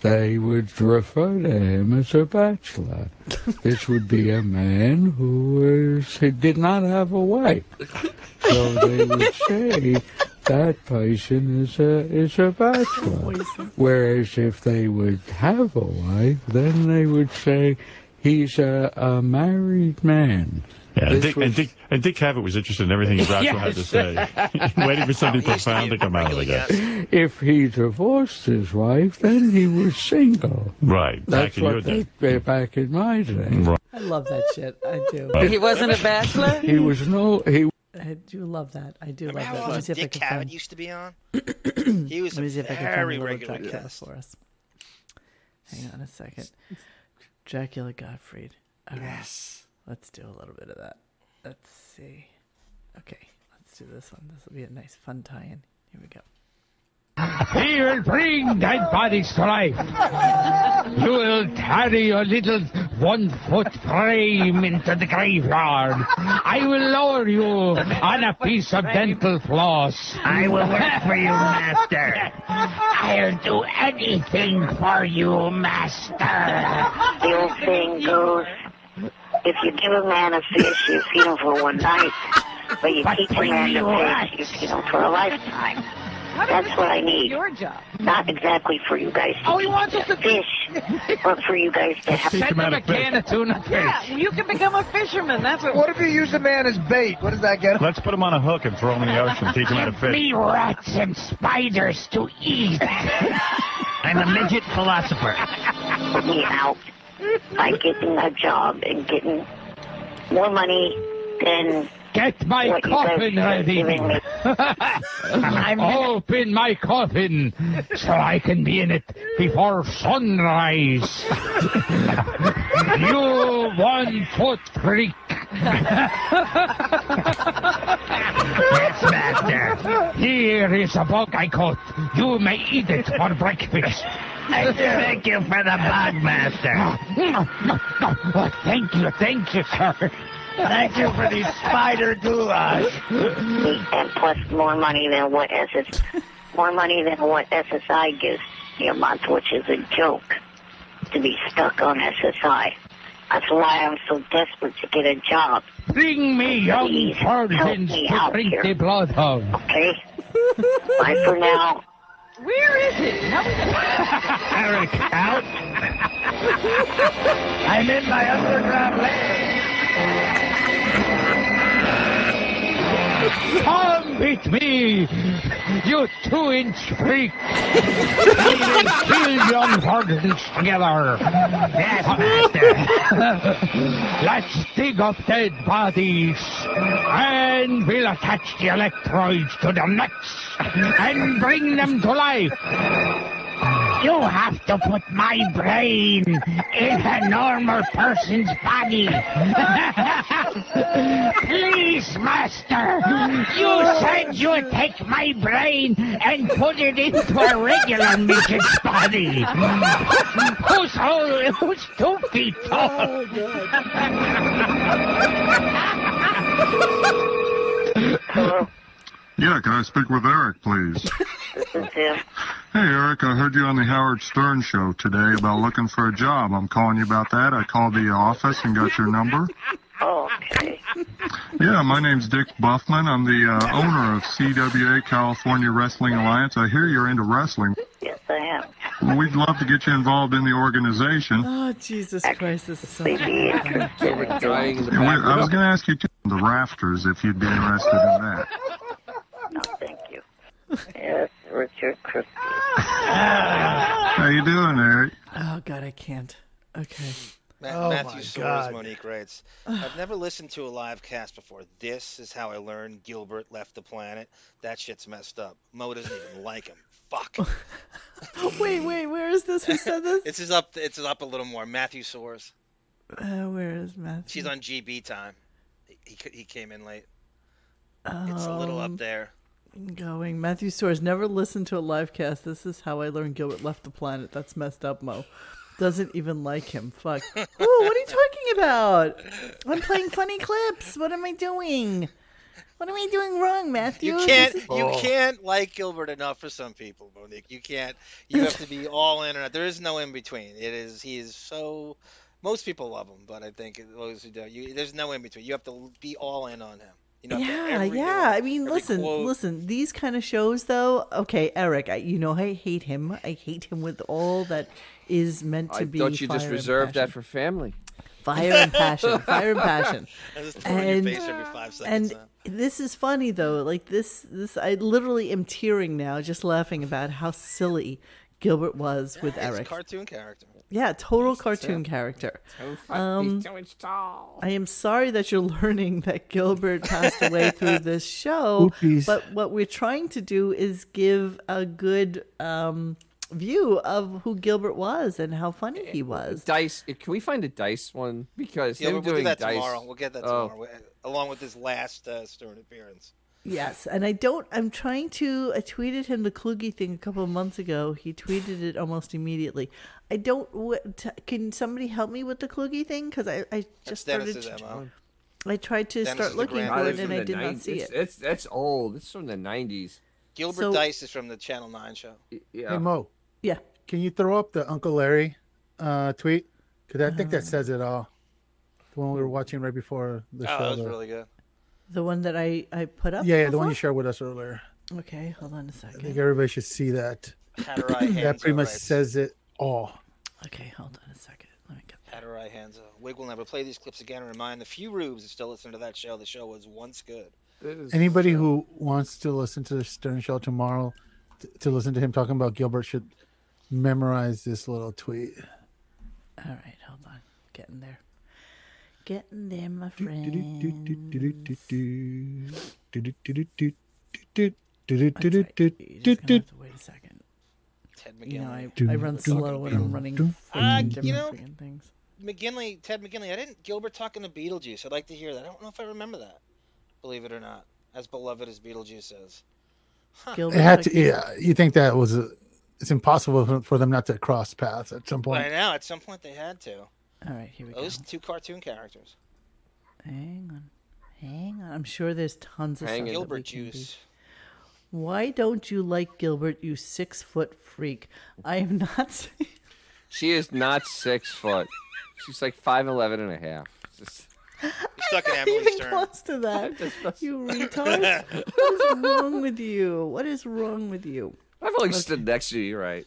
[SPEAKER 21] they would refer to him as a bachelor. This would be a man who was, who did not have a wife. So they would say that person is a is a bachelor. Whereas if they would have a wife, then they would say he's a, a married man.
[SPEAKER 7] Yeah, and
[SPEAKER 21] This
[SPEAKER 7] Dick, and,
[SPEAKER 21] was-
[SPEAKER 7] Dick, and Dick Cavett was interested in everything Ralph had to say. (laughs) Waiting for
[SPEAKER 16] (laughs)
[SPEAKER 7] something profound to come out of it. guy.
[SPEAKER 21] If he divorced his wife, then he was single.
[SPEAKER 7] Right.
[SPEAKER 21] That's
[SPEAKER 7] Back in
[SPEAKER 21] what
[SPEAKER 7] your day.
[SPEAKER 21] they- back in my day.
[SPEAKER 2] I love that shit. I do.
[SPEAKER 21] (laughs) He wasn't a
[SPEAKER 2] bachelor.
[SPEAKER 21] He was no. He
[SPEAKER 2] I do love that. I do
[SPEAKER 3] Remember
[SPEAKER 2] love
[SPEAKER 3] how
[SPEAKER 2] that. Let me
[SPEAKER 3] often
[SPEAKER 2] see if I
[SPEAKER 3] Dick
[SPEAKER 2] can
[SPEAKER 3] Cavett
[SPEAKER 2] find.
[SPEAKER 3] used to be
[SPEAKER 2] (clears throat)
[SPEAKER 3] on? He was
[SPEAKER 2] Let
[SPEAKER 3] a
[SPEAKER 2] me see if I can
[SPEAKER 3] very
[SPEAKER 2] find a little
[SPEAKER 3] regular
[SPEAKER 2] Dracula
[SPEAKER 3] guest.
[SPEAKER 2] for us. Hang on a second. Dracula Gottfried. yes. Let's do a little bit of that. Let's see. Okay, let's do this one. This will be a nice fun tie-in. Here we go.
[SPEAKER 21] He will bring dead bodies to life.
[SPEAKER 12] You will carry your little one foot frame into the graveyard. I will lower you on a piece of dental floss.
[SPEAKER 6] I will work for you,
[SPEAKER 12] (laughs)
[SPEAKER 6] master. I'll do anything for you, master. (laughs)
[SPEAKER 13] The old saying goes, if you give a man a fish, you feed him for one night. But you teach a man to fish, you feed him for a lifetime. That's what I need. Your job. Not exactly for you guys to oh, he wants us to fish, but for you guys to have
[SPEAKER 6] Send him a can of tuna fish.
[SPEAKER 24] Yeah, you can become a fisherman. That's what.
[SPEAKER 6] What if you use a man as bait? What does that get?
[SPEAKER 7] Let's put him on a hook and throw him in the ocean. Teach him how to fish.
[SPEAKER 6] Me rats and spiders to eat. (laughs) I'm a midget philosopher.
[SPEAKER 13] put me out by getting a job and getting more money than
[SPEAKER 12] Get my
[SPEAKER 13] what you guys
[SPEAKER 12] coffin
[SPEAKER 13] are
[SPEAKER 12] ready.
[SPEAKER 13] giving
[SPEAKER 6] (laughs)
[SPEAKER 13] me.
[SPEAKER 12] Open my coffin so I can be in it before
[SPEAKER 6] (laughs)
[SPEAKER 12] sunrise. you one foot freak. yes, master. Here is a bug I caught. You may eat it for breakfast.
[SPEAKER 6] I thank you for the bug, master.
[SPEAKER 12] Oh, (laughs) thank you, thank you, sir.
[SPEAKER 6] Thank you for these spider doulas.
[SPEAKER 13] and plus more money than what SS, more money than what SSI gives me a month, which is a joke to be stuck on SSI. That's why I'm so desperate to get a job.
[SPEAKER 12] Bring me young
[SPEAKER 13] Please help
[SPEAKER 12] virgins
[SPEAKER 13] me
[SPEAKER 12] to
[SPEAKER 13] out
[SPEAKER 12] drink
[SPEAKER 13] here.
[SPEAKER 12] the blood of.
[SPEAKER 13] Okay. Bye for now.
[SPEAKER 6] Where is it?
[SPEAKER 13] (laughs)
[SPEAKER 6] Eric, out. I'm in my underground
[SPEAKER 13] (laughs)
[SPEAKER 6] lair. Come with me, you two-inch freak. we will kill young virgins together. Yes, master. Let's dig up dead bodies, and we'll attach the electrodes to their necks and bring them to life. You have to put my brain in a normal person's body. Please, master, you said you'd take my brain and put it into a regular
[SPEAKER 17] (laughs)
[SPEAKER 6] midget's body. Who's, all, who's two feet
[SPEAKER 17] Oh,
[SPEAKER 6] tall?
[SPEAKER 13] Hello.
[SPEAKER 9] Yeah, can I speak with Eric, please?
[SPEAKER 17] This is him.
[SPEAKER 9] Hey, Eric, I heard you on the Howard Stern show today about looking for a job. I'm calling you about that. I called the office and got your number.
[SPEAKER 17] Okay.
[SPEAKER 9] Yeah, my name's Dick Buffman. I'm the uh, owner of CWA California Wrestling Alliance. I hear you're into wrestling.
[SPEAKER 17] Yes, I am.
[SPEAKER 9] We'd love to get you involved in the organization.
[SPEAKER 2] Oh, Jesus Christ, this is so
[SPEAKER 5] dying in the
[SPEAKER 9] And we- I was
[SPEAKER 5] background.
[SPEAKER 9] going to ask you too, the rafters if you'd be interested in that.
[SPEAKER 17] No, thank you. Yes, Richard Christie.
[SPEAKER 9] How you doing, Eric?
[SPEAKER 2] Oh God, I can't. Okay. (gasps)
[SPEAKER 3] Ma-
[SPEAKER 2] Oh,
[SPEAKER 3] Matthew
[SPEAKER 2] my
[SPEAKER 3] Soares,
[SPEAKER 2] God.
[SPEAKER 3] Monique writes, I've never listened to a live cast before. This is how I learned Gilbert left the planet. That shit's messed up. Mo doesn't even (laughs) like him. Fuck.
[SPEAKER 2] wait, wait, where is this? Who said
[SPEAKER 3] (laughs)
[SPEAKER 2] this?
[SPEAKER 3] This is up. It's up a little more. Matthew Soares.
[SPEAKER 2] Uh, where is Matthew?
[SPEAKER 3] She's on GB time. He he- he came in late. It's a little
[SPEAKER 2] Um,
[SPEAKER 3] up there.
[SPEAKER 2] Going. Matthew Soares never listened to a live cast. This is how I learned Gilbert left the planet. That's messed up, Mo. Doesn't even like him.
[SPEAKER 3] (laughs)
[SPEAKER 2] Fuck. Ooh, what are you talking about? I'm playing funny clips. What am I doing? What am I doing wrong, Matthew?
[SPEAKER 3] You
[SPEAKER 2] This
[SPEAKER 3] can't
[SPEAKER 2] is-
[SPEAKER 5] Oh.
[SPEAKER 3] you can't like Gilbert enough for some people, Monique. You can't. You have to
[SPEAKER 2] (laughs)
[SPEAKER 3] be all in or out. There is no in between. It is he is so. Most people love him, but I think those who don't, you, there's no in between. You have to be all in on him. You know,
[SPEAKER 2] yeah, yeah. I mean, listen, listen. These kind of shows, though. Okay, Eric, I, you know I hate him. I hate him with all that is meant to
[SPEAKER 5] I
[SPEAKER 2] be.
[SPEAKER 5] thought you just
[SPEAKER 2] fire and
[SPEAKER 5] reserved that for family.
[SPEAKER 2] Fire and passion. Fire
[SPEAKER 3] (laughs)
[SPEAKER 2] and passion.
[SPEAKER 5] (laughs) I just throw it in your
[SPEAKER 2] and
[SPEAKER 5] face every five
[SPEAKER 2] and
[SPEAKER 5] seconds,
[SPEAKER 2] this is funny though. Like this, this I literally am tearing now, just laughing about how silly Gilbert was with
[SPEAKER 3] He's a
[SPEAKER 2] Eric.
[SPEAKER 3] cartoon character.
[SPEAKER 2] yeah, total cartoon character. Um, I am sorry that you're (laughs) learning that Gilbert passed away through this show,
[SPEAKER 8] Oopsies.
[SPEAKER 2] but what we're trying to do is give a good um, view of who Gilbert was and how funny he was.
[SPEAKER 5] Dice. Can we find a dice one? Because
[SPEAKER 3] Yeah,
[SPEAKER 5] they
[SPEAKER 3] we'll,
[SPEAKER 5] were
[SPEAKER 3] we'll do
[SPEAKER 5] doing
[SPEAKER 3] that
[SPEAKER 5] dice.
[SPEAKER 3] tomorrow. We'll get that
[SPEAKER 5] Oh.
[SPEAKER 3] tomorrow, uh, along with his last uh, Stern appearance.
[SPEAKER 2] Yes, and I don't. I'm trying to. I tweeted him the Kluge thing a couple of months ago. He tweeted it almost immediately. I don't. wh- t- Can somebody help me with the Kluge thing? Because I, I just started.
[SPEAKER 3] Dennis's
[SPEAKER 2] to-
[SPEAKER 3] MO.
[SPEAKER 2] I tried to
[SPEAKER 3] Dennis is
[SPEAKER 2] start
[SPEAKER 3] the
[SPEAKER 2] looking
[SPEAKER 3] grand-
[SPEAKER 2] for
[SPEAKER 3] I
[SPEAKER 2] it
[SPEAKER 3] live
[SPEAKER 2] and
[SPEAKER 3] in
[SPEAKER 2] I
[SPEAKER 3] the
[SPEAKER 2] did not
[SPEAKER 5] Nine-
[SPEAKER 2] see
[SPEAKER 5] it's,
[SPEAKER 2] it.
[SPEAKER 5] It's that's old. It's from the nineties.
[SPEAKER 3] Gilbert
[SPEAKER 2] So-
[SPEAKER 3] Dice is from the Channel Nine show.
[SPEAKER 8] Hey Mo.
[SPEAKER 2] Yeah.
[SPEAKER 8] Can you throw up the Uncle Larry uh, tweet? Because I think
[SPEAKER 2] Uh.
[SPEAKER 8] that says it all. The one we were watching right before the
[SPEAKER 3] oh,
[SPEAKER 8] show.
[SPEAKER 3] that was
[SPEAKER 8] the-
[SPEAKER 3] really good.
[SPEAKER 2] The one that I I put up.
[SPEAKER 8] yeah, yeah, the one you
[SPEAKER 2] before?
[SPEAKER 8] shared with us earlier.
[SPEAKER 2] Okay, hold on a
[SPEAKER 8] I think
[SPEAKER 2] second.
[SPEAKER 8] everybody should see that.
[SPEAKER 3] Hatterai
[SPEAKER 8] that
[SPEAKER 3] Hanzo
[SPEAKER 8] pretty much
[SPEAKER 3] writes-
[SPEAKER 8] says it all.
[SPEAKER 2] Okay, hold on a second. Let me get.
[SPEAKER 3] Hatterai Hanzo. uh, Wig will never play these clips again and remind the few rubes that still listen to that show. The show was once good.
[SPEAKER 8] Anybody who wants to listen to the Stern Show tomorrow t- to listen to him talking about Gilbert should memorize this little tweet.
[SPEAKER 2] All right, hold on. Getting there. Getting there, my friend. Wait a second.
[SPEAKER 3] Ted
[SPEAKER 2] You know, I,
[SPEAKER 3] McGinley.
[SPEAKER 2] I run slow when I'm running
[SPEAKER 3] Uh,
[SPEAKER 2] freaking different
[SPEAKER 3] you know,
[SPEAKER 2] freaking things.
[SPEAKER 3] McGinley, Ted McGinley. I didn't Gilbert talking to Beetlejuice. I'd like to hear that. I don't know if I remember that. Believe it or not, as beloved as Beetlejuice is.
[SPEAKER 8] It had to. Yeah, you think that was a, it's impossible for- for them not to cross paths at some
[SPEAKER 3] But I
[SPEAKER 8] point.
[SPEAKER 3] know at some point they had to.
[SPEAKER 2] All right, here we
[SPEAKER 3] Those two cartoon characters.
[SPEAKER 2] Hang on. Hang on. I'm sure there's tons of
[SPEAKER 3] Hang on.
[SPEAKER 2] stuff that we
[SPEAKER 3] Gilbert
[SPEAKER 2] can do.
[SPEAKER 3] juice.
[SPEAKER 2] Why don't you like Gilbert, you six foot freak? I am not (laughs) saying
[SPEAKER 5] She is not six foot. She's like five eleven and a half. Just-
[SPEAKER 3] stuck in
[SPEAKER 2] even close to that. you retard. what is wrong with you? What is wrong with you?
[SPEAKER 5] I've only stood next to you. You're right.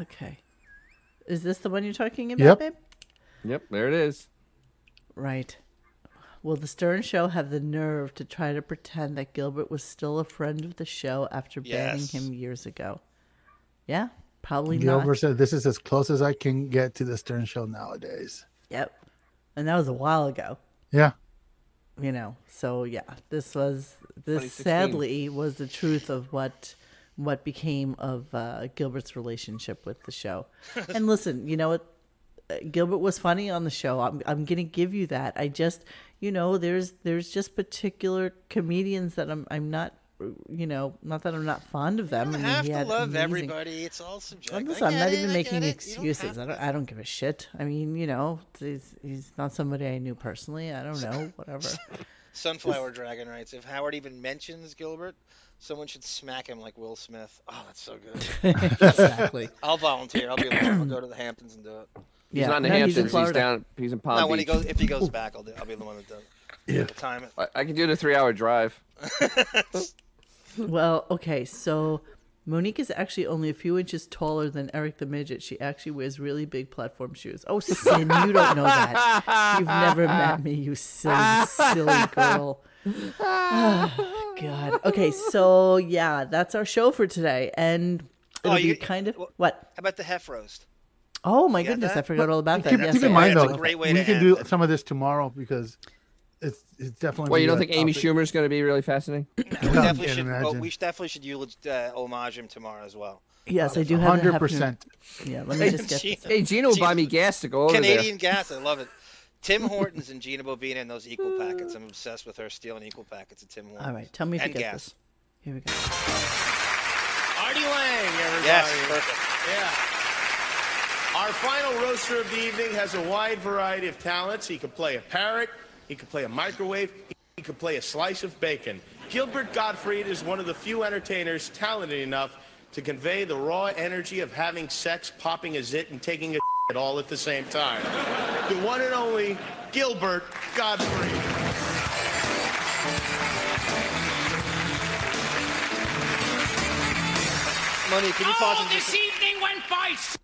[SPEAKER 2] Okay. Is this the one you're talking about,
[SPEAKER 5] Yep.
[SPEAKER 2] babe?
[SPEAKER 5] Yep, there it is.
[SPEAKER 2] Right. Will the Stern Show have the nerve to try to pretend that Gilbert was still a friend of the show after banning
[SPEAKER 8] Yes.
[SPEAKER 2] him years ago? Yeah, probably
[SPEAKER 8] Gilbert
[SPEAKER 2] not.
[SPEAKER 8] said, "This is as close as I can get to the Stern Show nowadays."
[SPEAKER 2] Yep. And that was a while ago.
[SPEAKER 8] Yeah.
[SPEAKER 2] You know. So yeah, this was this
[SPEAKER 8] 2016.
[SPEAKER 2] sadly was the truth of what what became of uh, Gilbert's relationship with
[SPEAKER 3] (laughs)
[SPEAKER 2] the show. and listen, you know what? Uh, Gilbert was funny on the show. I'm I'm going to give you that. I just, you know, there's there's just particular comedians that I'm I'm not you know, not that I'm not fond of them. I mean,
[SPEAKER 3] Have
[SPEAKER 2] he
[SPEAKER 3] to
[SPEAKER 2] had
[SPEAKER 3] love
[SPEAKER 2] amazing-
[SPEAKER 3] everybody. It's all subjective.
[SPEAKER 2] Listen,
[SPEAKER 3] I
[SPEAKER 2] I'm
[SPEAKER 3] get
[SPEAKER 2] not
[SPEAKER 3] it,
[SPEAKER 2] even
[SPEAKER 3] I
[SPEAKER 2] making
[SPEAKER 3] get it. You don't
[SPEAKER 2] excuses. I don't. I don't give
[SPEAKER 3] (laughs)
[SPEAKER 2] a shit. I mean, you know, he's, he's not somebody I knew personally. I don't know. Whatever.
[SPEAKER 3] Sunflower Dragon writes, if Howard even mentions Gilbert, someone should smack him like Will Smith. Oh, that's so
[SPEAKER 2] (laughs)
[SPEAKER 3] good.
[SPEAKER 5] Exactly.
[SPEAKER 3] (laughs) I'll volunteer. I'll be. I'll go to the Hamptons and do it.
[SPEAKER 5] He's not in the
[SPEAKER 3] No, he's in
[SPEAKER 5] Hamptons. He's,
[SPEAKER 3] Florida.
[SPEAKER 5] down. He's in Palm
[SPEAKER 3] no, when he
[SPEAKER 5] Beach.
[SPEAKER 3] goes, if he goes back, I'll do. I'll be the one that does. it.
[SPEAKER 5] Yeah.
[SPEAKER 3] The time.
[SPEAKER 5] I, I can do the three-hour drive.
[SPEAKER 2] Well, okay, so Monique is actually only a few inches taller than Eric the Midget. She actually wears really big platform shoes. Oh, Sin, you don't know that. You've never met me, you silly, silly girl. (sighs) Ah, God. Okay, so yeah, that's our show for today. And it'll
[SPEAKER 3] Oh,
[SPEAKER 2] be
[SPEAKER 3] you-
[SPEAKER 2] kind of what?
[SPEAKER 3] How about the hef roast?
[SPEAKER 2] Oh my
[SPEAKER 3] you got
[SPEAKER 2] goodness,
[SPEAKER 3] that?
[SPEAKER 2] I forgot all about that.
[SPEAKER 8] Keep,
[SPEAKER 2] yes,
[SPEAKER 8] keep in
[SPEAKER 2] I
[SPEAKER 8] mind
[SPEAKER 2] did.
[SPEAKER 8] though,
[SPEAKER 3] a great way
[SPEAKER 8] we
[SPEAKER 3] to
[SPEAKER 8] can
[SPEAKER 3] end
[SPEAKER 8] do some of this tomorrow because it's it's definitely.
[SPEAKER 5] Well,
[SPEAKER 8] be
[SPEAKER 5] you
[SPEAKER 8] a
[SPEAKER 5] don't think Amy
[SPEAKER 8] topic.
[SPEAKER 5] Schumer's going to be really fascinating?
[SPEAKER 3] We definitely
[SPEAKER 8] can't
[SPEAKER 3] should. Oh,
[SPEAKER 8] imagine.
[SPEAKER 3] we should- definitely should eulogi- uh, homage him tomorrow as well.
[SPEAKER 2] Yes, I do have that
[SPEAKER 8] 100%.
[SPEAKER 2] happening. Yeah, let me just get.
[SPEAKER 3] Gina-
[SPEAKER 5] Hey, Gina will buy me gas to go over
[SPEAKER 3] Canadian gas. I
[SPEAKER 2] (laughs)
[SPEAKER 3] love it. Tim Hortons and Gina Bobina and those equal packets. I'm obsessed with her stealing equal packets of Tim Hortons.
[SPEAKER 2] All right, tell me if
[SPEAKER 3] and
[SPEAKER 2] you get
[SPEAKER 3] gas.
[SPEAKER 2] this. Here we go.
[SPEAKER 20] Artie Lang, everybody.
[SPEAKER 3] Yes, perfect.
[SPEAKER 20] Yeah. Our final roaster of the evening has a wide variety of talents. He could play a parrot, he could play a microwave, he could play a slice of bacon. Gilbert Gottfried is one of the few entertainers talented enough to convey the raw energy of having sex, popping a zit, and taking a (laughs) shit all at the same time. The one and only Gilbert Gottfried.
[SPEAKER 3] Monique, can you pause
[SPEAKER 6] Oh,
[SPEAKER 3] and just
[SPEAKER 6] this evening went by
[SPEAKER 3] Just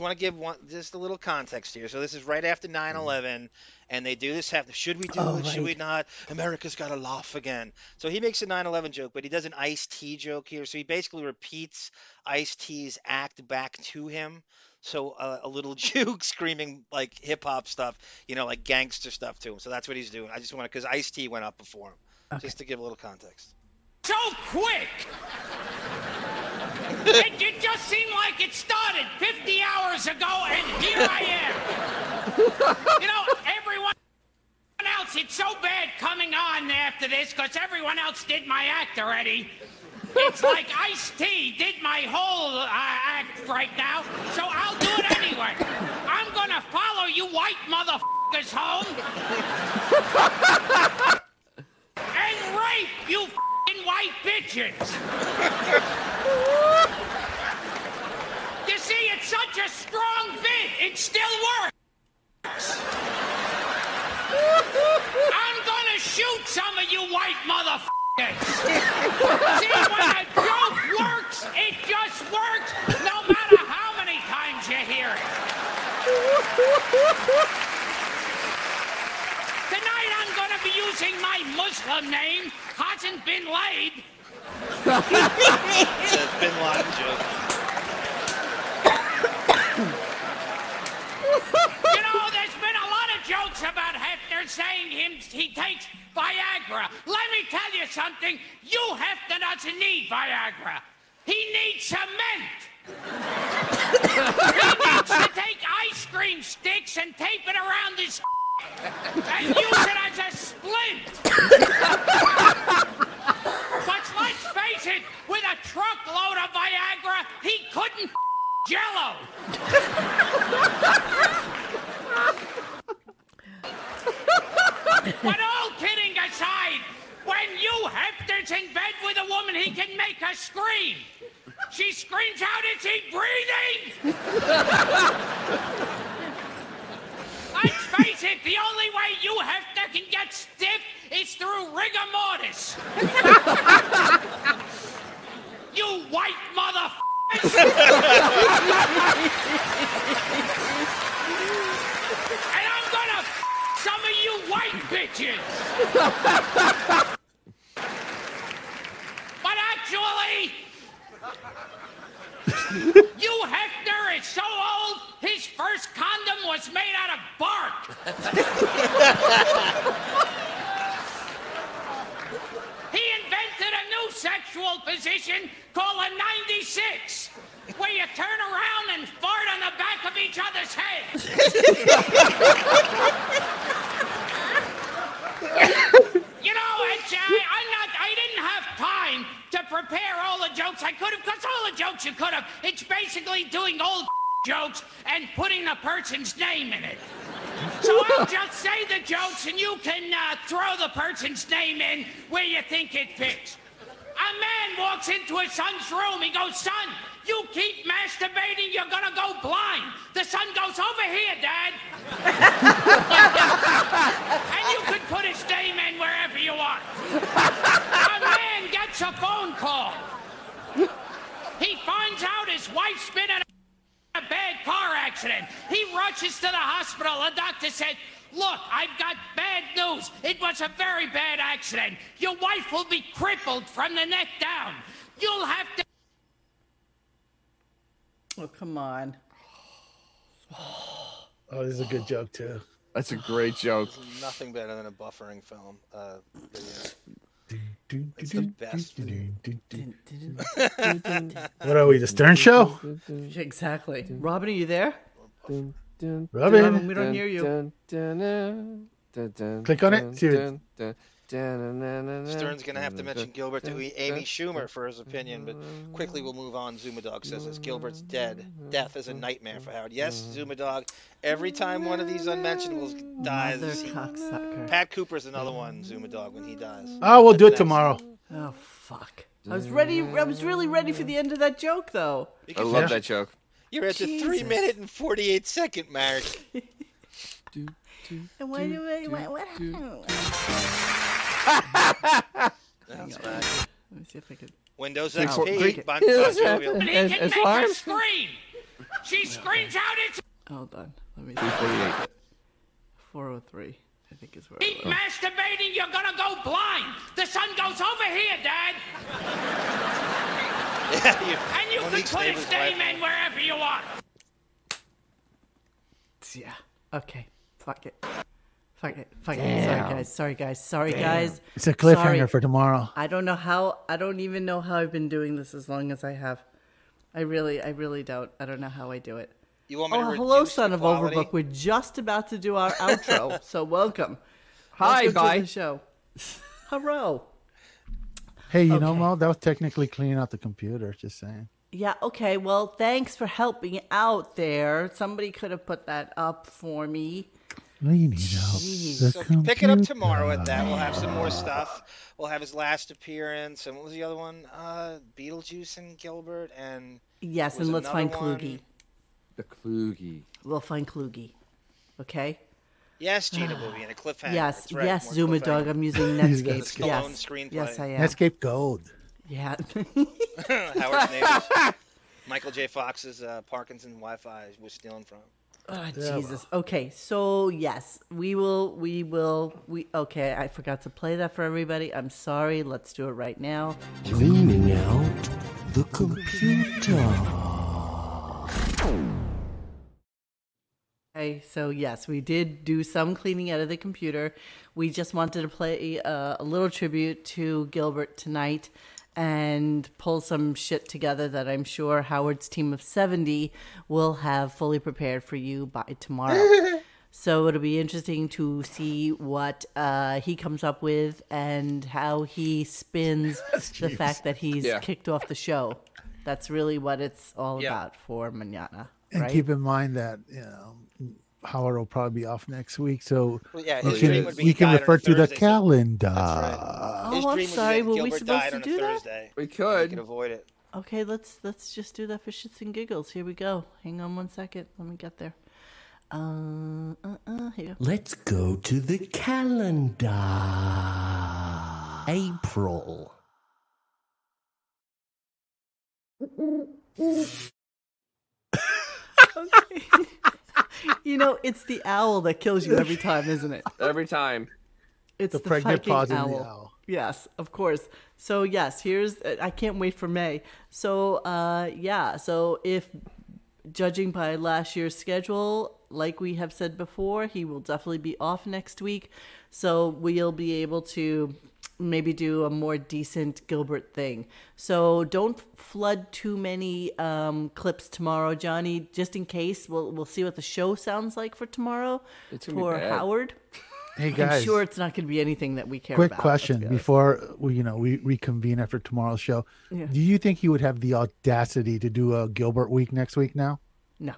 [SPEAKER 3] want to give one just a little context here. So this is right after 9/11, and they do this. Have should we do
[SPEAKER 20] Mm-hmm. Oh,
[SPEAKER 3] it? Should we
[SPEAKER 20] right.
[SPEAKER 3] not? America's got to laugh again. So he makes a 9/11 joke, but he does an Ice T joke here. So he basically repeats Ice T's act back to him. So uh, a little (laughs) Jew screaming like hip hop stuff, you know, like gangster stuff to him. So that's what he's doing. I just want to because Ice T went up before him, just to give a little context.
[SPEAKER 6] so quick. it, it just seemed like it started 50 hours ago, and here I am. you know, everyone else, it's so bad coming on after this because everyone else did my act already. It's like Ice T did my whole uh, act right now, so I'll do it anyway. I'm gonna follow you white motherfuckers home and rape you fing white bitches. you see, it's such a strong bit, it still works. I'm gonna shoot some of you white motherfuckers. see, when a joke works, it just works, no matter how many times you hear it. Tonight I'm gonna be using my Muslim name, Hasn't Bin Laden. (laughs)
[SPEAKER 3] It's a Bin Laden joke.
[SPEAKER 6] you know, there's been a lot of jokes about Hefner saying him he takes Viagra. Let me tell you something. You Hefner doesn't need Viagra. He needs cement. he needs to take ice cream sticks and tape it around his (laughs) and use it as a splint. but let's face it, with a truckload of Viagra, he couldn't (laughs) jello. but all kidding aside, when you Hefter's in bed with a woman, he can make her scream. She screams out, is he breathing? Let's face it, the only way you Hefter can get stiff is through rigor mortis. you white motherfuckers! And I'm gonna f- some of you white bitches. but actually, you Hefner is so old, his first condom was made out of bark. he invented a new sexual position called a 96, where you turn around and fart on the back of each other's head. You know, it's, I, I'm not. I didn't have time to prepare all the (laughs) jokes I could have, because all the jokes you could have. It's basically doing old jokes and putting a person's name in it. So I'll just say the jokes and you can uh, throw the person's name in where you think it fits. A man walks into his son's room. He goes, Son, you keep masturbating, you're gonna go blind. The son goes, Over here, Dad. (laughs) and you can put his name in wherever you want. A man gets a phone call. He finds out his wife's been in a bad car accident. He rushes to the hospital. The doctor said, Look, I've got bad news. It was a very bad accident. Your wife will be crippled from the neck down. You'll have to
[SPEAKER 2] Oh,
[SPEAKER 3] (laughs)
[SPEAKER 2] come on. (laughs)
[SPEAKER 8] Oh, this is a good joke too.
[SPEAKER 5] That's a great joke.
[SPEAKER 3] Nothing better than a buffering film. Uh, video.
[SPEAKER 20] (laughs)
[SPEAKER 8] It's
[SPEAKER 3] the best.
[SPEAKER 8] What are we, the Stern Show?
[SPEAKER 2] Exactly. Robin, are you there?
[SPEAKER 8] Robin.
[SPEAKER 2] we don't hear you.
[SPEAKER 8] Click on it, see it.
[SPEAKER 3] Stern's going to have to mention Gilbert to E- Amy Schumer for his opinion, but quickly we'll move on. Zuma Dog says this Gilbert's dead. Death is a nightmare for Howard. Yes, Zuma Dog. Every time one of these unmentionables dies, he- Pat Cooper's another one, Zuma Dog, when he dies.
[SPEAKER 8] Oh, we'll do it tomorrow.
[SPEAKER 2] Oh fuck! I was ready. I was really ready for the end of that joke, though.
[SPEAKER 5] I love that joke.
[SPEAKER 3] You're at the 3
[SPEAKER 2] Jesus.
[SPEAKER 3] minute and 48 second mark.
[SPEAKER 8] (laughs)
[SPEAKER 2] And why do I? Why,
[SPEAKER 3] (laughs)
[SPEAKER 2] what happened?
[SPEAKER 3] That's
[SPEAKER 2] Hang
[SPEAKER 3] bad.
[SPEAKER 2] Let me see if I can.
[SPEAKER 3] Windows
[SPEAKER 2] Click for- (laughs)
[SPEAKER 3] XP.
[SPEAKER 2] click-
[SPEAKER 3] Bon-
[SPEAKER 2] Yeah,
[SPEAKER 3] Bon
[SPEAKER 2] that's right.
[SPEAKER 3] Jovial.
[SPEAKER 6] But he
[SPEAKER 2] As-
[SPEAKER 6] can
[SPEAKER 2] as
[SPEAKER 6] make
[SPEAKER 2] far
[SPEAKER 6] her
[SPEAKER 2] as-
[SPEAKER 6] scream. She screams out, it's
[SPEAKER 2] Hold on. Let me.
[SPEAKER 5] 348.
[SPEAKER 2] Four oh three. I think is where.
[SPEAKER 6] keep
[SPEAKER 3] (laughs)
[SPEAKER 6] masturbating, you're gonna go blind. The son goes over here, Dad. and you can
[SPEAKER 3] Monique's
[SPEAKER 6] put
[SPEAKER 3] neighbor's
[SPEAKER 6] his name
[SPEAKER 3] wife.
[SPEAKER 6] in wherever you want.
[SPEAKER 2] Yeah. Okay. Fuck it. Fuck it. Fuck it.
[SPEAKER 8] Damn.
[SPEAKER 2] Sorry guys. Sorry guys. Sorry
[SPEAKER 8] Damn.
[SPEAKER 2] guys.
[SPEAKER 8] It's a
[SPEAKER 2] Sorry.
[SPEAKER 8] cliffhanger for tomorrow.
[SPEAKER 2] I don't know how. I don't even know how I've been doing this as long as I have. I really, I really don't. I don't know how I do it.
[SPEAKER 3] You want me
[SPEAKER 2] oh,
[SPEAKER 3] to
[SPEAKER 2] hello,
[SPEAKER 3] reduce the
[SPEAKER 2] son of
[SPEAKER 3] quality?
[SPEAKER 2] Overbook. We're just about to do our
[SPEAKER 3] (laughs)
[SPEAKER 2] outro, so welcome.
[SPEAKER 5] Hi,
[SPEAKER 2] welcome
[SPEAKER 5] bye.
[SPEAKER 2] To the show. Hello.
[SPEAKER 8] Hey, you know, Mo, that was technically cleaning out the computer. Just saying.
[SPEAKER 2] Yeah, okay. Well, thanks for helping out there. Somebody could have put that up for me.
[SPEAKER 8] Cleaning out the
[SPEAKER 3] So
[SPEAKER 8] computer.
[SPEAKER 3] pick it up tomorrow at that. We'll have some more stuff. We'll have his last appearance, and what was the other one? Uh, Beetlejuice and Gilbert, and
[SPEAKER 2] Yes,
[SPEAKER 3] was
[SPEAKER 2] and let's
[SPEAKER 3] another
[SPEAKER 2] find
[SPEAKER 3] one.
[SPEAKER 2] Kluge.
[SPEAKER 5] The Kluge.
[SPEAKER 2] We'll find Kluge. Okay?
[SPEAKER 3] Yes, Gina will be
[SPEAKER 2] (sighs)
[SPEAKER 3] in a cliffhanger.
[SPEAKER 2] Yes,
[SPEAKER 3] That's right,
[SPEAKER 2] yes,
[SPEAKER 3] more
[SPEAKER 2] Zuma
[SPEAKER 3] cliffhanger.
[SPEAKER 2] Dog. I'm using
[SPEAKER 8] He's got
[SPEAKER 2] Netscape.
[SPEAKER 8] the
[SPEAKER 2] Yes.
[SPEAKER 3] Stallone
[SPEAKER 2] yes, I
[SPEAKER 3] screenplay.
[SPEAKER 2] am.
[SPEAKER 8] Netscape
[SPEAKER 2] (laughs)
[SPEAKER 8] Gold.
[SPEAKER 2] Yeah.
[SPEAKER 8] Ah,
[SPEAKER 3] (laughs) Howard's neighbors. Michael J. Fox's uh, Parkinson Wi-Fi was stealing from.
[SPEAKER 2] Oh,
[SPEAKER 3] Yeah,
[SPEAKER 2] Jesus. Okay, so yes, we will. We will. We okay. I forgot to play that for everybody. I'm sorry. Let's do it right now.
[SPEAKER 11] Cleaning out the computer.
[SPEAKER 2] Okay, so yes, we did do some cleaning out of the computer. We just wanted to play uh, a, a little tribute to Gilbert tonight and pull some shit together that I'm sure Howard's team of 70 will have fully prepared for you by tomorrow. so it'll be interesting to see what uh, he comes up with and how he spins the
[SPEAKER 6] Jeez.
[SPEAKER 2] fact that he's
[SPEAKER 6] Yeah.
[SPEAKER 2] kicked off the show. That's really what it's all about for Manana.
[SPEAKER 8] And
[SPEAKER 2] right?
[SPEAKER 8] keep in mind that you know Howard will probably be off next week, so
[SPEAKER 3] Well, yeah,
[SPEAKER 8] you
[SPEAKER 3] his
[SPEAKER 8] can,
[SPEAKER 3] dream would be
[SPEAKER 8] we
[SPEAKER 3] he
[SPEAKER 8] can
[SPEAKER 3] died on
[SPEAKER 8] refer to the
[SPEAKER 3] Thursday, so-
[SPEAKER 8] calendar.
[SPEAKER 2] Oh, I'm sorry. Were we supposed to do that?
[SPEAKER 5] Uh, We could.
[SPEAKER 3] We could avoid it.
[SPEAKER 2] Okay, let's let's just do that for shits and giggles. Here we go. Hang on one second. Let me get there. Uh, uh, uh
[SPEAKER 13] (laughs)
[SPEAKER 2] here.
[SPEAKER 11] Let's go to the calendar. April.
[SPEAKER 2] (laughs) you know, it's the owl that kills you every time, isn't
[SPEAKER 5] (laughs)
[SPEAKER 2] it?
[SPEAKER 5] Every time.
[SPEAKER 2] It's the,
[SPEAKER 5] The pregnant
[SPEAKER 2] fucking
[SPEAKER 5] pause in the
[SPEAKER 2] owl.
[SPEAKER 5] owl.
[SPEAKER 2] Yes, of course. So yes, here's I can't wait for May. So uh yeah, so if judging by last year's schedule, like we have said before, he will definitely be off next week. So we'll be able to maybe do a more decent Gilbert thing. So don't flood too many um, clips tomorrow, Johnny. Just in case, we'll we'll see what the show sounds like for tomorrow
[SPEAKER 5] it's
[SPEAKER 8] gonna be
[SPEAKER 2] for
[SPEAKER 8] bad.
[SPEAKER 2] Howard.
[SPEAKER 8] Hey,
[SPEAKER 2] I'm
[SPEAKER 8] guys.
[SPEAKER 2] sure it's not going to be anything that we care
[SPEAKER 8] Quick
[SPEAKER 2] about.
[SPEAKER 8] question before we, you know we reconvene after tomorrow's show.
[SPEAKER 2] Yeah.
[SPEAKER 8] Do you think he would have the audacity to do a Gilbert week next week? Now,
[SPEAKER 2] No.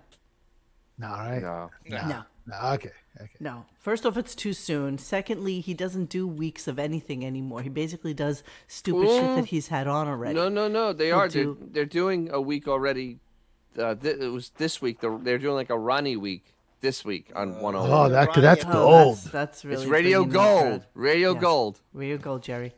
[SPEAKER 8] No, right? No.
[SPEAKER 2] No. No.
[SPEAKER 8] Okay. Okay.
[SPEAKER 2] No. First off, it's too soon. Secondly, he doesn't do weeks of anything anymore. He basically does stupid shit
[SPEAKER 5] Well,
[SPEAKER 2] that he's had on already.
[SPEAKER 5] No, no, no. They
[SPEAKER 2] He'll
[SPEAKER 5] are.
[SPEAKER 2] do-
[SPEAKER 5] They're, they're doing a week already. Uh, th- it was this week. They're, they're doing like a Ronnie week this week on 101.
[SPEAKER 8] Oh, that- that's Oh, gold. that's-
[SPEAKER 2] that's really
[SPEAKER 5] It's radio
[SPEAKER 2] bringing that
[SPEAKER 5] gold.
[SPEAKER 2] crowd.
[SPEAKER 5] Radio
[SPEAKER 2] Yeah.
[SPEAKER 5] gold.
[SPEAKER 2] Radio gold, Jerry.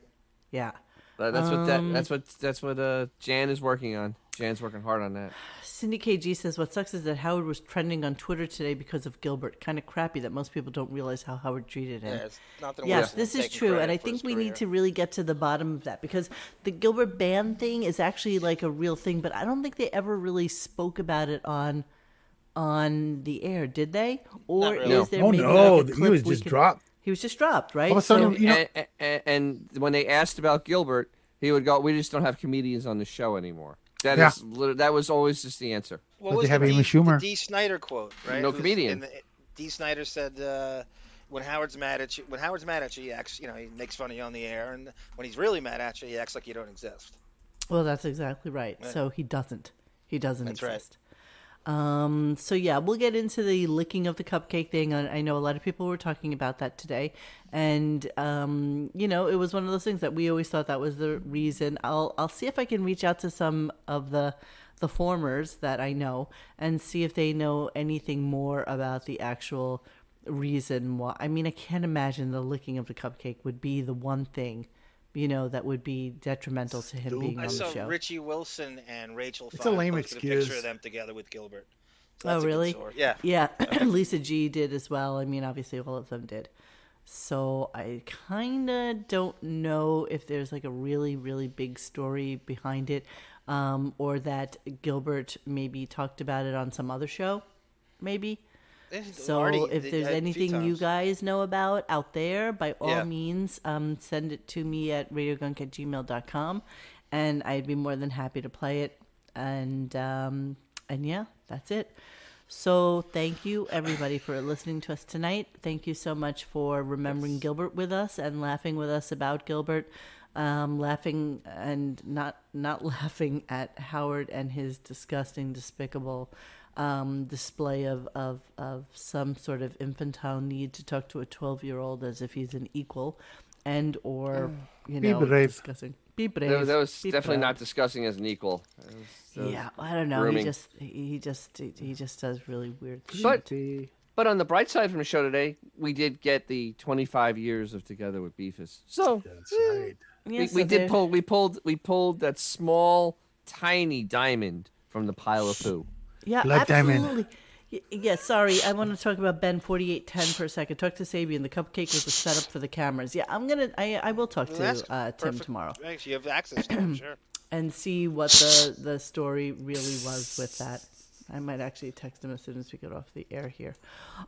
[SPEAKER 2] Yeah.
[SPEAKER 5] Uh, that's what that.
[SPEAKER 2] Um,
[SPEAKER 5] That's what. That's what. Uh, Jan is working on. Jan's working hard on that.
[SPEAKER 2] Cindy KG says, What sucks is that Howard was trending on Twitter today because of Gilbert. Kind of crappy that most people don't realize how Howard treated him.
[SPEAKER 3] Yeah, it's not that
[SPEAKER 2] yes,
[SPEAKER 3] Wilson
[SPEAKER 2] this is
[SPEAKER 3] taking
[SPEAKER 2] true. And
[SPEAKER 3] credit
[SPEAKER 2] I
[SPEAKER 3] for
[SPEAKER 2] think
[SPEAKER 3] his
[SPEAKER 2] we
[SPEAKER 3] career.
[SPEAKER 2] need to really get to the bottom of that because the Gilbert ban thing is actually like a real thing, but I don't think they ever really spoke about it on on the air, did they? Or
[SPEAKER 5] really.
[SPEAKER 2] is there
[SPEAKER 5] No. Oh,
[SPEAKER 2] maybe
[SPEAKER 5] no,
[SPEAKER 2] like a
[SPEAKER 5] he
[SPEAKER 2] clip
[SPEAKER 5] was
[SPEAKER 2] we
[SPEAKER 5] just
[SPEAKER 2] could-
[SPEAKER 5] dropped.
[SPEAKER 2] He was just dropped, right? So-
[SPEAKER 5] and, and- and when they asked about Gilbert, he would go, "We just don't have comedians on the show anymore." That
[SPEAKER 8] Yeah.
[SPEAKER 5] is lit that was always just the answer.
[SPEAKER 3] What
[SPEAKER 8] But
[SPEAKER 3] was
[SPEAKER 8] they have
[SPEAKER 3] the
[SPEAKER 8] Amy
[SPEAKER 3] D,
[SPEAKER 8] Schumer.
[SPEAKER 3] The D. Snyder quote, right?
[SPEAKER 5] No
[SPEAKER 3] It was
[SPEAKER 5] comedian.
[SPEAKER 3] in the- D. Snyder said, uh, "When Howard's mad at you, when Howard's mad at you, he acts. You know, he makes fun of you on the air, and when he's really mad at you, he acts like you don't exist."
[SPEAKER 2] Well, that's exactly right.
[SPEAKER 3] Yeah.
[SPEAKER 2] So he doesn't. He doesn't
[SPEAKER 3] That's right.
[SPEAKER 2] exist. Um, so yeah, we'll get into the licking of the cupcake thing. I I know a lot of people were talking about that today, and um, you know, it was one of those things that we always thought that was the reason. I'll I'll see if I can reach out to some of the the formers that I know and see if they know anything more about the actual reason why. I mean, I can't imagine the licking of the cupcake would be the one thing, you know, that would be detrimental to him being
[SPEAKER 3] I
[SPEAKER 2] on the
[SPEAKER 3] saw
[SPEAKER 2] show.
[SPEAKER 3] Richie Wilson and Rachel.
[SPEAKER 2] It's a
[SPEAKER 3] Fine
[SPEAKER 2] lame
[SPEAKER 3] posted A picture
[SPEAKER 2] excuse.
[SPEAKER 3] of them together with Gilbert. So
[SPEAKER 2] Oh,
[SPEAKER 3] that's a good
[SPEAKER 2] really?
[SPEAKER 3] source. Yeah.
[SPEAKER 2] Yeah. (clears throat) Lisa G did as well. I mean, obviously, all of them did. So I kind of don't know if there's like a really, really big story behind it um, or that Gilbert maybe talked about it on some other show, maybe.
[SPEAKER 3] They've
[SPEAKER 2] So
[SPEAKER 3] already-
[SPEAKER 2] if
[SPEAKER 3] they-
[SPEAKER 2] there's
[SPEAKER 3] a few
[SPEAKER 2] anything you
[SPEAKER 3] times.
[SPEAKER 2] guys know about out there, by all
[SPEAKER 3] Yeah.
[SPEAKER 2] means, um, send it to me at radiogunk at gmail.com and I'd be more than happy to play it. And um, and yeah, that's it. So thank you everybody for listening to us tonight. Thank you so much for remembering Gilbert with us and laughing with us about Gilbert, um, laughing and not not (laughs) laughing at Howard and his disgusting, despicable um, display of, of of some sort of infantile need to talk to a twelve year old as if he's an equal, and or you
[SPEAKER 8] Be
[SPEAKER 2] know
[SPEAKER 8] brave.
[SPEAKER 2] discussing. Be
[SPEAKER 5] Mm. That-
[SPEAKER 2] brave.
[SPEAKER 5] That, was
[SPEAKER 2] Be
[SPEAKER 5] definitely
[SPEAKER 2] brave.
[SPEAKER 5] not discussing as an equal. That was- that was
[SPEAKER 2] Yeah, I don't know. He
[SPEAKER 5] grooming.
[SPEAKER 2] just he he just he he just does really weird. shit.
[SPEAKER 5] But but on the bright side from the show today, we did get the 25 years of Together with Beefus. So we,
[SPEAKER 2] Yeah, so
[SPEAKER 5] we
[SPEAKER 2] there-
[SPEAKER 5] did pull we pulled we pulled that small tiny diamond from the pile of poo.
[SPEAKER 2] Yeah, absolutely. Y- Yeah, sorry. I want to talk about Ben forty eight ten for a second. Talk to Sabian. The cupcake was a setup for the cameras. Yeah, I'm gonna. I I will talk
[SPEAKER 3] Well,
[SPEAKER 2] to
[SPEAKER 3] that's
[SPEAKER 2] uh, Tim
[SPEAKER 3] perfect.
[SPEAKER 2] tomorrow
[SPEAKER 3] Thanks. You have access to
[SPEAKER 2] (clears throat)
[SPEAKER 3] him, sure.
[SPEAKER 2] and see what the the story really was with that. I might actually text him as soon as we get off the air here.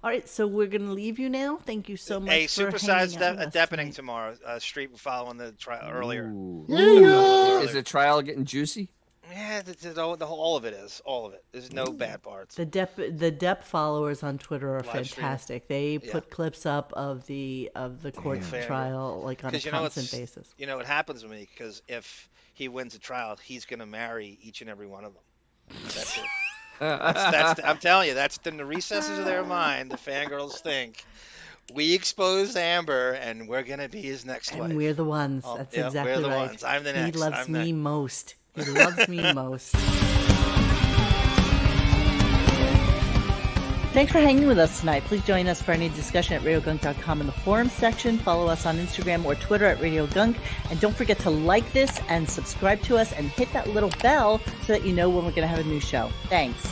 [SPEAKER 2] All right, so we're gonna leave you now. Thank you so much.
[SPEAKER 3] Hey,
[SPEAKER 2] for
[SPEAKER 3] supersized
[SPEAKER 2] hanging out
[SPEAKER 3] de-
[SPEAKER 2] with
[SPEAKER 3] a
[SPEAKER 2] us
[SPEAKER 3] deepening tomorrow. Uh, street following the trial earlier.
[SPEAKER 5] Is the trial getting juicy?
[SPEAKER 3] Yeah, the, the, the, whole- all of it is. All of it. There's no bad parts.
[SPEAKER 2] The dep the dep followers on Twitter are
[SPEAKER 3] Live streaming.
[SPEAKER 2] fantastic. They
[SPEAKER 3] Yeah.
[SPEAKER 2] put clips up of the of the court
[SPEAKER 3] Fair.
[SPEAKER 2] trial like on a
[SPEAKER 3] 'Cause you know
[SPEAKER 2] constant
[SPEAKER 3] it's-
[SPEAKER 2] basis.
[SPEAKER 3] You know what happens with me? Because if he wins a trial, he's going to marry each and every one of them. That's it. That's, that's the- I'm telling you, that's in the recesses of their mind. The fangirls think we exposed Amber, and we're going to be his next wife.
[SPEAKER 2] And we're the ones.
[SPEAKER 3] Oh,
[SPEAKER 2] That's
[SPEAKER 3] yeah, we're
[SPEAKER 2] exactly
[SPEAKER 3] the
[SPEAKER 2] right.
[SPEAKER 3] ones. I'm the
[SPEAKER 2] He
[SPEAKER 3] next.
[SPEAKER 2] loves
[SPEAKER 3] I'm
[SPEAKER 2] me
[SPEAKER 3] next.
[SPEAKER 2] most.
[SPEAKER 3] (laughs)
[SPEAKER 2] He loves me most. Thanks for hanging with us tonight. Please join us for any discussion at RadioGunk.com in the forum section. Follow us on Instagram or Twitter at Radio Gunk. And don't forget to like this and subscribe to us and hit that little bell so that you know when we're going to have a new show. Thanks.